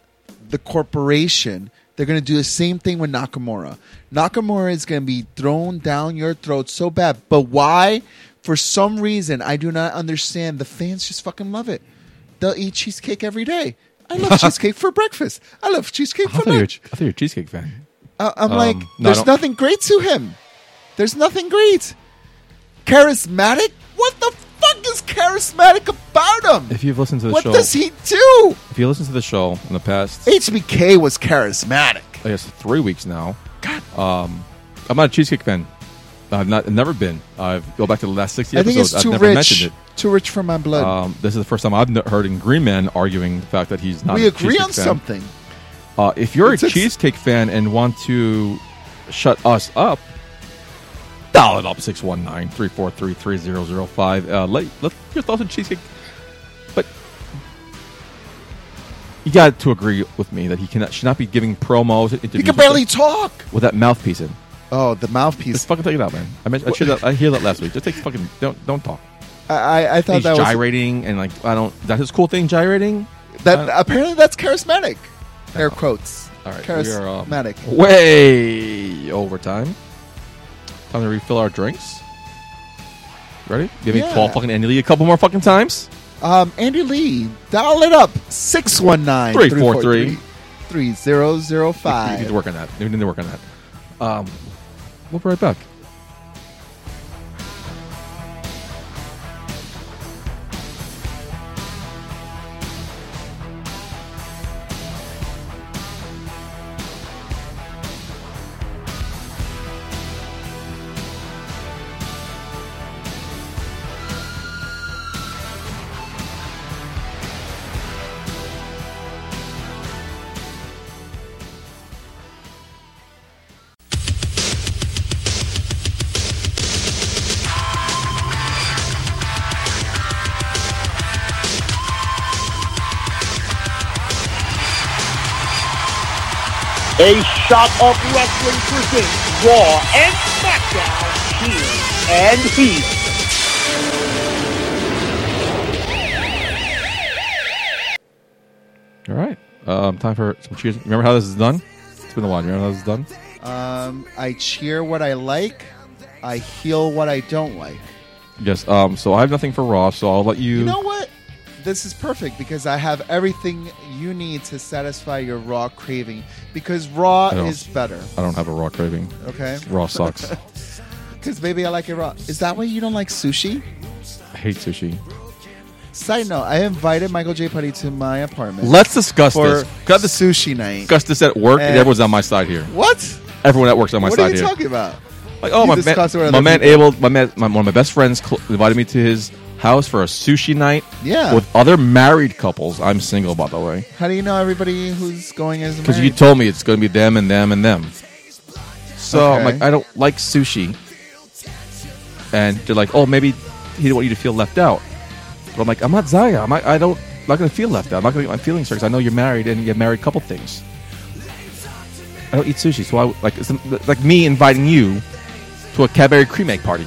Speaker 3: the corporation. They're going to do the same thing with Nakamura. Nakamura is going to be thrown down your throat so bad. But why? For some reason, I do not understand. The fans just fucking love it. They'll eat cheesecake every day. I love cheesecake for breakfast. I love cheesecake
Speaker 1: I
Speaker 3: for
Speaker 1: thought, you were, I
Speaker 3: lunch.
Speaker 1: thought you were a cheesecake fan.
Speaker 3: I- Uh, I'm
Speaker 1: Um,
Speaker 3: like,
Speaker 1: no, I
Speaker 3: there's
Speaker 1: don't-
Speaker 3: nothing great to him. There's nothing great. Charismatic? What the fuck is charismatic about him?
Speaker 1: If you've listened to the
Speaker 3: What
Speaker 1: show,
Speaker 3: does he do?
Speaker 1: if you listen to the show in the past,
Speaker 3: HBK was charismatic.
Speaker 1: I guess three weeks now. Um, I'm not a cheesecake fan. I've not never been. I go back to the last sixty
Speaker 3: I think
Speaker 1: episodes.
Speaker 3: it's too
Speaker 1: I've never
Speaker 3: rich.
Speaker 1: mentioned it.
Speaker 3: Too rich for my blood.
Speaker 1: Um, this is the first time I've n- heard in Green Man arguing the fact that he's not.
Speaker 3: we
Speaker 1: a
Speaker 3: agree
Speaker 1: cheesecake
Speaker 3: on
Speaker 1: fan.
Speaker 3: something.
Speaker 1: Uh, if you're
Speaker 3: It's-
Speaker 1: a
Speaker 3: it's-
Speaker 1: cheesecake fan and want to shut us up, dial it up 619-343-3005. Uh, let, let your thoughts on cheesecake. But you got to agree with me that he cannot should not be giving promos.
Speaker 3: He
Speaker 1: interviews
Speaker 3: can barely talk.
Speaker 1: with that mouthpiece in.
Speaker 3: Oh, the
Speaker 1: Just
Speaker 3: mouthpiece.
Speaker 1: fucking take it out, man. I meant, I, should that, I hear that last week. Just take fucking don't don't talk.
Speaker 3: I, I, I thought
Speaker 1: He's
Speaker 3: that was
Speaker 1: gyrating and like I don't. That's his cool thing, gyrating.
Speaker 3: that. Apparently, that's charismatic. Air quotes.
Speaker 1: uh, All right, we are um,
Speaker 3: charismatic.
Speaker 1: way over time. Time to refill our drinks. Ready? Give me
Speaker 3: Yeah.
Speaker 1: call fucking Andy Lee a couple more fucking times.
Speaker 3: Um, Andy Lee, dial it up 619
Speaker 1: 343.
Speaker 3: 3005.
Speaker 1: We need to work on that. We need to work on that. Um, we'll be right back.
Speaker 2: A shot of wrestling presents Raw and SmackDown here and here.
Speaker 1: All right. Um, time for some cheers. Remember how this is done? It's been a while. Remember how this is done?
Speaker 3: Um, I cheer what I like, I heal what I don't like.
Speaker 1: Yes. Um, so I have nothing for Raw, so I'll let you.
Speaker 3: You know what? This is perfect because I have everything you need to satisfy your raw craving because raw
Speaker 1: I don't-
Speaker 3: is better.
Speaker 1: I don't have a Raw craving.
Speaker 3: Okay?
Speaker 1: Raw sucks.
Speaker 3: Because maybe I like it raw. Is that why you don't like sushi?
Speaker 1: I hate sushi.
Speaker 3: Side note, I invited Michael J. Putty to my apartment
Speaker 1: Let's discuss
Speaker 3: for
Speaker 1: this. Got to
Speaker 3: sushi night.
Speaker 1: discuss this at work. and
Speaker 3: Eh.
Speaker 1: everyone's on my side here.
Speaker 3: What?
Speaker 1: Everyone that works on my
Speaker 3: What
Speaker 1: side
Speaker 3: are you
Speaker 1: here.
Speaker 3: talking about?
Speaker 1: Like, oh,
Speaker 3: You
Speaker 1: my man,
Speaker 3: discuss with other
Speaker 1: my man
Speaker 3: people.
Speaker 1: Abel, my man, my, one of my best friends cl- invited me to his house for a sushi night.
Speaker 3: Yeah.
Speaker 1: With other married couples. I'm single, by the way.
Speaker 3: How do you know everybody who's going as
Speaker 1: Because you
Speaker 3: married?
Speaker 1: told me it's going to be them and them and them. So I'm
Speaker 3: Okay.
Speaker 1: like, I don't like sushi. And they're like, oh, maybe he didn't want you to feel left out. But I'm like, I'm not Zaya. I'm not, I don't. I'm not gonna feel left out. I'm not gonna get my feelings hurt 'cause I know you're married and you're married couple things. I don't eat sushi, so I would- like it's like me inviting you to a Cadbury cream egg party.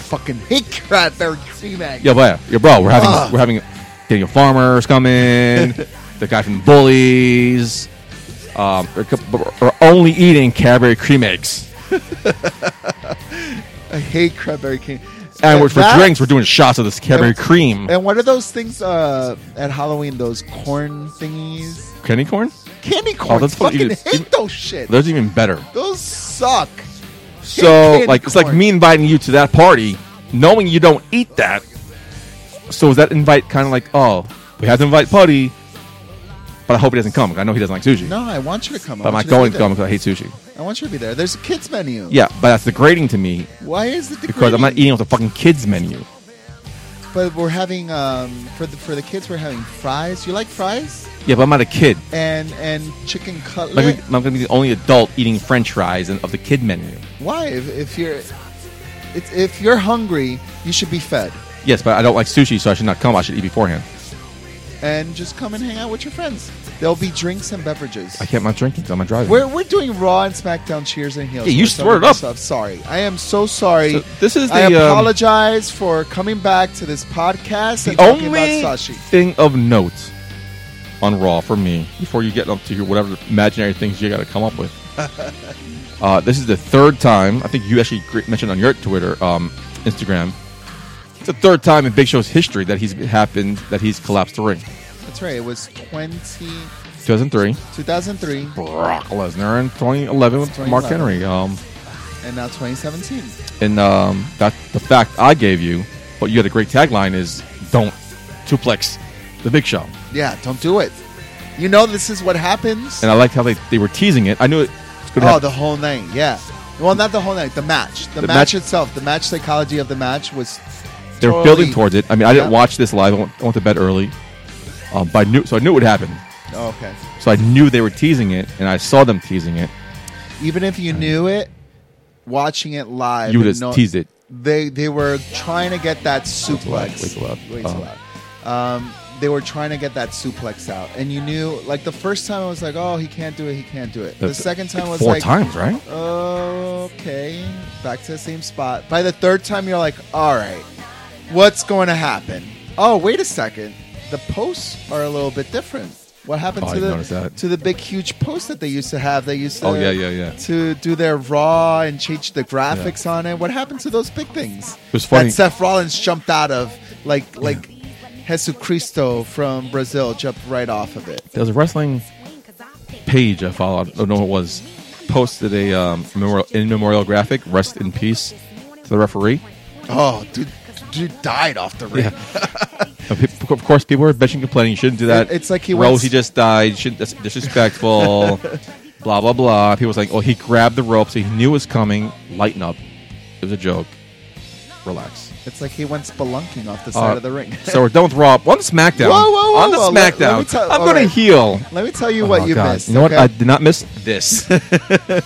Speaker 3: fucking hate Cadbury cream egg.
Speaker 1: Yeah, but yeah, bro, we're having
Speaker 3: Ugh.
Speaker 1: we're having Daniel Farmers come in, the guy from Bullies. Um, we're, co- but we're only eating Cadbury cream eggs,
Speaker 3: I hate Cadbury cream.
Speaker 1: and we're, for
Speaker 3: That-
Speaker 1: drinks, we're doing shots of this Cadbury cream.
Speaker 3: And what are those things uh, at Halloween? Those corn thingies,
Speaker 1: Candy corn?
Speaker 3: candy corn.
Speaker 1: that's what
Speaker 3: fucking
Speaker 1: you- you-
Speaker 3: hate those shit.
Speaker 1: Those are even better.
Speaker 3: Those suck.
Speaker 1: So
Speaker 3: candy
Speaker 1: like it's like
Speaker 3: corn.
Speaker 1: me inviting you to that party, knowing you don't eat that. So is that invite kind of like oh we have to invite Putty, but I hope he doesn't come. 'cause I know he doesn't like sushi.
Speaker 3: No, I want you to come. I
Speaker 1: but I'm
Speaker 3: want
Speaker 1: not
Speaker 3: you
Speaker 1: going
Speaker 3: be
Speaker 1: to come
Speaker 3: there.
Speaker 1: because I hate sushi.
Speaker 3: I want you to be there. There's a kids menu.
Speaker 1: Yeah, but that's degrading to me
Speaker 3: Why is it the
Speaker 1: because I'm not
Speaker 3: green?
Speaker 1: eating off the fucking kids menu.
Speaker 3: But we're having um, for the for the kids. We're having fries. You like fries?
Speaker 1: Yeah, but I'm not a kid.
Speaker 3: And and chicken cutlet.
Speaker 1: Like I'm going to be the only adult eating French fries and of the kid menu.
Speaker 3: Why? If, if you're it's, if you're hungry, you should be fed
Speaker 1: Yes, but I don't like sushi, so I should not come. I should eat beforehand.
Speaker 3: and just come and hang out with your friends. There'll be drinks and beverages.
Speaker 1: I can't. I'm not drinking. so I'm not driving.
Speaker 3: We're, we're doing Raw and SmackDown cheers and heels.
Speaker 1: Yeah, you
Speaker 3: for some of
Speaker 1: sweated up.
Speaker 3: this stuff. Sorry, I am so sorry.
Speaker 1: So this is
Speaker 3: I
Speaker 1: the, um,
Speaker 3: apologize for coming back to this podcast
Speaker 1: the
Speaker 3: and talking
Speaker 1: only
Speaker 3: about Sashi.
Speaker 1: thing of note on Raw for me, before you get up to your whatever imaginary things you got to come up with, uh, this is the third time. I think you actually gr- mentioned on your Twitter, um, Instagram. It's the third time in Big Show's history that he's happened that he's collapsed the ring.
Speaker 3: That's right. It was 20,
Speaker 1: 2003,
Speaker 3: 2003
Speaker 1: Brock Lesnar, and 2011 with Mark
Speaker 3: 2011.
Speaker 1: Henry. Um,
Speaker 3: and now 2017.
Speaker 1: and um, that the fact I gave you, but you had a great tagline is "Don't duplex the Big Show."
Speaker 3: Yeah, don't do it. You know this is what happens.
Speaker 1: and I liked how they, they were teasing it. I knew it was going to
Speaker 3: Oh,
Speaker 1: happen.
Speaker 3: the whole night. Yeah. Well, not the whole night. The match. The,
Speaker 1: The
Speaker 3: match,
Speaker 1: match-
Speaker 3: itself. The match psychology of the match was.
Speaker 1: they were
Speaker 3: totally-
Speaker 1: building towards it. I mean, I
Speaker 3: Yeah.
Speaker 1: didn't watch this live. I went, I went to bed early. Um, but I knew, so I knew it would happen.
Speaker 3: Oh, okay.
Speaker 1: So I knew they were teasing it, and I saw them teasing it.
Speaker 3: Even if you knew it, watching it live,
Speaker 1: You
Speaker 3: and
Speaker 1: would've teased it.
Speaker 3: They they were trying to get that suplex.
Speaker 1: Way too loud.
Speaker 3: Way too
Speaker 1: Um,
Speaker 3: loud. Um, they were trying to get that suplex out, and you knew. Like the first time, I was like, "Oh, he can't do it. He can't do it." The, second time
Speaker 1: like
Speaker 3: was
Speaker 1: four
Speaker 3: like,
Speaker 1: times, right?
Speaker 3: okay, back to the same spot. By the third time, you're like, all right, what's going to happen? Oh, wait a second, the posts are a little bit different. What happened
Speaker 1: Oh, I
Speaker 3: to
Speaker 1: didn't notice
Speaker 3: the
Speaker 1: that.
Speaker 3: to the big huge post that they used to have? They used to
Speaker 1: Oh, yeah, yeah, yeah.
Speaker 3: to do their raw and change the graphics on it. What happened to those big things? It
Speaker 1: was funny.
Speaker 3: That Seth Rollins jumped out of like like Jesus Cristo from Brazil jumped right off of it.
Speaker 1: There was a wrestling page I followed. I don't know what it was. Posted a um, memorial, in memorial graphic, rest in peace, to the referee.
Speaker 3: Oh, dude, dude died off the ring.
Speaker 1: Yeah. Of pe- of course, people were bitching, complaining. You shouldn't do that.
Speaker 3: It- it's like he
Speaker 1: Rosie
Speaker 3: went-
Speaker 1: just died. You shouldn't, that's disrespectful. blah blah blah. People was like, oh, he grabbed the rope, so he knew it was coming. Lighten up. It was a joke. Relax.
Speaker 3: It's like he went spelunking off the side
Speaker 1: Uh,
Speaker 3: of the ring.
Speaker 1: so we're done with Raw. On SmackDown.
Speaker 3: Whoa, whoa, whoa,
Speaker 1: On the
Speaker 3: whoa. Let-
Speaker 1: SmackDown.
Speaker 3: let me tell-
Speaker 1: I'm
Speaker 3: all
Speaker 1: going
Speaker 3: right.
Speaker 1: to heal.
Speaker 3: Let me tell you what
Speaker 1: Oh,
Speaker 3: you
Speaker 1: God.
Speaker 3: missed.
Speaker 1: You know
Speaker 3: okay?
Speaker 1: what? I did not miss this.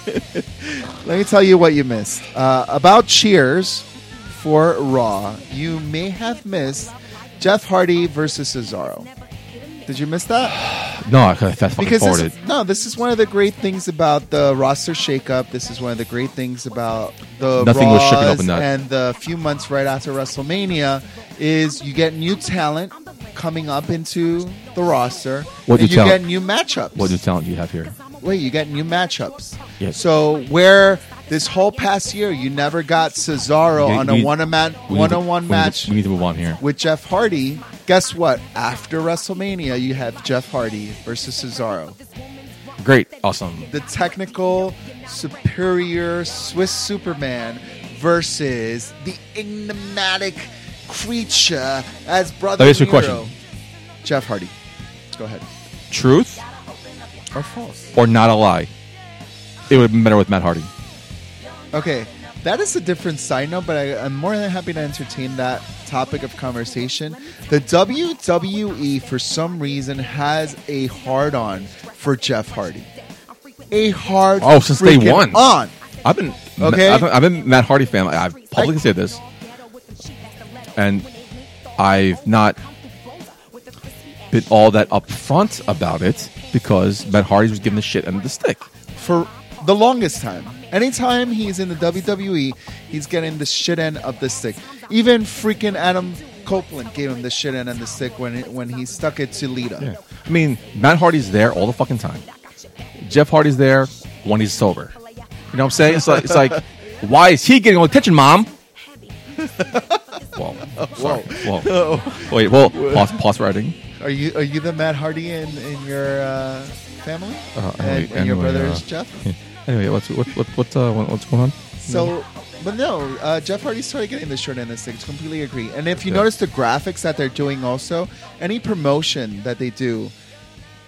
Speaker 3: Let me tell you what you missed. Uh, about Cheers for Raw, you may have missed Jeff Hardy versus Cesaro. Did you miss that?
Speaker 1: no, I could have fucking
Speaker 3: Because
Speaker 1: forwarded.
Speaker 3: this, no, this is one of the great things about the roster shakeup. This is one of the great things about the
Speaker 1: Nothing was shaken up
Speaker 3: Raws
Speaker 1: in that.
Speaker 3: and the few months right after WrestleMania is you get new talent coming up into the roster.
Speaker 1: What
Speaker 3: and
Speaker 1: new
Speaker 3: you
Speaker 1: talent?
Speaker 3: get new matchups.
Speaker 1: What new talent do you have here?
Speaker 3: Wait, you got new matchups.
Speaker 1: Yes.
Speaker 3: So where this whole past year you never got Cesaro
Speaker 1: You-
Speaker 3: Oh, on
Speaker 1: we-
Speaker 3: a one man
Speaker 1: we need to-
Speaker 3: one on
Speaker 1: we
Speaker 3: one
Speaker 1: need to-
Speaker 3: match
Speaker 1: we need to move on here.
Speaker 3: with Jeff Hardy. Guess what? After WrestleMania, you have Jeff Hardy versus Cesaro,
Speaker 1: Great. Awesome.
Speaker 3: the technical superior Swiss Superman versus the enigmatic creature as brother.
Speaker 1: Let me ask you a
Speaker 3: Nero.
Speaker 1: question.
Speaker 3: Jeff Hardy, go ahead.
Speaker 1: Truth
Speaker 3: Or false?
Speaker 1: or not a lie? It would have been better with Matt Hardy.
Speaker 3: Okay, that is a different side note, but I, I'm more than happy to entertain that topic of conversation. The WWE, for some reason, has a hard on for Jeff Hardy. A hard
Speaker 1: Oh, since day
Speaker 3: freaking
Speaker 1: one.
Speaker 3: on.
Speaker 1: I've been
Speaker 3: Okay.
Speaker 1: I've, I've been Matt Hardy fan. I've publicly said this. and I've not been all that upfront about it because Matt Hardy was given the shit under the stick.
Speaker 3: for the longest time. Anytime he's in the WWE, he's getting the shit end of the stick. Even freaking Adam Copeland gave him the shit end of the stick when it, when he stuck it to Lita.
Speaker 1: I mean, Matt Hardy's there all the fucking time. Jeff Hardy's there when he's sober. You know what I'm saying? It's like, it's like why is he getting all the attention, mom? Whoa. Sorry. Whoa. Wait, whoa. Pause, pause writing.
Speaker 3: Are you are you the Matt Hardy in, in your uh, family
Speaker 1: Uh,
Speaker 3: and,
Speaker 1: anyway,
Speaker 3: and your
Speaker 1: anyway,
Speaker 3: brother
Speaker 1: uh,
Speaker 3: is Jeff?
Speaker 1: Anyway, what's, what, what, what, uh, what- what's going on?
Speaker 3: So, but no, uh, Jeff Hardy started getting the short end of the stick. Completely agree. And if you
Speaker 1: Yeah.
Speaker 3: notice the graphics that they're doing, also any promotion that they do,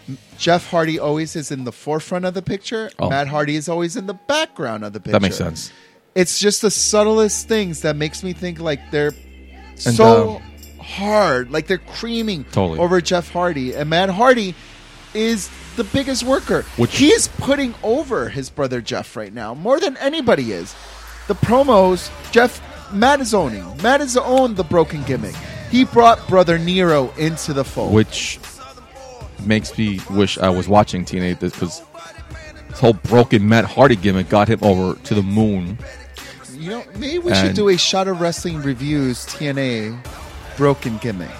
Speaker 3: M- Jeff Hardy always is in the forefront of the picture.
Speaker 1: Oh.
Speaker 3: Matt Hardy is always in the background of the picture.
Speaker 1: That makes sense.
Speaker 3: It's just the subtlest things that makes me think like they're so hard, like they're creaming
Speaker 1: um, Totally.
Speaker 3: over Jeff Hardy, and Matt Hardy is the biggest worker.
Speaker 1: Which-
Speaker 3: He's putting over his brother Jeff right now more than anybody is. The promos, Jeff, Matt is owning. Matt is owned the broken gimmick. He brought brother Nero into the fold.
Speaker 1: which makes me wish I was watching TNA because this whole broken Matt Hardy gimmick got him over to the moon.
Speaker 3: you know, maybe we
Speaker 1: and-
Speaker 3: should do a shot of wrestling reviews TNA broken gimmick.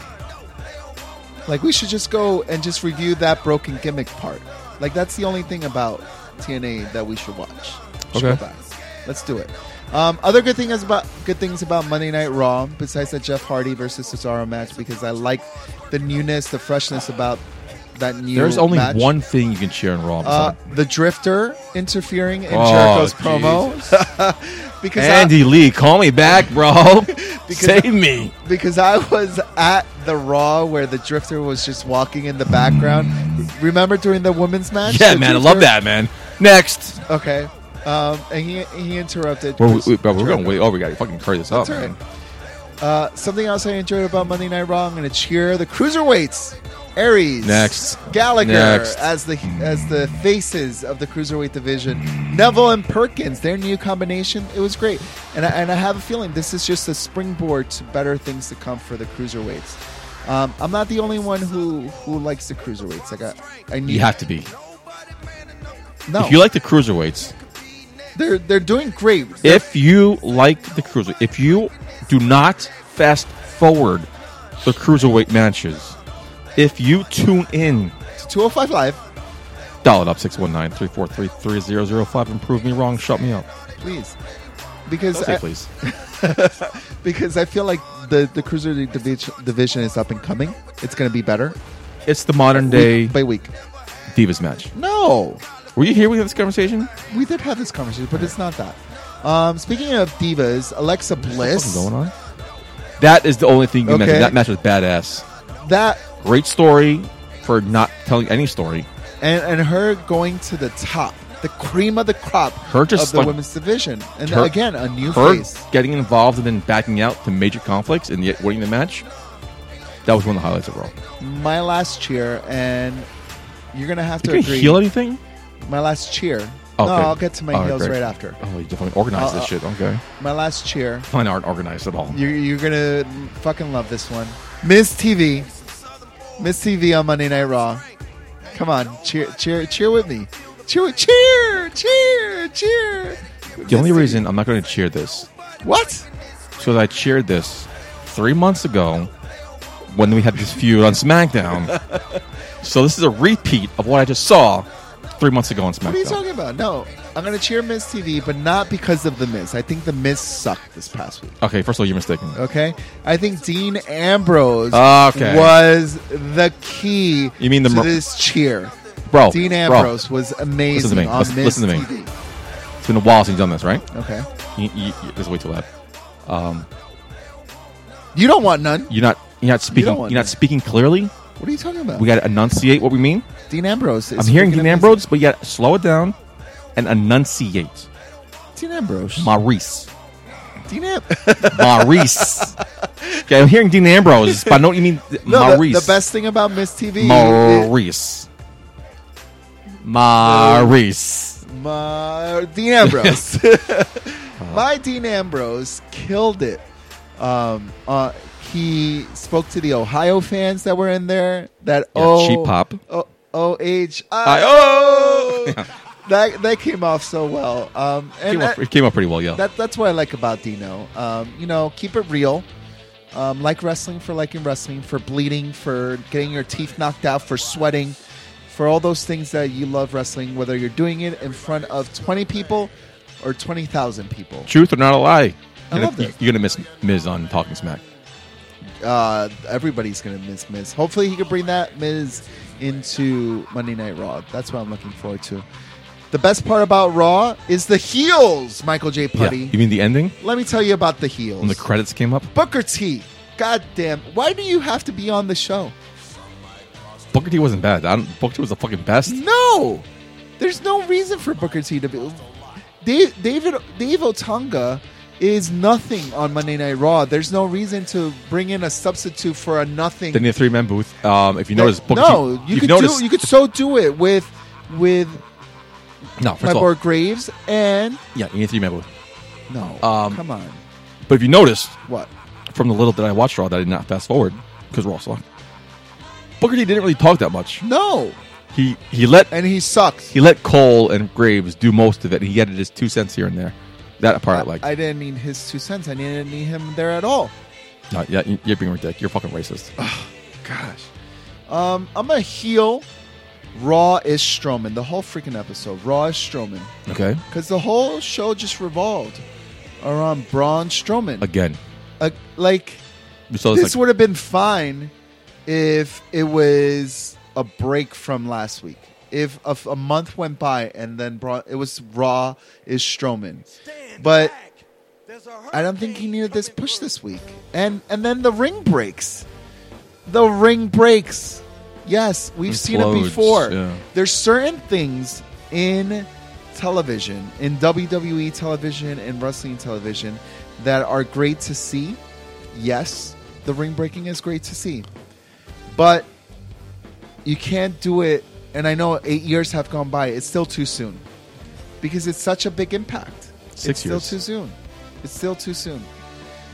Speaker 3: Like we should just go and just review that broken gimmick part. Like that's the only thing about TNA that we should watch. We should
Speaker 1: Okay.
Speaker 3: go back. let's do it. Um, other good thing is about good things about Monday Night Raw besides that Jeff Hardy versus Cesaro match because I like the newness, the freshness about that new.
Speaker 1: There's only
Speaker 3: match.
Speaker 1: one thing you can cheer in Raw.
Speaker 3: Uh,
Speaker 1: besides-
Speaker 3: the Drifter interfering in
Speaker 1: Oh,
Speaker 3: Jericho's promo because I-
Speaker 1: Andy Lee, call me back, bro.
Speaker 3: Because
Speaker 1: Save me.
Speaker 3: because I was at the Raw where the Drifter was just walking in the background. Remember during the women's match?
Speaker 1: Yeah,
Speaker 3: The
Speaker 1: man, I
Speaker 3: Drifter-
Speaker 1: love that, man. Next.
Speaker 3: Okay, um, and he he interrupted.
Speaker 1: We're,
Speaker 3: Chris
Speaker 1: we, bro, we're
Speaker 3: Jericho.
Speaker 1: going way over. We got to fucking hurry this up,
Speaker 3: That's right.
Speaker 1: Oh, man.
Speaker 3: Uh, something else I enjoyed about Monday Night Raw. I'm going to cheer the cruiserweights, Aries,
Speaker 1: Next.
Speaker 3: Gallagher
Speaker 1: Next.
Speaker 3: as the as the faces of the cruiserweight division. Neville and Perkins, their new combination, it was great. And I, and I have a feeling this is just a springboard to better things to come for the cruiserweights. Um, I'm not the only one who who likes the cruiserweights. Like I, I need
Speaker 1: You have to be.
Speaker 3: no.
Speaker 1: If you like the cruiserweights,
Speaker 3: they're they're doing great.
Speaker 1: if you like the cruiser, if you do not fast forward the cruiserweight matches, if you tune in
Speaker 3: 205 Live,
Speaker 1: Dial it up 619 343 3005 and prove me wrong. Shut me up.
Speaker 3: please, because
Speaker 1: Say
Speaker 3: I-
Speaker 1: please.
Speaker 3: because I feel like the the cruiser division division is up and coming. It's going to be better
Speaker 1: It's the modern day
Speaker 3: week by week.
Speaker 1: Divas match.
Speaker 3: No,
Speaker 1: Were you here with this conversation?
Speaker 3: we did have this conversation, but it's not that. Um, speaking of divas, Alexa
Speaker 1: What's
Speaker 3: Bliss.
Speaker 1: going on? That is the only thing you
Speaker 3: Okay.
Speaker 1: mentioned. That match was badass.
Speaker 3: That
Speaker 1: Great story for not telling any story.
Speaker 3: and and her going to the top, the cream of the crop.
Speaker 1: Her just
Speaker 3: of the
Speaker 1: like-
Speaker 3: women's division, and
Speaker 1: Her-
Speaker 3: again a new
Speaker 1: Her
Speaker 3: face.
Speaker 1: getting involved and then backing out to major conflicts and yet winning the match. That was one of the highlights of Raw.
Speaker 3: My last cheer, and you're going to have to
Speaker 1: Did you
Speaker 3: agree.
Speaker 1: heal anything?
Speaker 3: My last cheer.
Speaker 1: Oh,
Speaker 3: no,
Speaker 1: okay.
Speaker 3: I'll get to my
Speaker 1: All right,
Speaker 3: heels
Speaker 1: great.
Speaker 3: right after.
Speaker 1: Oh, you definitely organized
Speaker 3: Uh,
Speaker 1: this
Speaker 3: uh,
Speaker 1: shit. Okay.
Speaker 3: My last cheer.
Speaker 1: Mine aren't organized at all.
Speaker 3: You're, you're gonna fucking love this one, Miss TV, Miss TV on Monday Night Raw. Come on, cheer, cheer, cheer with me, cheer, cheer, cheer, cheer.
Speaker 1: the only
Speaker 3: Miss TV.
Speaker 1: reason I'm not going to cheer this
Speaker 3: what?
Speaker 1: So I cheered this three months ago when we had this feud on SmackDown. so this is a repeat of what I just saw three months ago on SmackDown.
Speaker 3: What are you talking about? No, I'm gonna cheer Miss TV, but not because of the Miz. I think the Miz sucked this past week.
Speaker 1: Okay, first of all, you're mistaken.
Speaker 3: Okay, I think Dean Ambrose
Speaker 1: Okay.
Speaker 3: was the key.
Speaker 1: You mean the
Speaker 3: to
Speaker 1: mer-
Speaker 3: this cheer?
Speaker 1: Bro,
Speaker 3: Dean
Speaker 1: bro,
Speaker 3: Ambrose was
Speaker 1: Listen
Speaker 3: amazing
Speaker 1: to me.
Speaker 3: on
Speaker 1: Listen-
Speaker 3: Miss
Speaker 1: listen to me.
Speaker 3: TV.
Speaker 1: It's been a while since you've done this, right?
Speaker 3: Okay,
Speaker 1: You, you, you, this is way too loud.
Speaker 3: you don't want none.
Speaker 1: You're not. You're not speaking.
Speaker 3: want
Speaker 1: You are not
Speaker 3: that.
Speaker 1: speaking clearly.
Speaker 3: What are you talking about?
Speaker 1: We got to enunciate what we mean.
Speaker 3: Dean Ambrose. Is
Speaker 1: I'm hearing
Speaker 3: freaking
Speaker 1: Dean
Speaker 3: amazing.
Speaker 1: Ambrose, but you got to slow it down and enunciate.
Speaker 3: Dean Ambrose.
Speaker 1: Maurice.
Speaker 3: Dean Am-
Speaker 1: Maurice. okay, I'm hearing Dean Ambrose, but I know what you mean.
Speaker 3: no, the-
Speaker 1: Maurice.
Speaker 3: The, best thing about Miss TV. is-
Speaker 1: Maurice. Maurice.
Speaker 3: Ma- Dean Ambrose. My Dean Ambrose killed it. Um, uh, He spoke to the Ohio fans that were in there. That
Speaker 1: Yeah,
Speaker 3: oh,
Speaker 1: cheap pop.
Speaker 3: O- O-H-I-
Speaker 1: I oh. Yeah,
Speaker 3: that that came off so well. Um, and
Speaker 1: came
Speaker 3: that-
Speaker 1: up, it came up pretty well, yeah.
Speaker 3: that that's what I like about Dino. Um, you know, keep it real. Um, like wrestling for liking wrestling, for bleeding, for getting your teeth knocked out, for sweating, for all those things that you love wrestling, whether you're doing it in front of 20 people or 20,000 people.
Speaker 1: Truth or not a lie?
Speaker 3: I
Speaker 1: You're
Speaker 3: love
Speaker 1: gonna-
Speaker 3: that.
Speaker 1: You're gonna miss Miz on Talking Smack.
Speaker 3: Uh, everybody's going to miss Miz. Hopefully, he can bring that Miz into Monday Night Raw. That's what I'm looking forward to. The best part about Raw is the heels, Michael J. Putty.
Speaker 1: Yeah. You mean the ending
Speaker 3: Let me tell you about the heels.
Speaker 1: when the credits came up?
Speaker 3: Booker T. God damn. Why do you have to be on the show?
Speaker 1: Booker T wasn't bad. I don't, Booker T was the fucking best.
Speaker 3: No. There's no reason for Booker T to be. Dave, David Dave Otunga is nothing on Monday Night Raw. There's no reason to bring in a substitute for a nothing.
Speaker 1: Then the three man booth. Um, if you notice, Booker
Speaker 3: no,
Speaker 1: T,
Speaker 3: you
Speaker 1: if
Speaker 3: could
Speaker 1: notice,
Speaker 3: do, you could so do it with with
Speaker 1: no, first
Speaker 3: my
Speaker 1: of all,
Speaker 3: boy Graves and
Speaker 1: yeah, you need three man booth.
Speaker 3: no,
Speaker 1: Um,
Speaker 3: come on,
Speaker 1: But if you notice,
Speaker 3: what?
Speaker 1: from the little that I watched Raw that I did not fast forward because Raw sucked. Booker T didn't really talk that much.
Speaker 3: No,
Speaker 1: He he let
Speaker 3: and he sucks.
Speaker 1: he let Cole and Graves do most of it. He added his two cents here and there. That part I like.
Speaker 3: I didn't need his two cents. I didn't need him there at all.
Speaker 1: No, uh, yeah, you- you're being ridiculous. You're fucking racist.
Speaker 3: Gosh. Um, I'm going to heal Raw is Strowman. The whole freaking episode. Raw is Strowman.
Speaker 1: Okay.
Speaker 3: Because the whole show just revolved around Braun Strowman.
Speaker 1: Again.
Speaker 3: Uh, like,
Speaker 1: So
Speaker 3: this
Speaker 1: it's like,
Speaker 3: would have been fine if it was a break from last week. If a, a month went by and then Braun, it was Raw is Strowman. But I don't think he needed this push this week. And and then the ring breaks. The ring breaks. Yes, we've seen it
Speaker 1: Implodes,
Speaker 3: before.
Speaker 1: yeah.
Speaker 3: There's certain things in television, in WWE television and wrestling television that are great to see. Yes, the ring breaking is great to see. But you can't do it and I know 8 years have gone by. It's still too soon. Because it's such a big impact.
Speaker 1: Six
Speaker 3: it's
Speaker 1: years.
Speaker 3: still too soon. It's still too soon.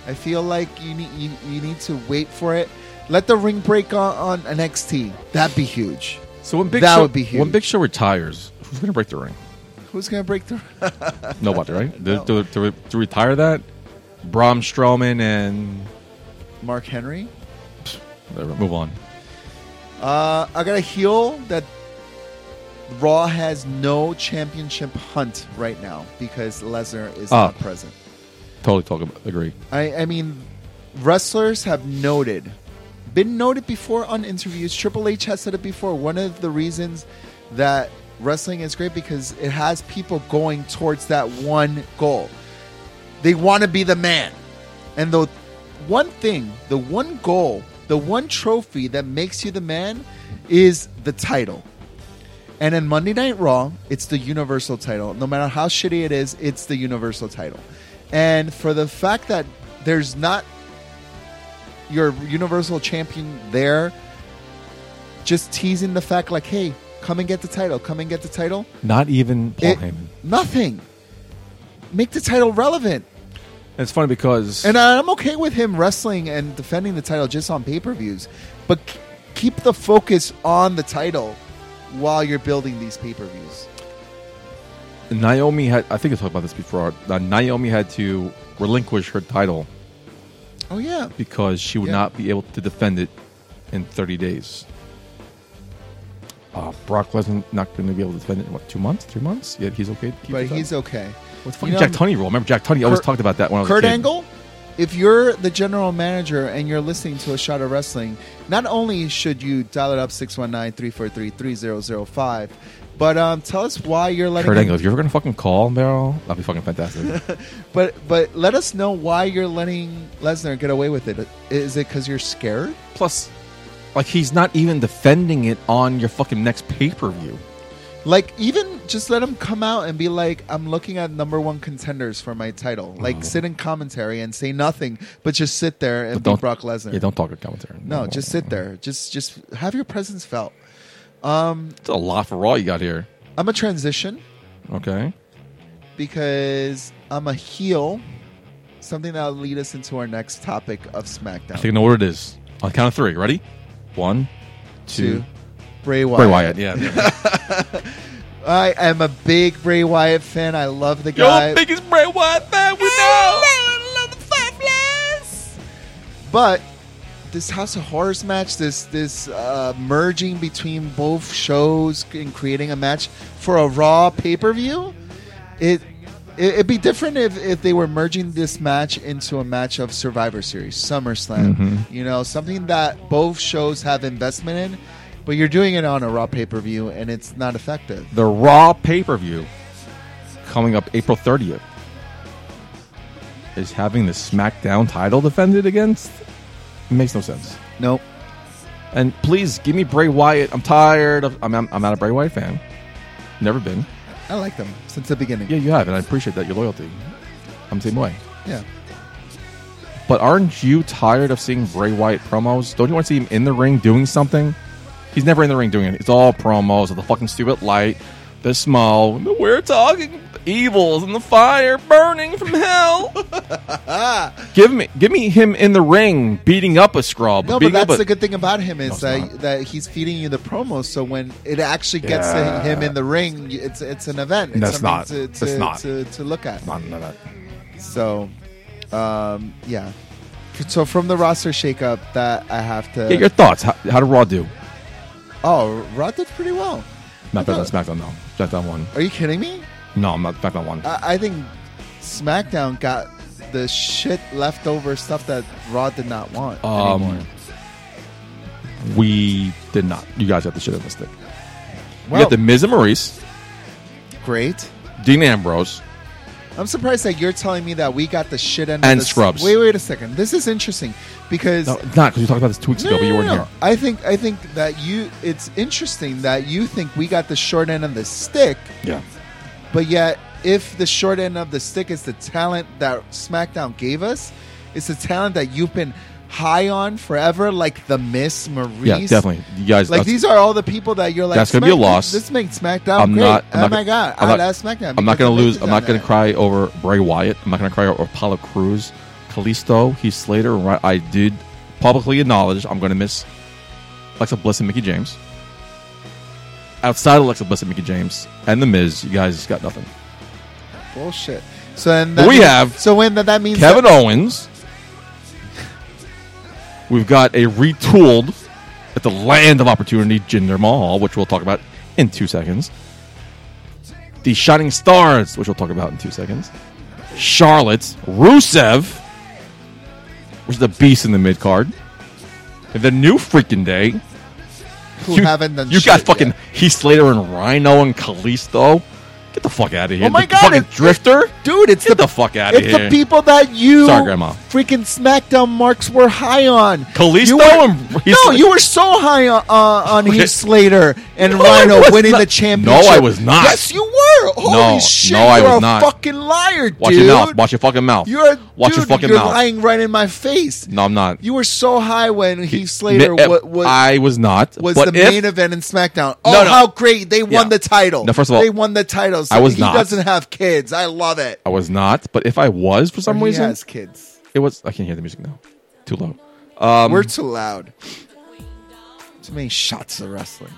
Speaker 3: I feel like you need you, you need to wait for it. Let the ring break on, on NXT. That'd be huge.
Speaker 1: so when Big
Speaker 3: that
Speaker 1: Show,
Speaker 3: would be huge.
Speaker 1: When Big Show retires, who's going to break the ring?
Speaker 3: Who's gonna break the?
Speaker 1: Nobody, right? to, to, to retire that, Braun Strowman and
Speaker 3: Mark Henry.
Speaker 1: whatever, move on.
Speaker 3: Uh, I got a heel that Raw has no championship hunt right now because Lesnar is
Speaker 1: Ah.
Speaker 3: not present.
Speaker 1: Totally talk about, agree.
Speaker 3: I, I mean, wrestlers have noted, been noted before on interviews. Triple H has said it before. One of the reasons that wrestling is great because it has people going towards that one goal. They want to be the man. And the one thing, the one goal, the one trophy that makes you the man is the title. And in Monday Night Raw, it's the Universal title. No matter how shitty it is, it's the Universal title. And for the fact that there's not your Universal champion there, just teasing the fact like, hey, come and get the title, come and get the title.
Speaker 1: Not even Paul
Speaker 3: It-
Speaker 1: Heyman.
Speaker 3: Nothing. Make the title relevant.
Speaker 1: And it's funny because
Speaker 3: And I'm okay with him wrestling and defending the title just on pay per views, but k- keep the focus on the title while you're building these pay per views.
Speaker 1: Naomi had, I think I talked about this before, that Naomi had to relinquish her title
Speaker 3: Oh, yeah.
Speaker 1: because she would
Speaker 3: Yeah.
Speaker 1: not be able to defend it in 30 days. Uh, Brock Lesnar not going to be able to defend it in what two months, three months? Yeah, he's okay. to keep
Speaker 3: But
Speaker 1: his
Speaker 3: he's
Speaker 1: title.
Speaker 3: okay.
Speaker 1: What's
Speaker 3: You
Speaker 1: fucking
Speaker 3: know,
Speaker 1: Jack Tunney rule? Remember Jack Tunney? I always
Speaker 3: Kurt-
Speaker 1: talked about that when I was
Speaker 3: Kurt
Speaker 1: a kid.
Speaker 3: Angle, if you're the general manager and you're listening to a shot of wrestling, not only should you dial it up 619 343 3005, but um, tell us why you're letting
Speaker 1: Kurt
Speaker 3: him-
Speaker 1: Angle, if you're going to fucking call Meryl, that'd be fucking fantastic.
Speaker 3: But but let us know why you're letting Lesnar get away with it. Is it because you're scared?
Speaker 1: Plus, like he's not even defending it on your fucking next pay per view.
Speaker 3: Like even just let him come out and be like, I'm looking at number one contenders for my title. Like
Speaker 1: Oh.
Speaker 3: sit in commentary and say nothing, but just sit there and be Brock Lesnar.
Speaker 1: Yeah, don't talk at commentary.
Speaker 3: No, just sit there. Just just have your presence felt.
Speaker 1: It's a lot for Raw you got here.
Speaker 3: I'm a transition
Speaker 1: Okay.
Speaker 3: because I'm a heel something that'll lead us into our next topic of SmackDown.
Speaker 1: I think I know what it is. On count of three. Ready? One, two.
Speaker 3: to Bray Wyatt.
Speaker 1: Bray Wyatt. Yeah. yeah.
Speaker 3: I am a big Bray Wyatt fan. I love the guy.
Speaker 1: Your biggest Bray Wyatt fan we know.
Speaker 3: But this House of Horrors match, this this uh, merging between both shows and creating a match for a Raw pay per view, it, it it'd be different if, if they were merging this match into a match of Survivor Series, SummerSlam, you know, something that both shows have investment in. But you're doing it on a Raw pay per view, and it's not effective.
Speaker 1: The Raw pay per view coming up April 30th is having the SmackDown title defended against. It makes no sense.
Speaker 3: Nope.
Speaker 1: And please give me Bray Wyatt. I'm tired of. I'm, I'm, I'm not a Bray Wyatt fan. Never been.
Speaker 3: I like them since the beginning.
Speaker 1: Yeah, you have, and I appreciate that your loyalty. I'm the same way.
Speaker 3: yeah.
Speaker 1: But aren't you tired of seeing Bray Wyatt promos? Don't you want to see him in the ring doing something? He's never in the ring doing it. It's all promos of the fucking stupid light, the small, the we're talking evils and the fire burning from hell. give me, give me him in the ring beating up a scrub.
Speaker 3: No, but
Speaker 1: beating up
Speaker 3: that's
Speaker 1: a-
Speaker 3: the good thing about him is
Speaker 1: it's
Speaker 3: that
Speaker 1: not.
Speaker 3: that he's feeding you the promos. So when it actually gets
Speaker 1: Yeah.
Speaker 3: to him in the ring, y- it's it's an event. It's
Speaker 1: That's
Speaker 3: something
Speaker 1: not-
Speaker 3: To,
Speaker 1: that's
Speaker 3: to,
Speaker 1: not.
Speaker 3: To, to look at.
Speaker 1: Not none of that.
Speaker 3: So, um, yeah. So from the roster shakeup, that I have to.
Speaker 1: Yeah, your thoughts. How, how did Raw do?
Speaker 3: oh, Raw did pretty well.
Speaker 1: Not better than SmackDown, no. SmackDown one.
Speaker 3: Are you kidding me?
Speaker 1: No, I'm not SmackDown one.
Speaker 3: I, I think SmackDown got the shit leftover stuff that Raw did not want
Speaker 1: Um,
Speaker 3: Uh, anymore.
Speaker 1: we did not. You guys got the shit on the stick. you
Speaker 3: Well,
Speaker 1: got the Miz and Maurice,
Speaker 3: great.
Speaker 1: Dean Ambrose,
Speaker 3: I'm surprised that you're telling me that we got the shit end
Speaker 1: And
Speaker 3: of the
Speaker 1: Scrubs.
Speaker 3: Wait, wait a second. This is interesting because
Speaker 1: No, not because we talked about this two weeks
Speaker 3: No,
Speaker 1: ago, but
Speaker 3: no,
Speaker 1: you
Speaker 3: no,
Speaker 1: weren't
Speaker 3: no.
Speaker 1: here.
Speaker 3: I think I think that you. It's interesting that you think we got the short end of the stick,
Speaker 1: Yeah.
Speaker 3: but yet if the short end of the stick is the talent that SmackDown gave us, it's the talent that you've been high on forever, like the Miss Maurice.
Speaker 1: Yeah, definitely. You guys,
Speaker 3: Like
Speaker 1: that's-
Speaker 3: these are all the people that you're like.
Speaker 1: That's gonna be a
Speaker 3: "Smack-
Speaker 1: loss."
Speaker 3: This makes SmackDown
Speaker 1: I'm
Speaker 3: great.
Speaker 1: not.
Speaker 3: oh
Speaker 1: I'm not,
Speaker 3: my god!
Speaker 1: I'm
Speaker 3: I
Speaker 1: not,
Speaker 3: love SmackDown.
Speaker 1: I'm not
Speaker 3: because
Speaker 1: going
Speaker 3: of
Speaker 1: to lose.
Speaker 3: this
Speaker 1: I'm
Speaker 3: and
Speaker 1: not going
Speaker 3: that.
Speaker 1: to cry over Bray Wyatt. I'm not going to cry over Apollo Cruz, Kalisto, Heath Slater. and Ry- I did publicly acknowledge I'm going to miss Alexa Bliss and Mickey James. Outside of Alexa Bliss and Mickey James and The Miz, you guys got nothing.
Speaker 3: Bullshit. So then
Speaker 1: But
Speaker 3: that
Speaker 1: we
Speaker 3: means-
Speaker 1: have
Speaker 3: So when that, that means
Speaker 1: Kevin
Speaker 3: that-
Speaker 1: Owens. We've got a retooled at the land of opportunity, Jinder Mahal, which we'll talk about in two seconds. The Shining Stars, which we'll talk about in two seconds. Charlotte, Rusev, which is the beast in the mid card. And the new freaking day.
Speaker 3: who haven't done
Speaker 1: You
Speaker 3: shit
Speaker 1: got fucking
Speaker 3: yet.
Speaker 1: Heath Slater and Rhino and Kalisto. Get the fuck out of here.
Speaker 3: Oh my
Speaker 1: The
Speaker 3: God,
Speaker 1: fucking
Speaker 3: it's-
Speaker 1: Drifter.
Speaker 3: dude. It's
Speaker 1: Get
Speaker 3: the,
Speaker 1: the fuck out of
Speaker 3: it's
Speaker 1: here.
Speaker 3: the people that you
Speaker 1: Sorry, Grandma.
Speaker 3: freaking SmackDown marks were high on.
Speaker 1: Kalisto
Speaker 3: You were-
Speaker 1: and Heath
Speaker 3: no,
Speaker 1: Slater.
Speaker 3: you were so high on, uh, on
Speaker 1: Okay.
Speaker 3: Heath Slater and
Speaker 1: No, I
Speaker 3: Rhino
Speaker 1: was
Speaker 3: winning
Speaker 1: not.
Speaker 3: the championship.
Speaker 1: No, I was not.
Speaker 3: Yes, you were. Holy
Speaker 1: No,
Speaker 3: shit!
Speaker 1: no, I
Speaker 3: you're
Speaker 1: was
Speaker 3: a
Speaker 1: not.
Speaker 3: fucking liar, dude.
Speaker 1: Watch your mouth. Watch your fucking mouth.
Speaker 3: You're a,
Speaker 1: Watch your
Speaker 3: dude,
Speaker 1: fucking
Speaker 3: you're
Speaker 1: mouth.
Speaker 3: lying right in my face.
Speaker 1: No, I'm not.
Speaker 3: You were so high when Heath
Speaker 1: Mi-
Speaker 3: Slater
Speaker 1: if-
Speaker 3: what, what,
Speaker 1: I was not.
Speaker 3: was
Speaker 1: but
Speaker 3: the
Speaker 1: if-
Speaker 3: main event in SmackDown. Oh,
Speaker 1: No, no.
Speaker 3: how great! They
Speaker 1: Yeah.
Speaker 3: won the title.
Speaker 1: No, first of all,
Speaker 3: they won the title. So
Speaker 1: I was
Speaker 3: he
Speaker 1: not.
Speaker 3: doesn't have kids. I love it.
Speaker 1: I was not. But if I was for some
Speaker 3: Or he
Speaker 1: reason,
Speaker 3: has kids.
Speaker 1: it was. I can't hear the music now. Too low. Um,
Speaker 3: We're too loud. Too many shots of wrestling.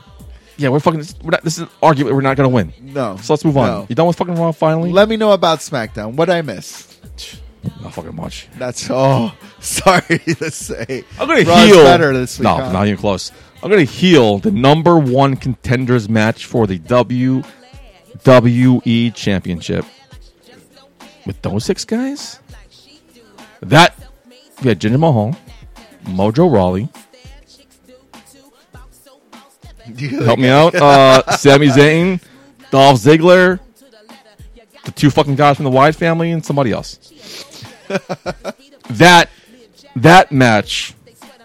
Speaker 1: Yeah, we're fucking. We're not, this is an argument. We're not gonna win.
Speaker 3: No.
Speaker 1: So let's move on.
Speaker 3: No.
Speaker 1: You done with fucking Raw finally?
Speaker 3: Let me know about SmackDown. What I miss.
Speaker 1: not fucking much.
Speaker 3: That's oh, sorry to say.
Speaker 1: I'm gonna
Speaker 3: Raw's
Speaker 1: heal.
Speaker 3: better this week.
Speaker 1: no,
Speaker 3: huh?
Speaker 1: not even close. I'm gonna heal the number one contenders match for the WWE Championship with those six guys. That we had Jinder Mahal, Mojo Rawley. Help me out, uh, Sami Zayn, Dolph Ziggler, the two fucking guys from the Wyatt family, and somebody else. that that match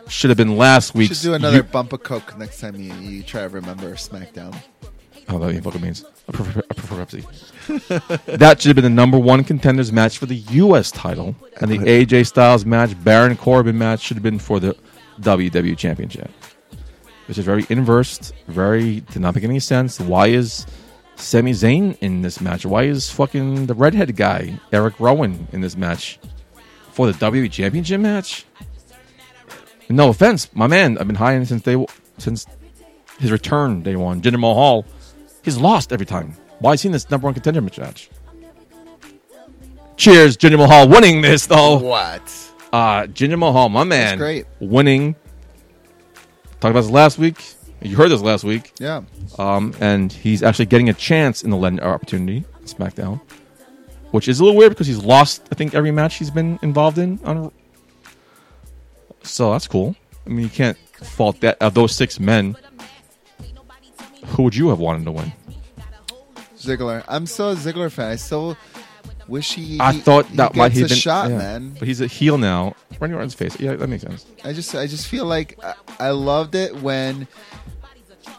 Speaker 1: should have been last
Speaker 3: We
Speaker 1: week's.
Speaker 3: should do another
Speaker 1: You-
Speaker 3: bump of coke next time you, you try to remember SmackDown.
Speaker 1: Oh, that even fucking means. I prefer, I prefer Pepsi. that should have been the number one contenders match for the U.S. title, and the AJ Styles match, Baron Corbin match should have been for the WWE Championship. Which is very inversed, very did not make any sense. Why is Sami Zayn in this match? Why is fucking the redhead guy Eric Rowan in this match? for the WWE Championship match? No offense, my man. I've been high on him since day since his return day one. Jinder Mahal, he's lost every time. Why is he in this number one contender match? Cheers, Jinder Mahal winning this though.
Speaker 3: What?
Speaker 1: Uh, Jinder Mahal, my man,
Speaker 3: great.
Speaker 1: winning. Talked about this last week. You heard this last week
Speaker 3: Yeah.
Speaker 1: um, and he's actually getting a chance in the Lesnar opportunity on SmackDown, which is a little weird because he's lost. I think every match he's been involved in. On, so that's cool. I mean, you can't fault that. Of those six men, who would you have wanted to win?
Speaker 3: Ziggler. I'm so a Ziggler fan. I still wish he.
Speaker 1: I
Speaker 3: he-
Speaker 1: thought
Speaker 3: he
Speaker 1: that might
Speaker 3: gets
Speaker 1: have
Speaker 3: a
Speaker 1: been
Speaker 3: shot,
Speaker 1: yeah.
Speaker 3: man.
Speaker 1: But he's a heel now. Randy Orton's face. Yeah, that makes sense.
Speaker 3: I just, I just feel like I, I loved it when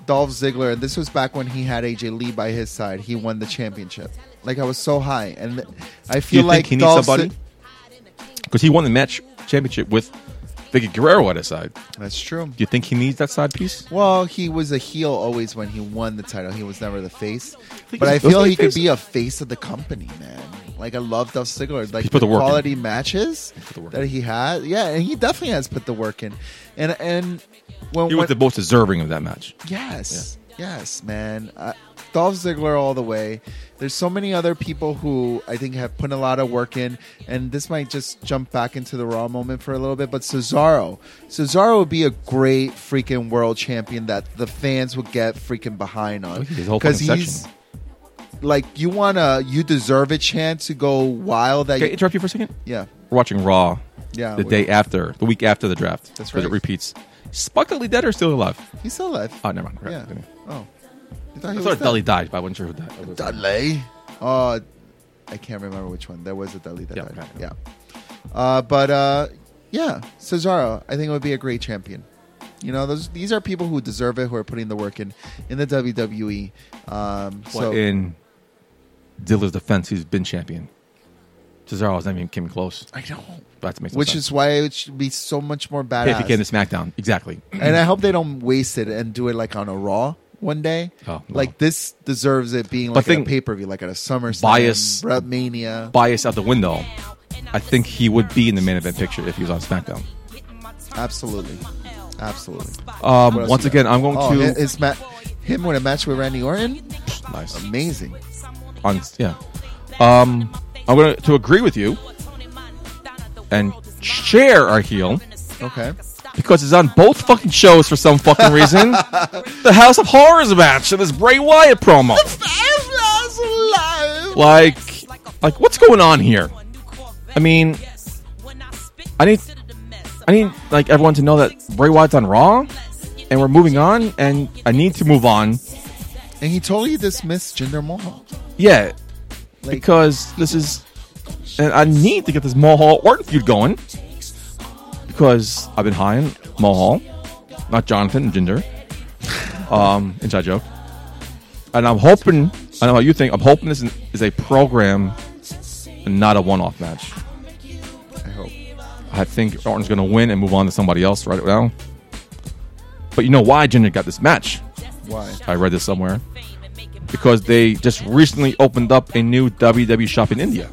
Speaker 3: Dolph Ziggler. This was back when he had AJ Lee by his side. He won the championship. Like I was so high, and I
Speaker 1: Do you
Speaker 3: feel
Speaker 1: think
Speaker 3: like
Speaker 1: he needs
Speaker 3: Dolph
Speaker 1: somebody?
Speaker 3: Zig-
Speaker 1: Because he won the match championship with Vicky Guerrero at his side. Do
Speaker 3: That's true.
Speaker 1: you think he needs that side piece?
Speaker 3: Well, he was a heel always when he won the title. He was never the face.
Speaker 1: Think he's-
Speaker 3: But I feel
Speaker 1: wasn't he
Speaker 3: he could
Speaker 1: face?
Speaker 3: be a face of the company, man. Like I love Dolph Ziggler. Like
Speaker 1: He's put the work in.
Speaker 3: quality matches
Speaker 1: the work
Speaker 3: that
Speaker 1: in.
Speaker 3: he had. Yeah, and he definitely has put the work in. And and when,
Speaker 1: He was
Speaker 3: when
Speaker 1: the most deserving of that match.
Speaker 3: yes, yes, man. I, Dolph Ziggler all the way. There's so many other people who I think have put a lot of work in, and this might just jump back into the Raw moment for a little bit. But Cesaro, Cesaro would be a great freaking world champion that the fans would get freaking behind on
Speaker 1: Look at his whole fucking section.
Speaker 3: like you wanna, you deserve a chance to go wild. That
Speaker 1: Can I
Speaker 3: you,
Speaker 1: interrupt you for a second?
Speaker 3: yeah,
Speaker 1: We're watching Raw.
Speaker 3: Yeah,
Speaker 1: The
Speaker 3: we-
Speaker 1: day after, the week after the draft.
Speaker 3: That's
Speaker 1: Because It
Speaker 3: right.
Speaker 1: repeats. Spike Dudley dead or still alive?
Speaker 3: he's still alive.
Speaker 1: Oh, never mind.
Speaker 3: yeah. Oh, you thought
Speaker 1: I
Speaker 3: he was
Speaker 1: thought
Speaker 3: dead?
Speaker 1: Dudley died, but I wasn't sure who died.
Speaker 3: Dudley. Oh, I can't remember which one. There was a Dudley that
Speaker 1: Yeah,
Speaker 3: died.
Speaker 1: okay.
Speaker 3: Yeah. Uh, but uh, yeah, Cesaro, I think would be a great champion. You know, those these are people who deserve it, who are putting the work in in the WWE. Um, so
Speaker 1: But in Diller's defense, he's been champion. Cesaro hasn't even came close.
Speaker 3: I know,
Speaker 1: That makes
Speaker 3: which is why it should be so much more
Speaker 1: if he
Speaker 3: badass.
Speaker 1: came to SmackDown, exactly.
Speaker 3: and I hope they don't waste it and do it like on a Raw one day.
Speaker 1: Oh, no.
Speaker 3: Like this deserves it being like
Speaker 1: thing-
Speaker 3: at a pay per view, like at a SummerSlam,
Speaker 1: Bias-
Speaker 3: WrestleMania.
Speaker 1: Bias out the window. I think he would be in the main event picture if he was on SmackDown.
Speaker 3: Absolutely, absolutely. What
Speaker 1: Um,
Speaker 3: else
Speaker 1: once
Speaker 3: you got?
Speaker 1: again, I'm going
Speaker 3: Oh,
Speaker 1: to
Speaker 3: hi- his ma- him with a match with Randy Orton.
Speaker 1: nice.
Speaker 3: Amazing.
Speaker 1: on yeah. Um, I'm going to agree with you and share our heel.
Speaker 3: Okay.
Speaker 1: because it's on both fucking shows for some fucking reason. the House of Horrors match and this Bray Wyatt promo. Like, like what's going on here? I mean, I need, I need like everyone to know that Bray Wyatt's on Raw, and we're moving on, and I need to move on.
Speaker 3: And he totally dismissed Jinder Mahal.
Speaker 1: Yeah,
Speaker 3: Like,
Speaker 1: because this is, and I need to get this Mahal Orton feud going because I've been high on Mahal, not Jonathan and Ginger. Um, inside joke. And I'm hoping, I don't know what you think, I'm hoping this is a program and not a one off match.
Speaker 3: I hope.
Speaker 1: I think Orton's going to win and move on to somebody else right now. But you know why Ginger got this match?
Speaker 3: Why?
Speaker 1: I read this somewhere. Because they just recently opened up a new WWE shop in India.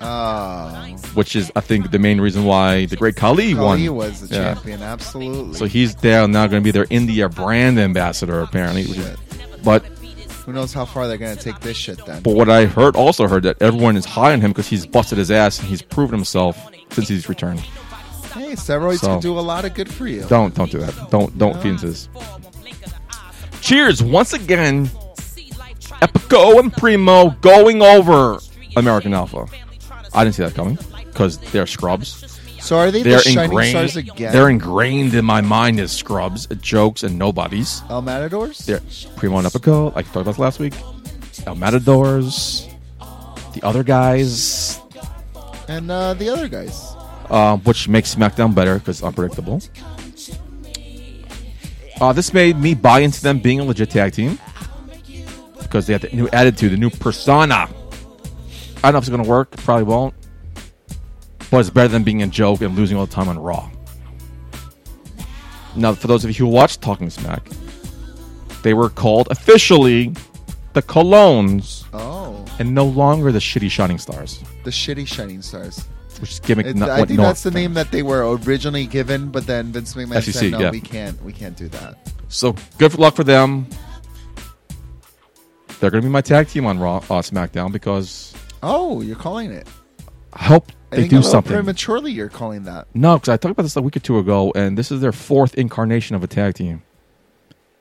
Speaker 3: Oh,
Speaker 1: which is I think the main reason why the great Khali won.
Speaker 3: he was the
Speaker 1: Yeah.
Speaker 3: champion. Absolutely.
Speaker 1: So he's there now, going to be their India brand ambassador apparently. Which is, but
Speaker 3: Who knows how far they're gonna take this shit then?
Speaker 1: but what I heard also heard that everyone is high on him because he's busted his ass and he's proven himself since he's returned.
Speaker 3: Hey, steroids
Speaker 1: So-
Speaker 3: can do a lot of good for you.
Speaker 1: Don't don't do that. Don't don't feed into this. Cheers once again. Epico and Primo going over American Alpha. I didn't see that coming because they're scrubs.
Speaker 3: So are they
Speaker 1: They're
Speaker 3: the shining
Speaker 1: ingrained.
Speaker 3: stars again?
Speaker 1: They're ingrained in my mind as scrubs, jokes, and nobodies.
Speaker 3: El Matadors.
Speaker 1: There, Primo and Epico, like I talked about last week. El Matadors, the other guys,
Speaker 3: And uh, the other guys.
Speaker 1: um, which makes SmackDown better because unpredictable. Uh, this made me buy into them being a legit tag team because they had the new attitude, the new persona. I don't know if it's going to work. Probably won't. But it's better than being a joke and losing all the time on Raw. Now, for those of you who watched Talking Smack, they were called officially the Colognes
Speaker 3: Oh,
Speaker 1: and no longer the shitty Shining Stars.
Speaker 3: the shitty shining stars.
Speaker 1: which is gimmick.
Speaker 3: It's,
Speaker 1: not,
Speaker 3: I
Speaker 1: what
Speaker 3: think
Speaker 1: not
Speaker 3: that's the
Speaker 1: fans.
Speaker 3: name that they were originally given, but then Vince McMahon
Speaker 1: FCC,
Speaker 3: said, "No,
Speaker 1: yeah.
Speaker 3: we can't. We can't do that."
Speaker 1: So good for luck for them. They're going to be my tag team on Raw, uh, SmackDown because
Speaker 3: Oh, you're calling it.
Speaker 1: I hope they
Speaker 3: I think
Speaker 1: do
Speaker 3: a little
Speaker 1: something.
Speaker 3: prematurely. You're calling that.
Speaker 1: no, because I talked about this a week or two ago, and this is their fourth incarnation of a tag team.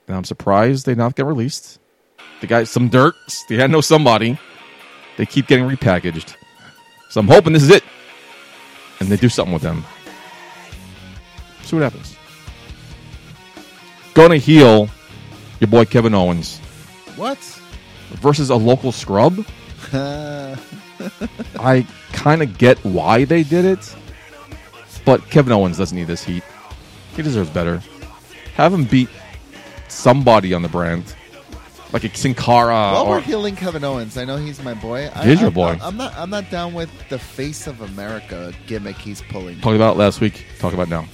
Speaker 1: And I'm surprised they not get released. They got some dirt. They had no somebody. They keep getting repackaged. So I'm hoping this is it, and they do something with them. See what happens. Going to heal your boy Kevin Owens
Speaker 3: What?
Speaker 1: versus a local scrub.
Speaker 3: Uh,
Speaker 1: I kind of get why they did it, but Kevin Owens doesn't need this heat. He deserves better. Have him beat somebody on the brand, like a Sin Cara.
Speaker 3: while
Speaker 1: Uh, or-
Speaker 3: we're healing Kevin Owens, I know he's my boy. I,
Speaker 1: He is your
Speaker 3: I'm-
Speaker 1: boy.
Speaker 3: I'm not. I'm not down with the face of America gimmick he's pulling.
Speaker 1: talked about it last week. Talk about it now.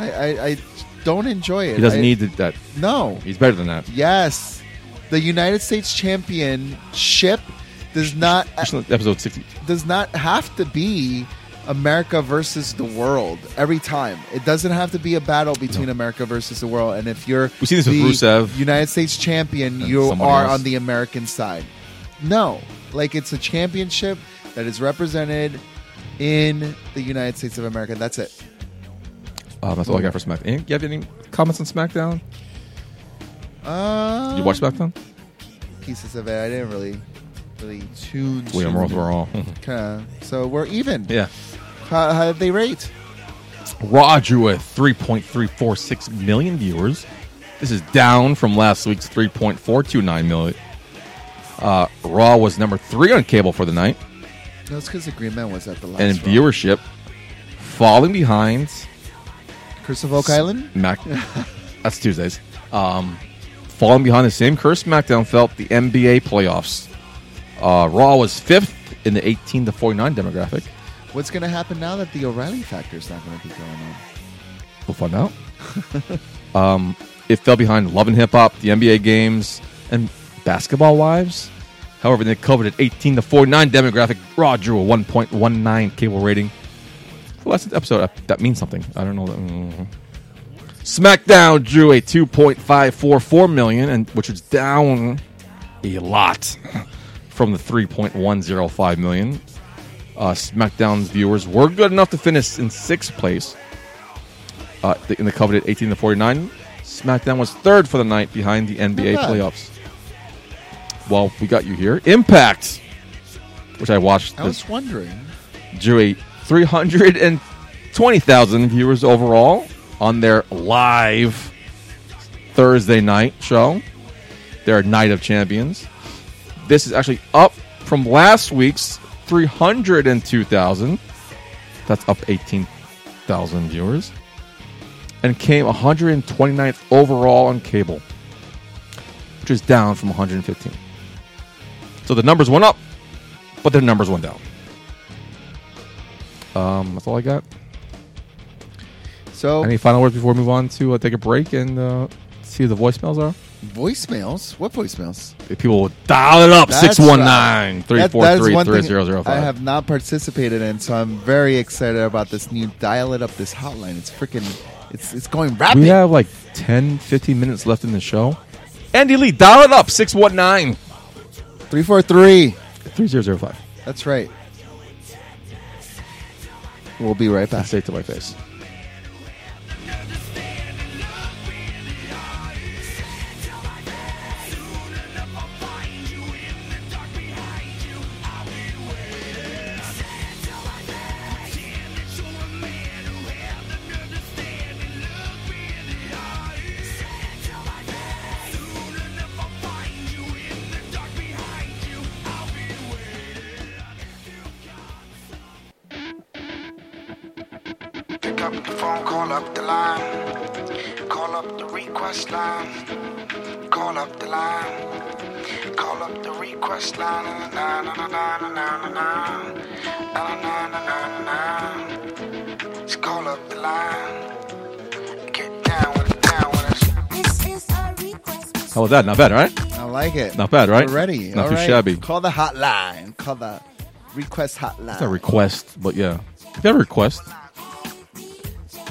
Speaker 3: I, I, I don't enjoy it.
Speaker 1: He doesn't
Speaker 3: I-
Speaker 1: need that.
Speaker 3: No.
Speaker 1: He's better than that.
Speaker 3: Yes, the United States Championship does not
Speaker 1: Just in Episode sixty.
Speaker 3: does not have to be America versus the world every time. It doesn't have to be a battle between America versus the world. And if you're
Speaker 1: We've seen this
Speaker 3: the
Speaker 1: with Rusev.
Speaker 3: United States champion,
Speaker 1: And
Speaker 3: you
Speaker 1: somebody
Speaker 3: are
Speaker 1: else.
Speaker 3: on the American side. No, like it's a championship that is represented in the United States of America. That's it.
Speaker 1: Um, that's all I got for SmackDown. Any- You have any comments on SmackDown?
Speaker 3: Um,
Speaker 1: You watch SmackDown?
Speaker 3: pieces of it. I didn't really, really tune.
Speaker 1: We are all. We're all.
Speaker 3: Kinda. So we're even.
Speaker 1: yeah.
Speaker 3: How, how did they rate?
Speaker 1: Raw drew at 3.346 million viewers. This is down from last week's 3.429 million. Uh, Raw was number three on cable for the night,
Speaker 3: No, it's because the Green Man was at the last.
Speaker 1: and in
Speaker 3: round.
Speaker 1: viewership, falling behind.
Speaker 3: Curse of Oak Island.
Speaker 1: Mac- that's Tuesdays. Um, falling behind the same curse SmackDown felt the NBA playoffs. Uh, Raw was fifth in the 18 to 49 demographic.
Speaker 3: What's going to happen now that the O'Reilly factor is not going to be going on?
Speaker 1: We'll find out. um, it fell behind Love and Hip Hop, the NBA games, and Basketball Wives. However, the coveted 18 to 49 demographic raw drew a 1.19 cable rating. Well, that's the episode. That means something. I don't know. That, mm. SmackDown drew a 2.544 million, and which is down a lot from the 3.105 million. Uh, SmackDown's viewers were good enough to finish in sixth place, uh, in the coveted 18 to 49. SmackDown was third for the night behind the NBA
Speaker 3: Not bad.
Speaker 1: playoffs. Well, we got you here. Impact, which I watched,
Speaker 3: I
Speaker 1: this,
Speaker 3: was wondering.
Speaker 1: drew a 320,000 viewers overall on their live Thursday night show, their Night of Champions. This is actually up from last week's 302,000. That's up 18,000 viewers. And came 129th overall on cable, which is down from 115. So the numbers went up, but their numbers went down. Um, that's all I got.
Speaker 3: So
Speaker 1: Any final words before we move on to uh, take a break and uh, see who the voicemails are?
Speaker 3: voicemails. What voicemails?
Speaker 1: If people will dial it up
Speaker 3: That's
Speaker 1: 619
Speaker 3: That- that is
Speaker 1: 343
Speaker 3: one thing
Speaker 1: 3005.
Speaker 3: I have not participated in, so I'm very excited about this new dial it up this hotline. It's freaking. It's it's going rapid.
Speaker 1: We have like 10, 15 minutes left in the show. Andy Lee, dial it up 619
Speaker 3: three four three.
Speaker 1: 3005.
Speaker 3: That's right. We'll be right back.
Speaker 1: Say it to my face.
Speaker 5: Pick up the phone, call up the line. Call up the request line. Call up the line. Call up the request line. Na na na na na na na na. Na na na na na na na. Just call up the line. Get down with it, down with it.
Speaker 1: How about that? Not bad, right?
Speaker 3: I like it.
Speaker 1: Not bad, right?
Speaker 3: Already.
Speaker 1: Not
Speaker 3: All
Speaker 1: too
Speaker 3: right.
Speaker 1: shabby.
Speaker 3: Call the hotline. Call the request hotline.
Speaker 1: It's a request, but yeah. Pick have a request,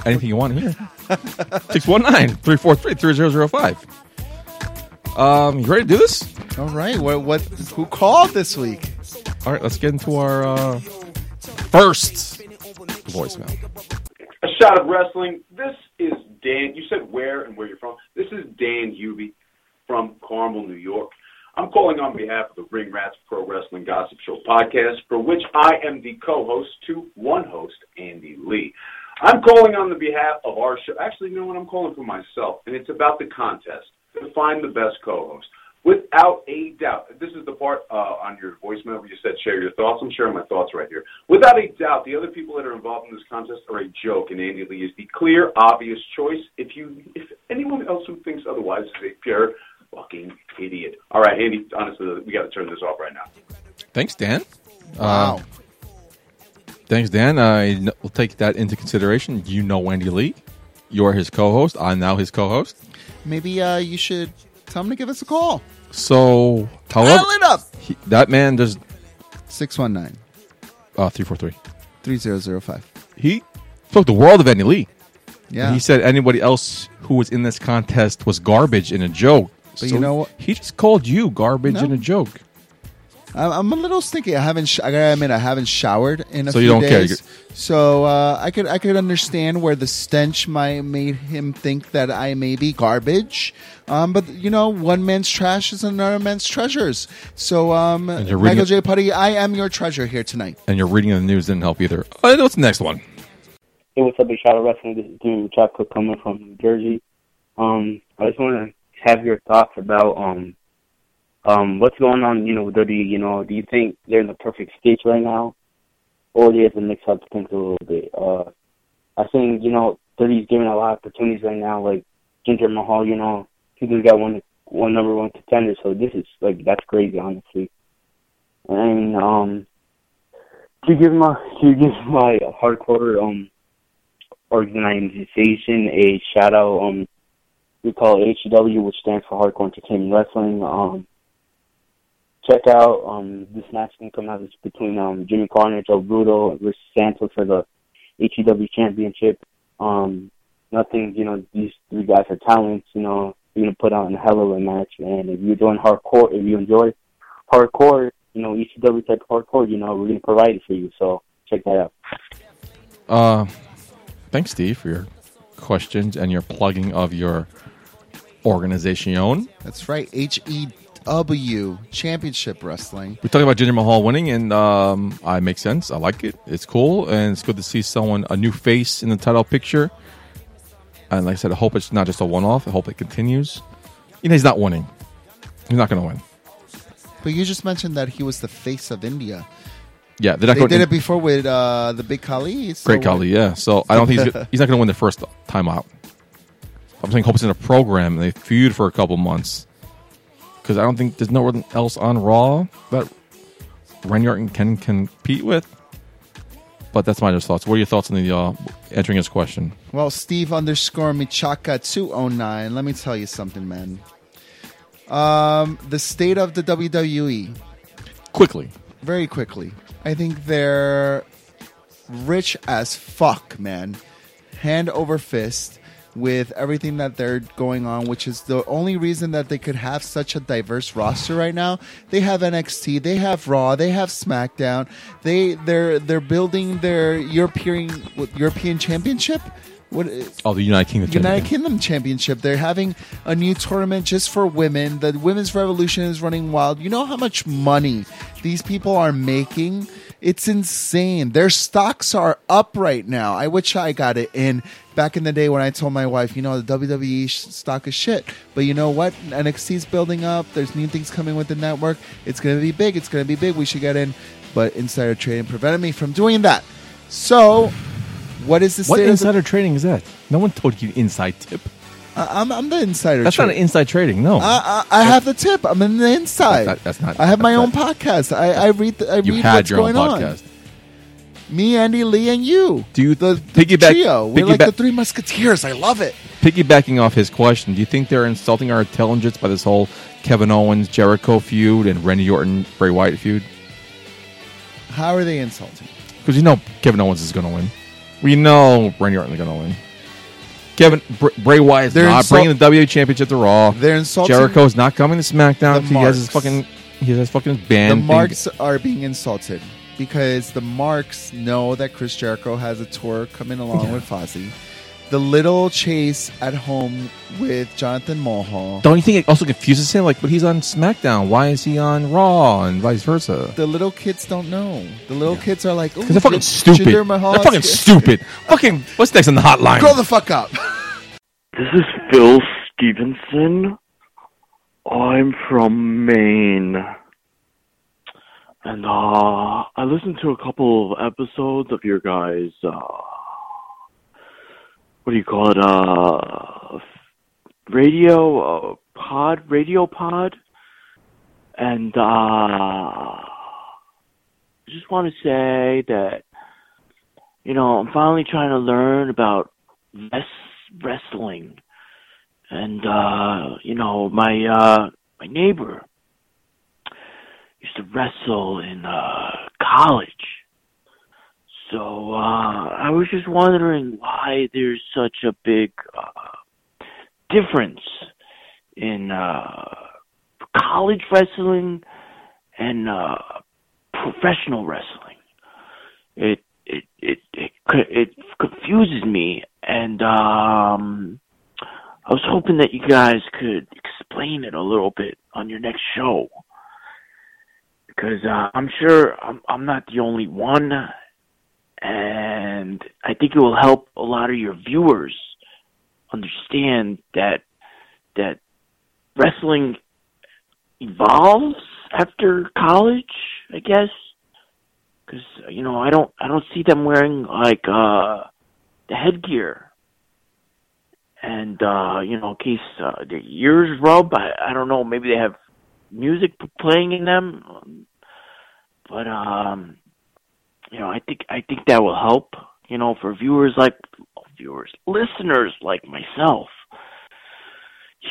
Speaker 1: anything you want here, 619 343 3005. Um, you ready to do this?
Speaker 3: All right. What? What? Who called this week?
Speaker 1: All right, let's get into our uh, first voicemail.
Speaker 6: A Shot of Wrestling. This is Dan. You said where and where you're from. This is Dan Hubie from Carmel, New York. I'm calling on behalf of the Ring Rats Pro Wrestling Gossip Show podcast, for which I am the co-host to one host, Andy Lee. I'm calling on the behalf of our show. Actually, you know what? I'm calling for myself, and it's about the contest to find the best co-host. Without a doubt, this is the part uh, on your voicemail where you said share your thoughts. I'm sharing my thoughts right here. Without a doubt, the other people that are involved in this contest are a joke, and Andy Lee is the clear, obvious choice. If you, if anyone else who thinks otherwise is a pure fucking idiot. All right, Andy. Honestly, we got to turn this off right now.
Speaker 1: Thanks, Dan. Uh,
Speaker 3: Wow.
Speaker 1: Thanks, Dan. I kn- will take that into consideration. You know Wendy Lee. You're his co host. I'm now his co host.
Speaker 3: Maybe uh, you should tell him to give us a call.
Speaker 1: So, however,
Speaker 3: Dial it up.
Speaker 1: he- that man does
Speaker 3: 619
Speaker 1: uh, 343.
Speaker 3: 3005.
Speaker 1: He spoke the world of Andy Lee.
Speaker 3: Yeah.
Speaker 1: He said anybody else who was in this contest was garbage and a joke.
Speaker 3: But you know what?
Speaker 1: He just called you garbage
Speaker 3: No.
Speaker 1: and a joke.
Speaker 3: I'm, I'm a little stinky. I haven't. Sh- I gotta admit, I haven't showered in a
Speaker 1: So
Speaker 3: few
Speaker 1: you don't care.
Speaker 3: days. So uh, I could I could understand where the stench might made him think that I may be garbage. Um, but you know, one man's trash is another man's treasures. So um,
Speaker 1: you're reading
Speaker 3: Michael J. Putty, I am your treasure here tonight.
Speaker 1: And your reading of the news didn't help either. Uh, what's the next one?
Speaker 7: Hey, what's up, Big Shot of Wrestling? This is Jimmy Chapco coming from New Jersey. Um, I just want to have your thoughts about um, um, what's going on, you know, with WWE. You know, do you think they're in the perfect stage right now, or do you have to mix up things a little bit? Uh, I think you know WWE's giving a lot of opportunities right now, like Ginger Mahal. You know, he just got one one number one contender, so this is like that's crazy, honestly. And um, to give my to give my hardcore um organization a shout out. Um, we call it HW, which stands for Hardcore Entertainment Wrestling. Um, check out um this match can come out it's between um Jimmy Carter and Joe Bruto versus Santos for the HEW Championship. Um, nothing, you know, these three guys are talents. You know, you're gonna put on a hell of a match, and if you're doing hardcore, if you enjoy hardcore, you know, ECW type hardcore, you know, we're gonna provide it for you. So check that out.
Speaker 1: Uh, thanks, Steve, for your questions and your plugging of your organization.
Speaker 3: That's right. H E W Championship Wrestling.
Speaker 1: We talked about Ginger Mahal winning, and um, I make sense. I like it. It's cool, and it's good to see someone a new face in the title picture. And like I said, I hope it's not just a one-off. I hope it continues. You know, he's not winning. He's not going to win.
Speaker 3: But you just mentioned that he was the face of India.
Speaker 1: Yeah, they're not
Speaker 3: They
Speaker 1: going
Speaker 3: did
Speaker 1: to
Speaker 3: it before with uh, the Big Khali. so-
Speaker 1: Great Khali, yeah. So I don't think he's, go- he's not going to win the first time out. I'm saying hope it's in a program and they feud for a couple months because I don't think there's no one else on Raw that Ranyard can, can compete with. But that's my just thoughts. What are your thoughts on the uh, answering his question?
Speaker 3: Well, Steve underscore Michaka 209, let me tell you something, man. Um, the state of the E. WWE,
Speaker 1: Quickly,
Speaker 3: very quickly. I think they're rich as fuck, man. Hand over fist with everything that they're going on, which is the only reason that they could have such a diverse roster right now. They have NXT, they have Raw, they have SmackDown. They they're they're building their European what, European Championship. What
Speaker 1: oh, the United Kingdom.
Speaker 3: United
Speaker 1: champion.
Speaker 3: Kingdom Championship. They're having a new tournament just for women. The Women's Revolution is running wild. You know how much money these people are making? It's insane. Their stocks are up right now. I wish I got it in back in the day when I told my wife, you know, the WWE sh- stock is shit. But you know what? NXT's building up. There's new things coming with the network. It's going to be big. It's going to be big. We should get in. But insider trading prevented me from doing that. So, what is the
Speaker 1: What
Speaker 3: state of the-
Speaker 1: insider trading is that? No one told you inside tip.
Speaker 3: I- I'm, I'm the insider.
Speaker 1: That's
Speaker 3: trade.
Speaker 1: not an inside trading. No,
Speaker 3: I, I, I have the tip. I'm in the inside.
Speaker 1: That's not- that's not-
Speaker 3: I have my own
Speaker 1: that's
Speaker 3: podcast. I, I read. The, I
Speaker 1: you
Speaker 3: read
Speaker 1: had
Speaker 3: what's
Speaker 1: your own
Speaker 3: going on.
Speaker 1: podcast.
Speaker 3: Me, Andy, Lee, and you.
Speaker 1: Do you
Speaker 3: the
Speaker 1: piggyback-
Speaker 3: trio? We're like
Speaker 1: piggyback-
Speaker 3: the three musketeers. I love it.
Speaker 1: piggybacking off his question, do you think they're insulting our intelligence by this whole Kevin Owens Jericho feud and Randy Orton Bray Wyatt feud?
Speaker 3: How are they insulting?
Speaker 1: Because you know Kevin Owens is going to win. We know Randy Orton is going to win. Kevin Br- Bray Wyatt is
Speaker 3: They're
Speaker 1: not
Speaker 3: insult-
Speaker 1: bringing the WWE Championship to Raw.
Speaker 3: They're insulting.
Speaker 1: Jericho is not coming to SmackDown.
Speaker 3: The
Speaker 1: He has his
Speaker 3: marks.
Speaker 1: fucking he has his fucking band.
Speaker 3: The
Speaker 1: thing.
Speaker 3: marks are being insulted because the marks know that Chris Jericho has a tour coming along with Fozzy. The little chase at home with Jonathan Mulhall.
Speaker 1: Don't you think it also confuses him? Like, but he's on SmackDown. Why is he on Raw and vice versa?
Speaker 3: The little kids don't know. The little kids are like, "Ooh,
Speaker 1: Because they're fucking
Speaker 3: Jinder
Speaker 1: stupid. They're
Speaker 3: Mahal's
Speaker 1: fucking
Speaker 3: good."
Speaker 1: stupid. fucking what's next on the hotline?
Speaker 3: Grow the fuck up.
Speaker 8: This is Phil Stevenson. I'm from Maine. And uh I listened to a couple of episodes of your guys uh what do you call it? Uh radio uh, pod radio pod and uh I just want to say that you know, I'm finally trying to learn about res- wrestling. And uh, you know, my uh my neighbor used to wrestle in uh college. So uh I was just wondering why there's such a big uh difference in uh college wrestling and uh professional wrestling. It it it it co- it confuses me and um I was hoping that you guys could explain it a little bit on your next show because uh, I'm sure I'm I'm not the only one and I think it will help a lot of your viewers understand that that wrestling evolves after college, I guess because you know I don't I don't see them wearing like uh the headgear, and uh, you know in case uh, the ears rub. I, I don't know. Maybe they have music p- playing in them, um, but um, you know I think I think that will help. You know for viewers like viewers listeners like myself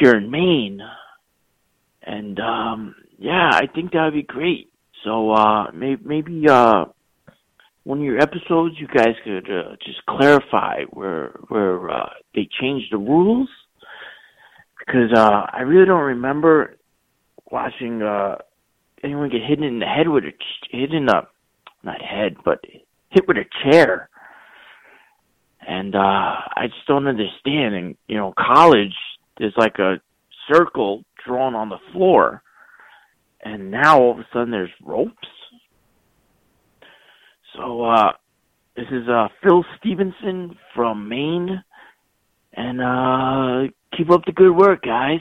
Speaker 8: here in Maine, and um, yeah, I think that would be great. So uh, may- maybe uh, one of your episodes, you guys could uh, just clarify where where uh, they changed the rules, because uh, I really don't remember watching uh, anyone get hit in the head with a ch- hit in a not head, but hit with a chair. And uh, I just don't understand. And you know, college there's like a circle drawn on the floor and now all of a sudden there's ropes. So uh, this is uh, Phil Stevenson from Maine, and uh, keep up the good work, guys.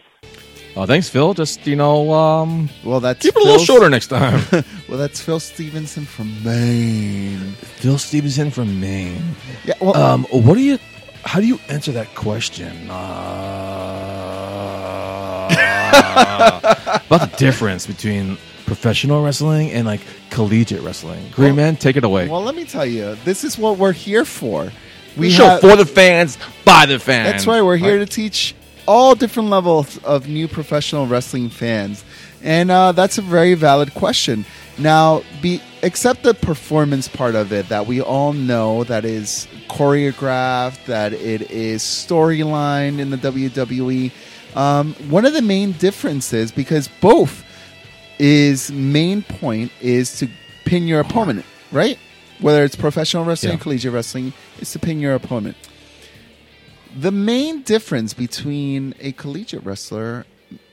Speaker 1: Oh, thanks, Phil. Just you know, um,
Speaker 3: Well, that's
Speaker 1: keep it a little
Speaker 3: Phil's-
Speaker 1: shorter next time.
Speaker 3: well, that's Phil Stevenson from Maine.
Speaker 1: Phil Stevenson from Maine.
Speaker 3: Yeah, well,
Speaker 9: Um, what do you? How do you answer that question? Uh,
Speaker 1: About the difference
Speaker 9: between professional wrestling and like collegiate wrestling.
Speaker 1: Green Man, take it away.
Speaker 3: well, let me tell you, this is what we're here for.
Speaker 1: we show
Speaker 3: have-
Speaker 1: for the fans, by the fans.
Speaker 3: That's right. We're here to teach all different levels of new professional wrestling fans, and uh, that's a very valid question. Now, be except the performance part of it that we all know that is choreographed, that it is storyline in the WWE. Um, one of the main differences, because both is main point is to pin your opponent, right? Whether it's professional wrestling,
Speaker 1: Yeah.
Speaker 3: collegiate wrestling, is to pin your opponent. The main difference between a collegiate wrestler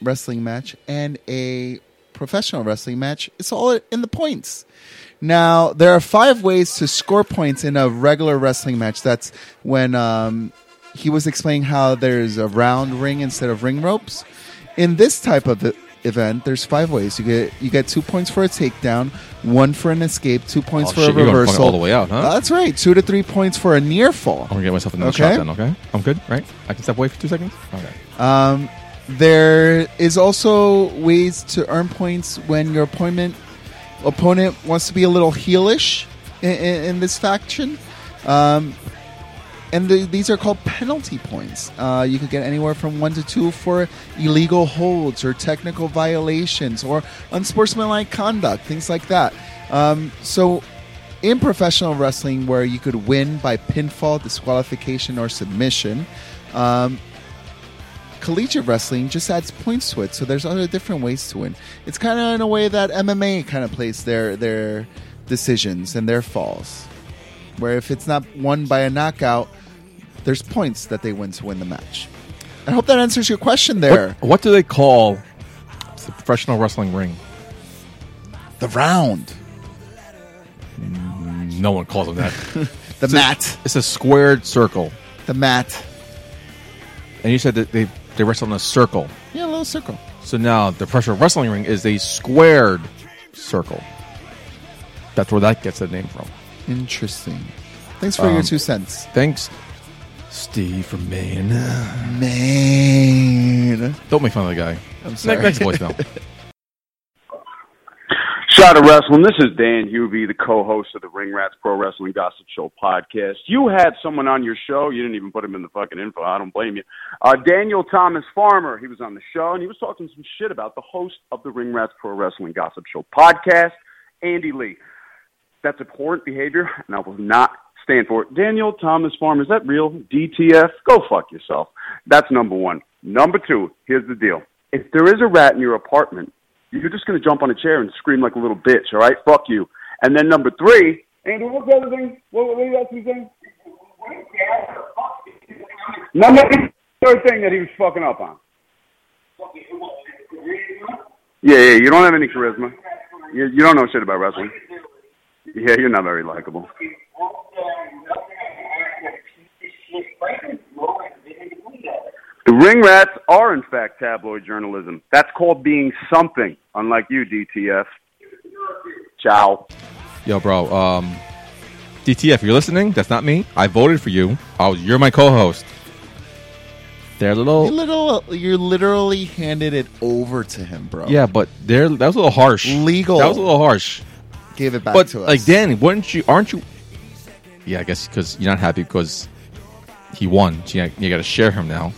Speaker 3: wrestling match and a professional wrestling match is all in the points. Now, there are five ways to score points in a regular wrestling match. That's when um, he was explaining how there's a round ring instead of ring ropes. In this type of e- event, there's five ways. You get you get two points for a takedown, one for an escape, two points
Speaker 1: Oh,
Speaker 3: for
Speaker 1: shit,
Speaker 3: a
Speaker 1: you're going fucking
Speaker 3: reversal.
Speaker 1: all the way out, huh?
Speaker 3: Uh, That's right. Two to three points for a near fall.
Speaker 1: I'm gonna get myself another
Speaker 3: Okay.
Speaker 1: shot. Then, okay? I'm good, right? I can step away for two seconds. Okay.
Speaker 3: Um, there is also ways to earn points when your opponent opponent wants to be a little heelish in, in, in this faction, um, and the, these are called penalty points. Uh, you could get anywhere from one to two for illegal holds or technical violations or unsportsmanlike conduct, things like that. Um, so in professional wrestling where you could win by pinfall, disqualification, or submission. Um, collegiate wrestling just adds points to it, so there's other different ways to win. It's kind of in a way that MMA kind of plays their their decisions and their falls, where if it's not won by a knockout, there's points that they win to win the match. I hope that answers your question there.
Speaker 1: What, what do they call the professional wrestling ring?
Speaker 3: The round,
Speaker 1: No one calls them that.
Speaker 3: the mat,
Speaker 1: it's a squared circle,
Speaker 3: the mat.
Speaker 1: and you said that they they wrestle in a circle.
Speaker 3: Yeah, a little circle.
Speaker 1: So now the professional wrestling ring is a squared circle. That's where that gets the name from.
Speaker 3: Interesting. Thanks for your two cents.
Speaker 1: Thanks, Steve from Maine.
Speaker 3: Man.
Speaker 1: Don't make fun of the guy.
Speaker 3: I'm sorry.
Speaker 1: Next, next voicemail.
Speaker 6: Shot of Wrestling. This is Dan Hubie, the co-host of the Ring Rats Pro Wrestling Gossip Show podcast. You had someone on your show. You didn't even put him in the fucking info. I don't blame you. Uh, Daniel Thomas Farmer. He was on the show and he was talking some shit about the host of the Ring Rats Pro Wrestling Gossip Show podcast, Andy Lee. That's abhorrent behavior, and I will not stand for it. Daniel Thomas Farmer. Is that real? DTF. Go fuck yourself. That's number one. Number two. Here's the deal. If there is a rat in your apartment you're just going to jump on a chair and scream like a little bitch, all right? Fuck you. And then number three. Andy, what's the other thing? What, what else you saying? Number third thing that he was fucking up on. Yeah, yeah, you don't have any charisma. You, you don't know shit about wrestling. Yeah, you're not very likable. The ring rats are, in fact, tabloid journalism. That's called being something, unlike you, DTF. Ciao.
Speaker 1: Yo, bro. Um, DTF, if you're listening, that's not me. I voted for you. Oh, you're my co-host. They're a
Speaker 3: You
Speaker 1: little,
Speaker 3: little, you literally handed it over to him, bro.
Speaker 1: yeah, but they're that was a little harsh.
Speaker 3: Oh. Legal.
Speaker 1: That was a little harsh.
Speaker 3: gave it back
Speaker 1: But
Speaker 3: to us.
Speaker 1: like, Danny, wouldn't you? Aren't you? Yeah, I guess because you're not happy because he won. So you, got to share him now.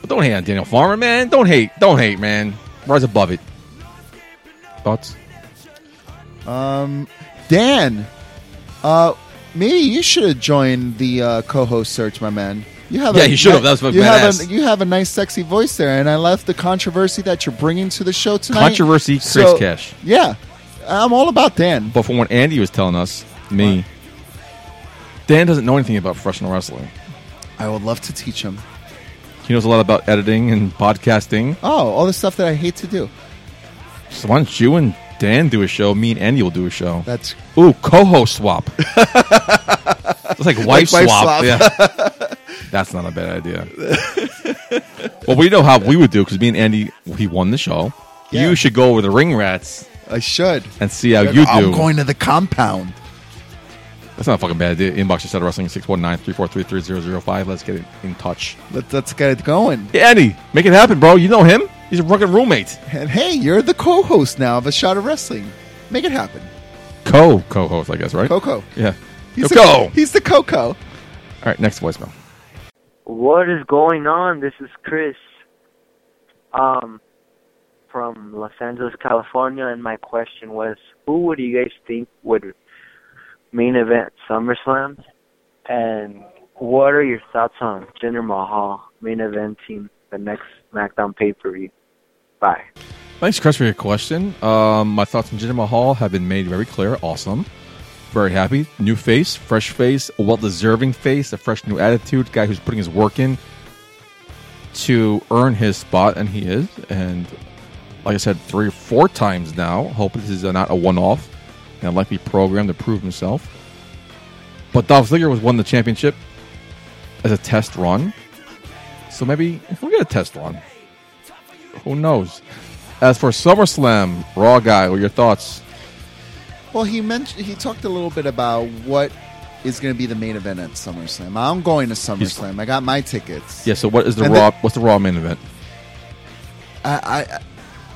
Speaker 1: But don't hate on Daniel Farmer, man. Don't hate. Don't hate, man. Rise above it. Thoughts?
Speaker 3: um, Dan, uh, maybe you should have joined the uh, co-host search, my man. You have
Speaker 1: Yeah,
Speaker 3: a,
Speaker 1: you should have. That was my
Speaker 3: you have, a,
Speaker 1: badass.
Speaker 3: you have a nice, sexy voice there, and I love the controversy that you're bringing to the show tonight.
Speaker 1: Controversy creates
Speaker 3: So,
Speaker 1: cash.
Speaker 3: Yeah, I'm all about Dan.
Speaker 1: But from what Andy was telling us, me, Dan doesn't know anything about professional wrestling.
Speaker 3: I would love to teach him.
Speaker 1: He knows a lot about editing and podcasting.
Speaker 3: Oh, all the stuff that I hate to do.
Speaker 1: So why don't you and Dan do a show? Me and Andy will do a show.
Speaker 3: That's
Speaker 1: Ooh, co-host swap. it's like wife,
Speaker 3: wife
Speaker 1: swap.
Speaker 3: swap.
Speaker 1: Yeah. That's not a bad idea. well, we know how we would do because me and Andy, he won the show.
Speaker 3: Yeah.
Speaker 1: You should go over the ring rats
Speaker 3: I should.
Speaker 1: and see how Oh, you do.
Speaker 3: I'm going to the compound.
Speaker 1: That's not a fucking bad idea. Inbox yourself at wrestling 619-343-3005. Let's get in, in touch.
Speaker 3: Let, let's get it going.
Speaker 1: Hey, Andy, make it happen, bro. You know him. He's a fucking roommate.
Speaker 3: And hey, you're the co-host now of a shot of wrestling. Make it happen,
Speaker 1: Co co-host, I guess, right?
Speaker 3: Coco.
Speaker 1: yeah.
Speaker 3: He's
Speaker 1: Yo,
Speaker 3: the-
Speaker 1: go.
Speaker 3: He's the Coco.
Speaker 1: All right, next voicemail.
Speaker 10: What is going on? This is Chris um, from Los Angeles, California, and my question was who would you guys think would main event SummerSlam? And what are your thoughts on Jinder Mahal main eventing the next SmackDown pay per view? Bye.
Speaker 1: Thanks, Chris, for your question. Um, my thoughts on Jinder Mahal have been made very clear. Awesome. Very happy. New face, fresh face, a well deserving face, a fresh new attitude, guy who's putting his work in to earn his spot, and he is. And like I said, three or four times now. Hope this is uh, not a one off and a likely program to prove himself. But Dolph Ziggler was won the championship as a test run. So maybe he'll get a test run. Who knows? As for SummerSlam, Raw guy, what are your thoughts?
Speaker 3: Well, he mentioned he talked a little bit about what is going to be the main event at SummerSlam. I'm going to SummerSlam. I got my tickets.
Speaker 1: Yeah. So what is the
Speaker 3: And
Speaker 1: Raw? what's the Raw main event?
Speaker 3: I, I, I-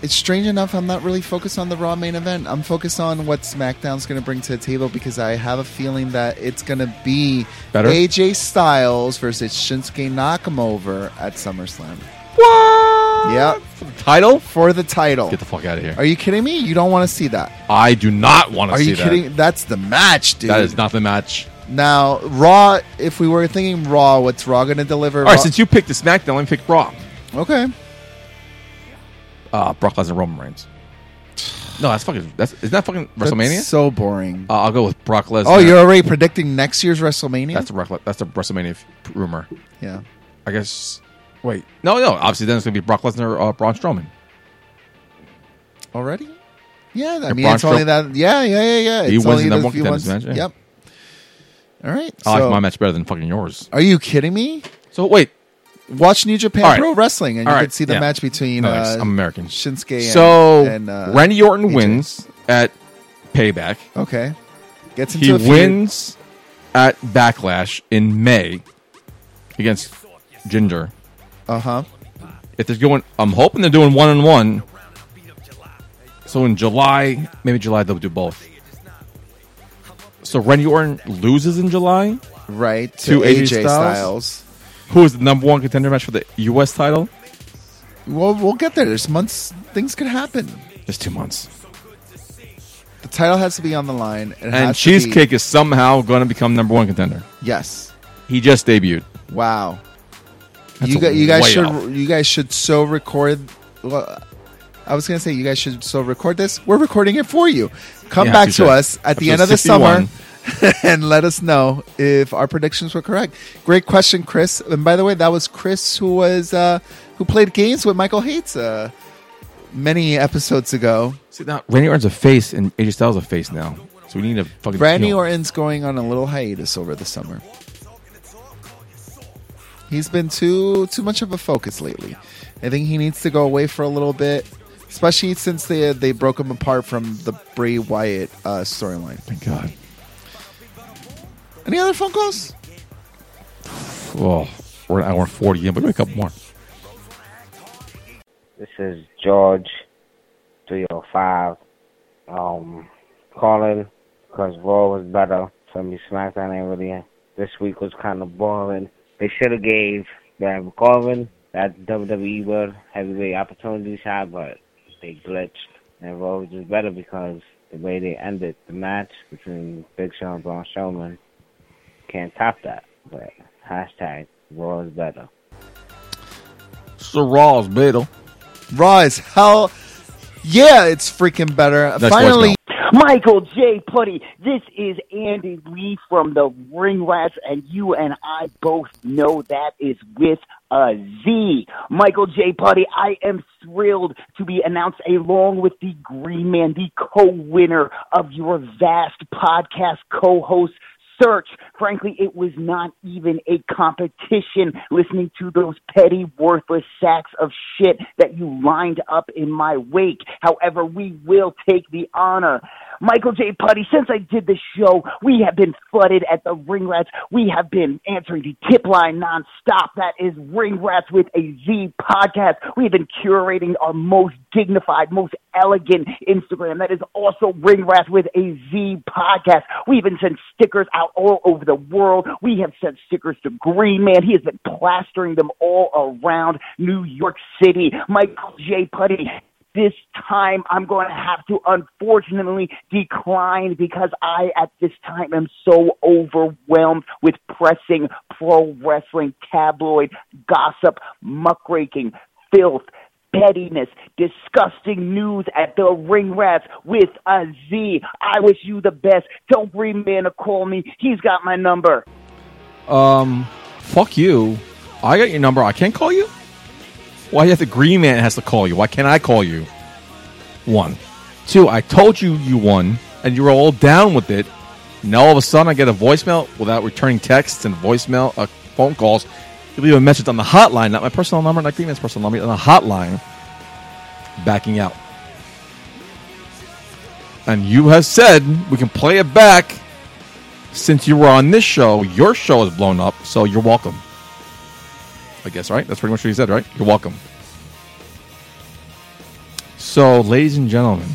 Speaker 3: it's strange enough. I'm not really focused on the Raw main event. I'm focused on what SmackDown's going to bring to the table because I have a feeling that it's going to be
Speaker 1: Better?
Speaker 3: AJ Styles versus Shinsuke Nakamura at SummerSlam.
Speaker 1: What?
Speaker 3: Yeah.
Speaker 1: Title?
Speaker 3: For the title.
Speaker 1: Get the fuck out of here.
Speaker 3: Are you kidding me? You don't want to see that.
Speaker 1: I do not want to
Speaker 3: Are
Speaker 1: see
Speaker 3: you kidding? That's the match,
Speaker 1: that.
Speaker 3: dude.
Speaker 1: That is not the match.
Speaker 3: Now, Raw, if we were thinking Raw, what's Raw going to deliver?
Speaker 1: All right, since you picked the SmackDown, let me pick Raw.
Speaker 3: okay.
Speaker 1: Uh, Brock Lesnar, Roman Reigns. No, that's fucking. That's isn't that fucking
Speaker 3: That's
Speaker 1: WrestleMania?
Speaker 3: so boring.
Speaker 1: uh, I'll go with Brock Lesnar.
Speaker 3: oh, you're already predicting next year's WrestleMania?
Speaker 1: That's the Brock, Le- that's the WrestleMania f- rumor.
Speaker 3: yeah.
Speaker 1: I guess. Wait, no, no. Obviously, then it's gonna be Brock Lesnar, uh, Braun Strowman.
Speaker 3: Already? Yeah, I
Speaker 1: And
Speaker 3: mean,
Speaker 1: Braun
Speaker 3: it's only
Speaker 1: Strowm-
Speaker 3: that. Yeah, yeah, yeah, yeah.
Speaker 1: He
Speaker 3: it's
Speaker 1: wins
Speaker 3: only
Speaker 1: the
Speaker 3: the
Speaker 1: number one
Speaker 3: few
Speaker 1: contenders
Speaker 3: ones-
Speaker 1: match, yeah. Oh,
Speaker 3: Yep. All right.
Speaker 1: I
Speaker 3: so-
Speaker 1: like my match better than fucking yours.
Speaker 3: Are you kidding me?
Speaker 1: So wait,
Speaker 3: Watch New Japan
Speaker 1: All right.
Speaker 3: Pro Wrestling, and
Speaker 1: All
Speaker 3: you
Speaker 1: right,
Speaker 3: could see the
Speaker 1: yeah.
Speaker 3: match between
Speaker 1: No, it's-
Speaker 3: uh,
Speaker 1: I'm American.
Speaker 3: Shinsuke and,
Speaker 1: so
Speaker 3: and uh,
Speaker 1: Randy Orton
Speaker 3: AJ.
Speaker 1: wins at Payback.
Speaker 3: Okay. Gets into
Speaker 1: He
Speaker 3: a feud.
Speaker 1: wins at Backlash in May against Ginger.
Speaker 3: Uh huh.
Speaker 1: If they're going, I'm hoping they're doing one on one. So in July, maybe July they'll do both. So Randy Orton loses in July.
Speaker 3: Right.
Speaker 1: To
Speaker 3: To,
Speaker 1: AJ
Speaker 3: AJ
Speaker 1: Styles.
Speaker 3: Styles.
Speaker 1: Who is the number one contender match for the U.S. title?
Speaker 3: Well, we'll get there. There's months. Things could happen.
Speaker 1: Just two months.
Speaker 3: The title has to be on the line. It
Speaker 1: And
Speaker 3: has to be-
Speaker 1: Cheesecake is somehow going to become number one contender.
Speaker 3: Yes.
Speaker 1: He just debuted.
Speaker 3: Wow.
Speaker 1: That's
Speaker 3: you
Speaker 1: a
Speaker 3: guys, you guys
Speaker 1: way
Speaker 3: should
Speaker 1: off.
Speaker 3: you guys should so record. Well, I was gonna say you guys should so record this. We're recording it for you. Come
Speaker 1: Yeah,
Speaker 3: back
Speaker 1: touche.
Speaker 3: to us at
Speaker 1: Episode
Speaker 3: the end of the summer
Speaker 1: 61.
Speaker 3: and let us know if our predictions were correct. Great question, Chris. And by the way, that was Chris who was uh, who played games with Michael Hates uh, many episodes ago.
Speaker 1: See now, Randy Orton's a face, and AJ Styles is a face now. So we need a fucking
Speaker 3: Randy
Speaker 1: heel.
Speaker 3: Orton's going on a little hiatus over the summer. He's been too too much of a focus lately. I think he needs to go away for a little bit, especially since they they broke him apart from the Bray Wyatt uh, storyline.
Speaker 1: Thank God.
Speaker 3: Any other phone calls?
Speaker 1: Oh, we're an hour and forty in, but we got a couple more.
Speaker 7: This is George, 305. Um, calling because Raw was better. For me, SmackDown ain't really. This week was kind of boring. They should have gave Baron Corbin that WWE World Heavyweight Opportunity shot, but they glitched. And Raw was just better because the way they ended the match between Big Show and Braun Strowman can't top that. But hashtag Raw is better.
Speaker 1: So Raw's middle.
Speaker 3: Raw is hell. Yeah, it's freaking better.
Speaker 1: That's
Speaker 3: Finally,
Speaker 8: Michael J. Putty, this is Andy Lee from the Ring Rats, and you and I both know that is with a Z. Michael J. Putty, I am thrilled to be announced along with the Green Man, the co-winner of your vast podcast co-host search. Frankly, it was not even a competition listening to those petty, worthless sacks of shit that you lined up in my wake. However, we will take the honor. Michael J. Putty, since I did the show, we have been flooded at the ring rats. We have been answering the tip line nonstop. That is Ring Rats with a Z podcast. We have been curating our most dignified, most elegant Instagram. That is also Ring Rats with a Z podcast. We even sent stickers out all over the world. We have sent stickers to Green Man. He has been plastering them all around New York City. Michael J. Putty. This time I'm going to have to unfortunately decline because I at this time am so overwhelmed with pressing pro wrestling tabloid gossip, muckraking, filth, pettiness, disgusting news at the ring rats with a Z. I wish you the best. Tell Green Man to call me. He's got my number.
Speaker 1: Um, fuck you. I got your number. I can't call you. Why you have the green man has to call you? Why can't I call you? One, two. I told you you won, and you were all down with it. Now all of a sudden, I get a voicemail without returning texts and voicemail uh, phone calls. You leave a message on the hotline, not my personal number, not Green Man's personal number, on the hotline. Backing out, and you have said we can play it back since you were on this show, your show is blown up, so you're welcome. I guess, right? That's pretty much what he said, right? You're welcome. So, ladies and gentlemen,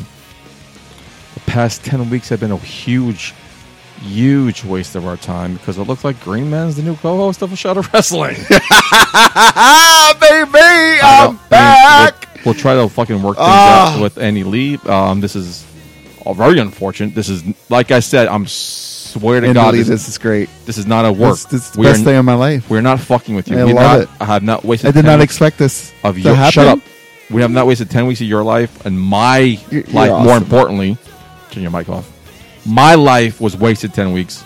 Speaker 1: the past 10 weeks have been a huge huge waste of our time because it looks like Green Man's the new co-host of a shot of wrestling.
Speaker 3: baby,
Speaker 1: I don't- I
Speaker 3: I'm
Speaker 1: mean,
Speaker 3: back.
Speaker 1: We'll, we'll try to fucking work things
Speaker 3: Ah.
Speaker 1: out with Andy Lee. Um, this is uh, very unfortunate. This is like I said. I'm swear to
Speaker 3: Andy
Speaker 1: God,
Speaker 3: Lee, this is great.
Speaker 1: This is not a work.
Speaker 3: This- this is the
Speaker 1: We are
Speaker 3: best
Speaker 1: n-
Speaker 3: day of my life.
Speaker 1: We're not fucking with you.
Speaker 3: I
Speaker 1: We're
Speaker 3: love
Speaker 1: not-
Speaker 3: it.
Speaker 1: I have not wasted.
Speaker 3: I did
Speaker 1: 10
Speaker 3: not
Speaker 1: weeks
Speaker 3: expect this
Speaker 1: of
Speaker 3: to
Speaker 1: your. Shut
Speaker 3: happen.
Speaker 1: up. We have not wasted ten weeks of your life and my life. More
Speaker 3: awesome.
Speaker 1: importantly, turn your mic off. My life was wasted ten weeks.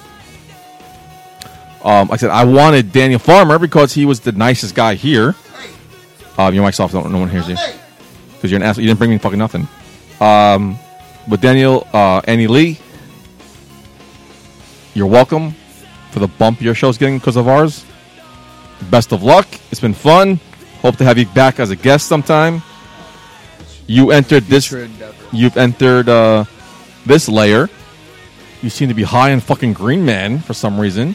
Speaker 1: Um, like I said I wanted Daniel Farmer because he was the nicest guy here. Uh, your mic's off. Don't, no one hears you because you're an asshole. You didn't bring me fucking nothing. Um, but Daniel, uh, Annie Lee, you're welcome for the bump your show's getting because of ours. Best of luck. It's been fun. Hope to have you back as a guest sometime. You entered this.
Speaker 3: Future endeavor.
Speaker 1: You've entered uh, this layer. You seem to be high on fucking Green Man for some reason.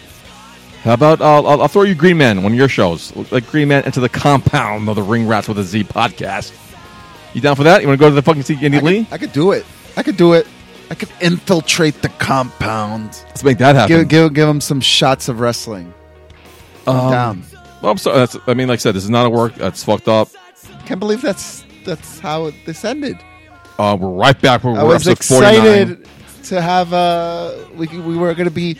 Speaker 1: How about I'll, I'll, I'll throw you Green Man one of your shows, like Green Man into the compound of the Ring Rats with a Z podcast. You down for that? You want to go to the fucking see Andy Lee?
Speaker 3: I could do it. I could do it. I could infiltrate the compound.
Speaker 1: Let's make that happen.
Speaker 3: Give, give, give him some shots of wrestling.
Speaker 1: Um,
Speaker 3: Damn.
Speaker 1: Well, I'm sorry. That's, I mean, like I said, this is not a work. That's fucked up.
Speaker 3: Can't believe that's that's how it, this ended.
Speaker 1: Uh, we're right back. We're,
Speaker 3: I
Speaker 1: we're
Speaker 3: was
Speaker 1: episode 49.
Speaker 3: excited to have uh we we were going to be.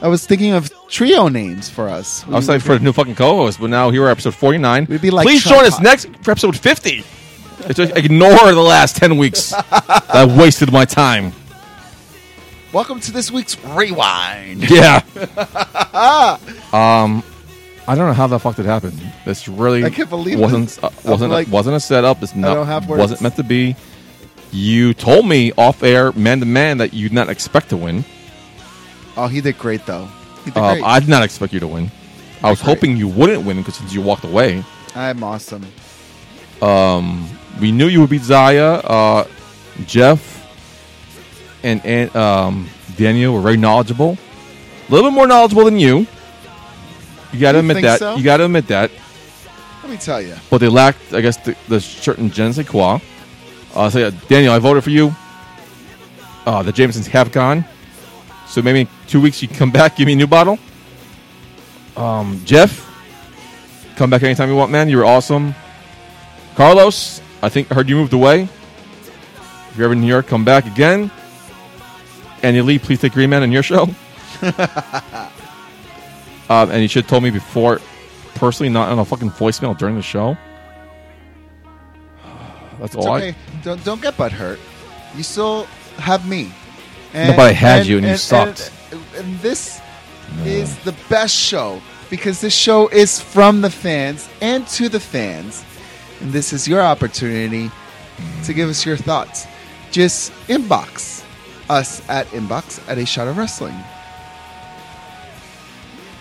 Speaker 3: I was thinking of trio names for us.
Speaker 1: I was excited for the new fucking co-host, but now here we're episode 49. We'd be
Speaker 3: like
Speaker 1: Please
Speaker 3: Trump
Speaker 1: join us
Speaker 3: hot.
Speaker 1: next for episode 50. It's just ignore the last 10 weeks. I wasted my time.
Speaker 3: Welcome to this week's rewind.
Speaker 1: Yeah. Um, I don't know how the fuck that happened. This really
Speaker 3: I can't believe
Speaker 1: wasn't
Speaker 3: this.
Speaker 1: uh,
Speaker 3: I'm
Speaker 1: wasn't
Speaker 3: like-
Speaker 1: wasn't a setup. It's not
Speaker 3: don't have words.
Speaker 1: wasn't meant to be. You told me off air, man to man, that you did not expect to win.
Speaker 3: oh, he did great though. He did
Speaker 1: Uh,
Speaker 3: great.
Speaker 1: I did not expect you to win. I was hoping you wouldn't win because since you walked away,
Speaker 3: I'm awesome.
Speaker 1: um, we knew you would beat Zaya. Uh, Jeff and, and um, Daniel were very knowledgeable, a little bit more knowledgeable than you. You got to
Speaker 3: You
Speaker 1: admit
Speaker 3: think
Speaker 1: that.
Speaker 3: so?
Speaker 1: You got to admit that.
Speaker 3: Let me tell you.
Speaker 1: But they lacked, I guess, the, the certain je ne sais quoi. Uh, so yeah, Daniel, I voted for you. Uh, the Jamesons have gone, so maybe in two weeks you can come back, give me a new bottle. Um, Jeff, come back anytime you want, man. You were awesome. Carlos, I think I heard you moved away. If you're ever in New York, come back again. And Lee, please take Green Man on your show. Um, and you should have told me before, personally, not on a fucking voicemail during the show. That's
Speaker 3: It's
Speaker 1: all
Speaker 3: okay. Don't don't get butt hurt. You still have me.
Speaker 1: but I had you and you sucked.
Speaker 3: And, and this is the best show because this show is from the fans and to the fans. And this is your opportunity to give us your thoughts. Just inbox us at inbox at a shot of wrestling.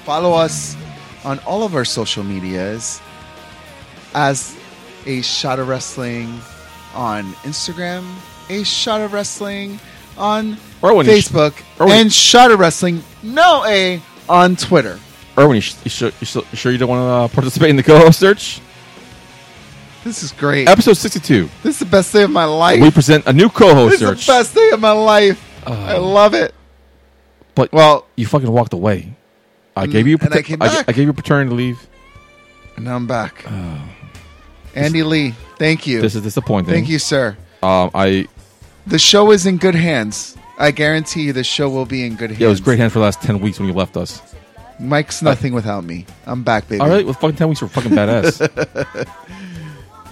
Speaker 3: Follow us on all of our social medias as a shot of wrestling on Instagram, a shot of wrestling on
Speaker 1: Or when you sh-
Speaker 3: Facebook,
Speaker 1: or when-
Speaker 3: and shot of wrestling no a on Twitter.
Speaker 1: I. Erwin, you, sh- you, sh- you, sh- you sure you don't want to uh, participate in the co-host search?
Speaker 3: This is great.
Speaker 1: Episode 62.
Speaker 3: This is the best day of my life.
Speaker 1: We present a new co-host
Speaker 3: this is
Speaker 1: search. Uh,
Speaker 3: the best day of my life. I love it.
Speaker 1: But
Speaker 3: well,
Speaker 1: you fucking walked away. I
Speaker 3: And-
Speaker 1: gave you.
Speaker 3: Mm, and
Speaker 1: pater-
Speaker 3: I came
Speaker 1: I, g-
Speaker 3: back.
Speaker 1: I gave you paternity leave.
Speaker 3: And now I'm back. Andy Lee, thank you.
Speaker 1: Oh. This is disappointing.
Speaker 3: Thank you, sir.
Speaker 1: Um, I
Speaker 3: The show is in good hands. I guarantee you the show will be in good hands.
Speaker 1: yeah, it was great Uh, hand for the last ten weeks when you left us.
Speaker 3: Mike's nothing without me. I'm back, baby.
Speaker 1: All right, well, fucking ten weeks were fucking badass.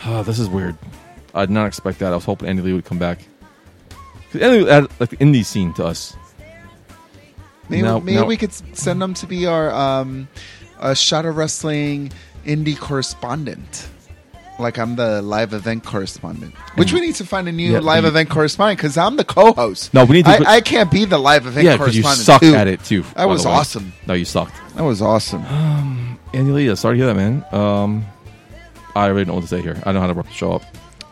Speaker 1: Ah, this is weird. I did not expect that. I was hoping Andy Lee would come back. 'Cause Andy Lee added like the indie scene to us.
Speaker 3: Maybe,
Speaker 1: No,
Speaker 3: maybe
Speaker 1: no.
Speaker 3: we could s- send them to be our um, uh, Shadow Wrestling indie correspondent. Like I'm the live event correspondent, which we need to find a new
Speaker 1: Yeah,
Speaker 3: live
Speaker 1: we-
Speaker 3: event correspondent because I'm the co-host.
Speaker 1: No, we need to
Speaker 3: I,
Speaker 1: put-
Speaker 3: I can't be the live event
Speaker 1: yeah, because you
Speaker 3: correspondent.
Speaker 1: sucked
Speaker 3: too.
Speaker 1: at it too. by
Speaker 3: I
Speaker 1: the
Speaker 3: was
Speaker 1: way.
Speaker 3: awesome.
Speaker 1: No, you sucked.
Speaker 3: That was awesome.
Speaker 1: Um, Andy Lee, sorry to hear that, man. Um, I really don't know what to say here. I don't know how to work the show up.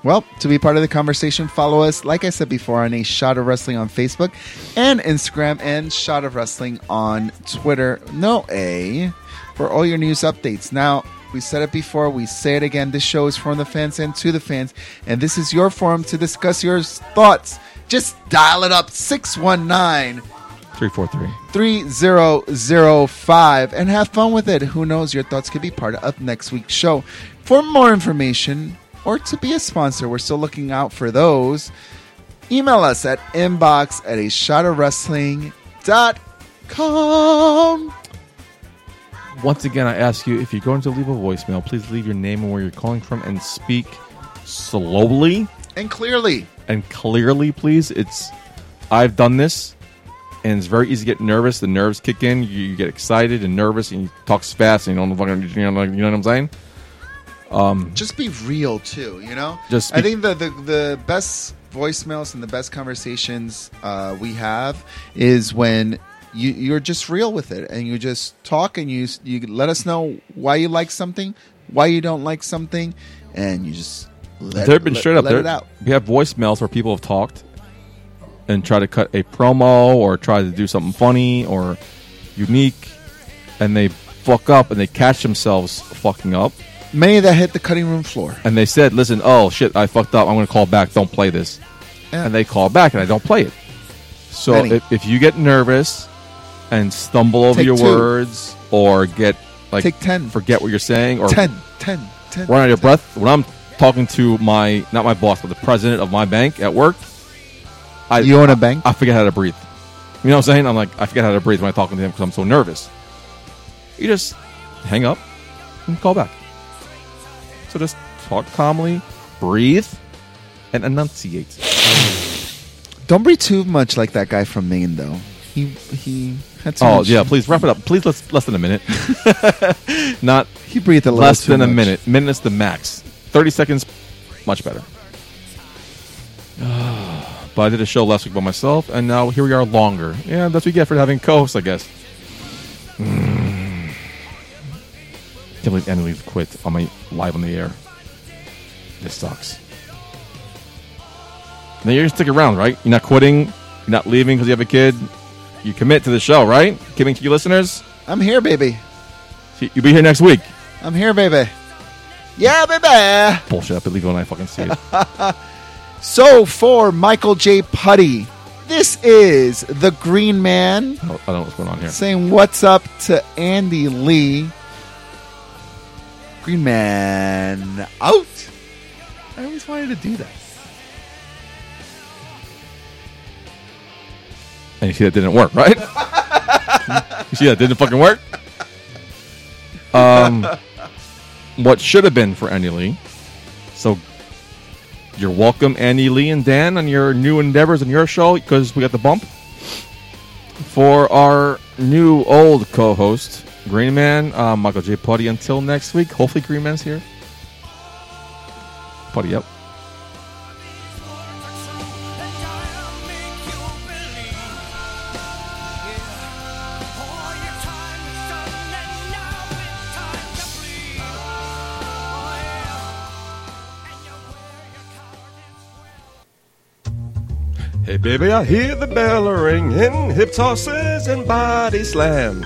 Speaker 3: Well, to be part of the conversation, follow us, like I said before, on a shot of wrestling on Facebook and Instagram, and shot of wrestling on Twitter. No A for all your news updates. Now, we said it before, we say it again. This show is from the fans and to the fans, and this is your forum to discuss your thoughts. Just dial it up 619
Speaker 1: 343.
Speaker 3: 3005 and have fun with it. Who knows? Your thoughts could be part of next week's show. For more information or to be a sponsor, we're still looking out for those. Email us at inbox at a shot of wrestling.com.
Speaker 1: Once again, I ask you if you're going to leave a voicemail, please leave your name and where you're calling from and speak slowly
Speaker 3: And clearly,
Speaker 1: and clearly, please. It's I've done this, and it's very easy to get nervous. The nerves kick in. You, you get excited and nervous, and you talk fast, and you don't fucking you know, like, you know what I'm saying. Um,
Speaker 3: just be real too, you know?
Speaker 1: Just
Speaker 3: I
Speaker 1: be-
Speaker 3: think the, the, the best voicemails and the best conversations uh, we have is when you, you're just real with it and you just talk and you, s- you let us know why you like something, why you don't like something, and you just let,
Speaker 1: there have been
Speaker 3: let-
Speaker 1: straight up.
Speaker 3: let
Speaker 1: there-
Speaker 3: it out.
Speaker 1: We have voicemails where people have talked and try to cut a promo or try to do something funny or unique, and they fuck up and they catch themselves fucking up.
Speaker 3: Many that hit the cutting room floor.
Speaker 1: And they said, "Listen, oh shit, I fucked up. I'm going to call back. Don't play this."
Speaker 3: Yeah.
Speaker 1: And they call back, and I don't play it. So
Speaker 3: Many.
Speaker 1: if, if you get nervous and stumble over
Speaker 3: Take
Speaker 1: your
Speaker 3: two.
Speaker 1: words, or get like
Speaker 3: Take 10.
Speaker 1: forget what you're saying, or
Speaker 3: 10, 10, 10.
Speaker 1: run out of your breath. When I'm talking to my not my boss, but the president of my bank at work, I
Speaker 3: You own a bank?
Speaker 1: I forget how to breathe. You know what I'm saying? I'm like I forget how to breathe when I'm talking to him because I'm so nervous. You just hang up and call back. So just talk calmly, breathe, and enunciate.
Speaker 3: Don't breathe too much like that guy from Maine, though. He he had too
Speaker 1: Oh
Speaker 3: much-
Speaker 1: yeah, please wrap it up. Please less less than a minute. Not
Speaker 3: He breathed a little
Speaker 1: less
Speaker 3: too
Speaker 1: than a
Speaker 3: much.
Speaker 1: minute. Minute's the max. Thirty seconds, much better. but I did a show last week by myself, and now here we are longer. Yeah, that's what you get for having co-hosts, I guess. Mm. Can't believe Emily quit on my live on the air. This sucks. Now you're gonna stick around, right? You're not quitting. You're not leaving because you have a kid. You commit to the show, right? Committing to your listeners.
Speaker 3: I'm here, baby.
Speaker 1: See, You'll be here next week.
Speaker 3: I'm here, baby. Yeah, baby.
Speaker 1: Bullshit! I believe it when I fucking see it.
Speaker 3: So for Michael J. Putty, this is the Green Man
Speaker 1: I don't I don't know what's going on here.
Speaker 3: saying what's up to Andy Lee. Green Man out. I always wanted to do that.
Speaker 1: And you see that didn't work, right? you see that didn't fucking work. Um, what should have been for Andy Lee. So you're welcome, Andy Lee and Dan, on your new endeavors on your show because we got the bump for our new old co-host Green Man, uh, Michael J. Putty. Until next week, hopefully Green Man's here. Putty up.
Speaker 11: Hey, baby, I hear the bell ringing, hip tosses and body slams.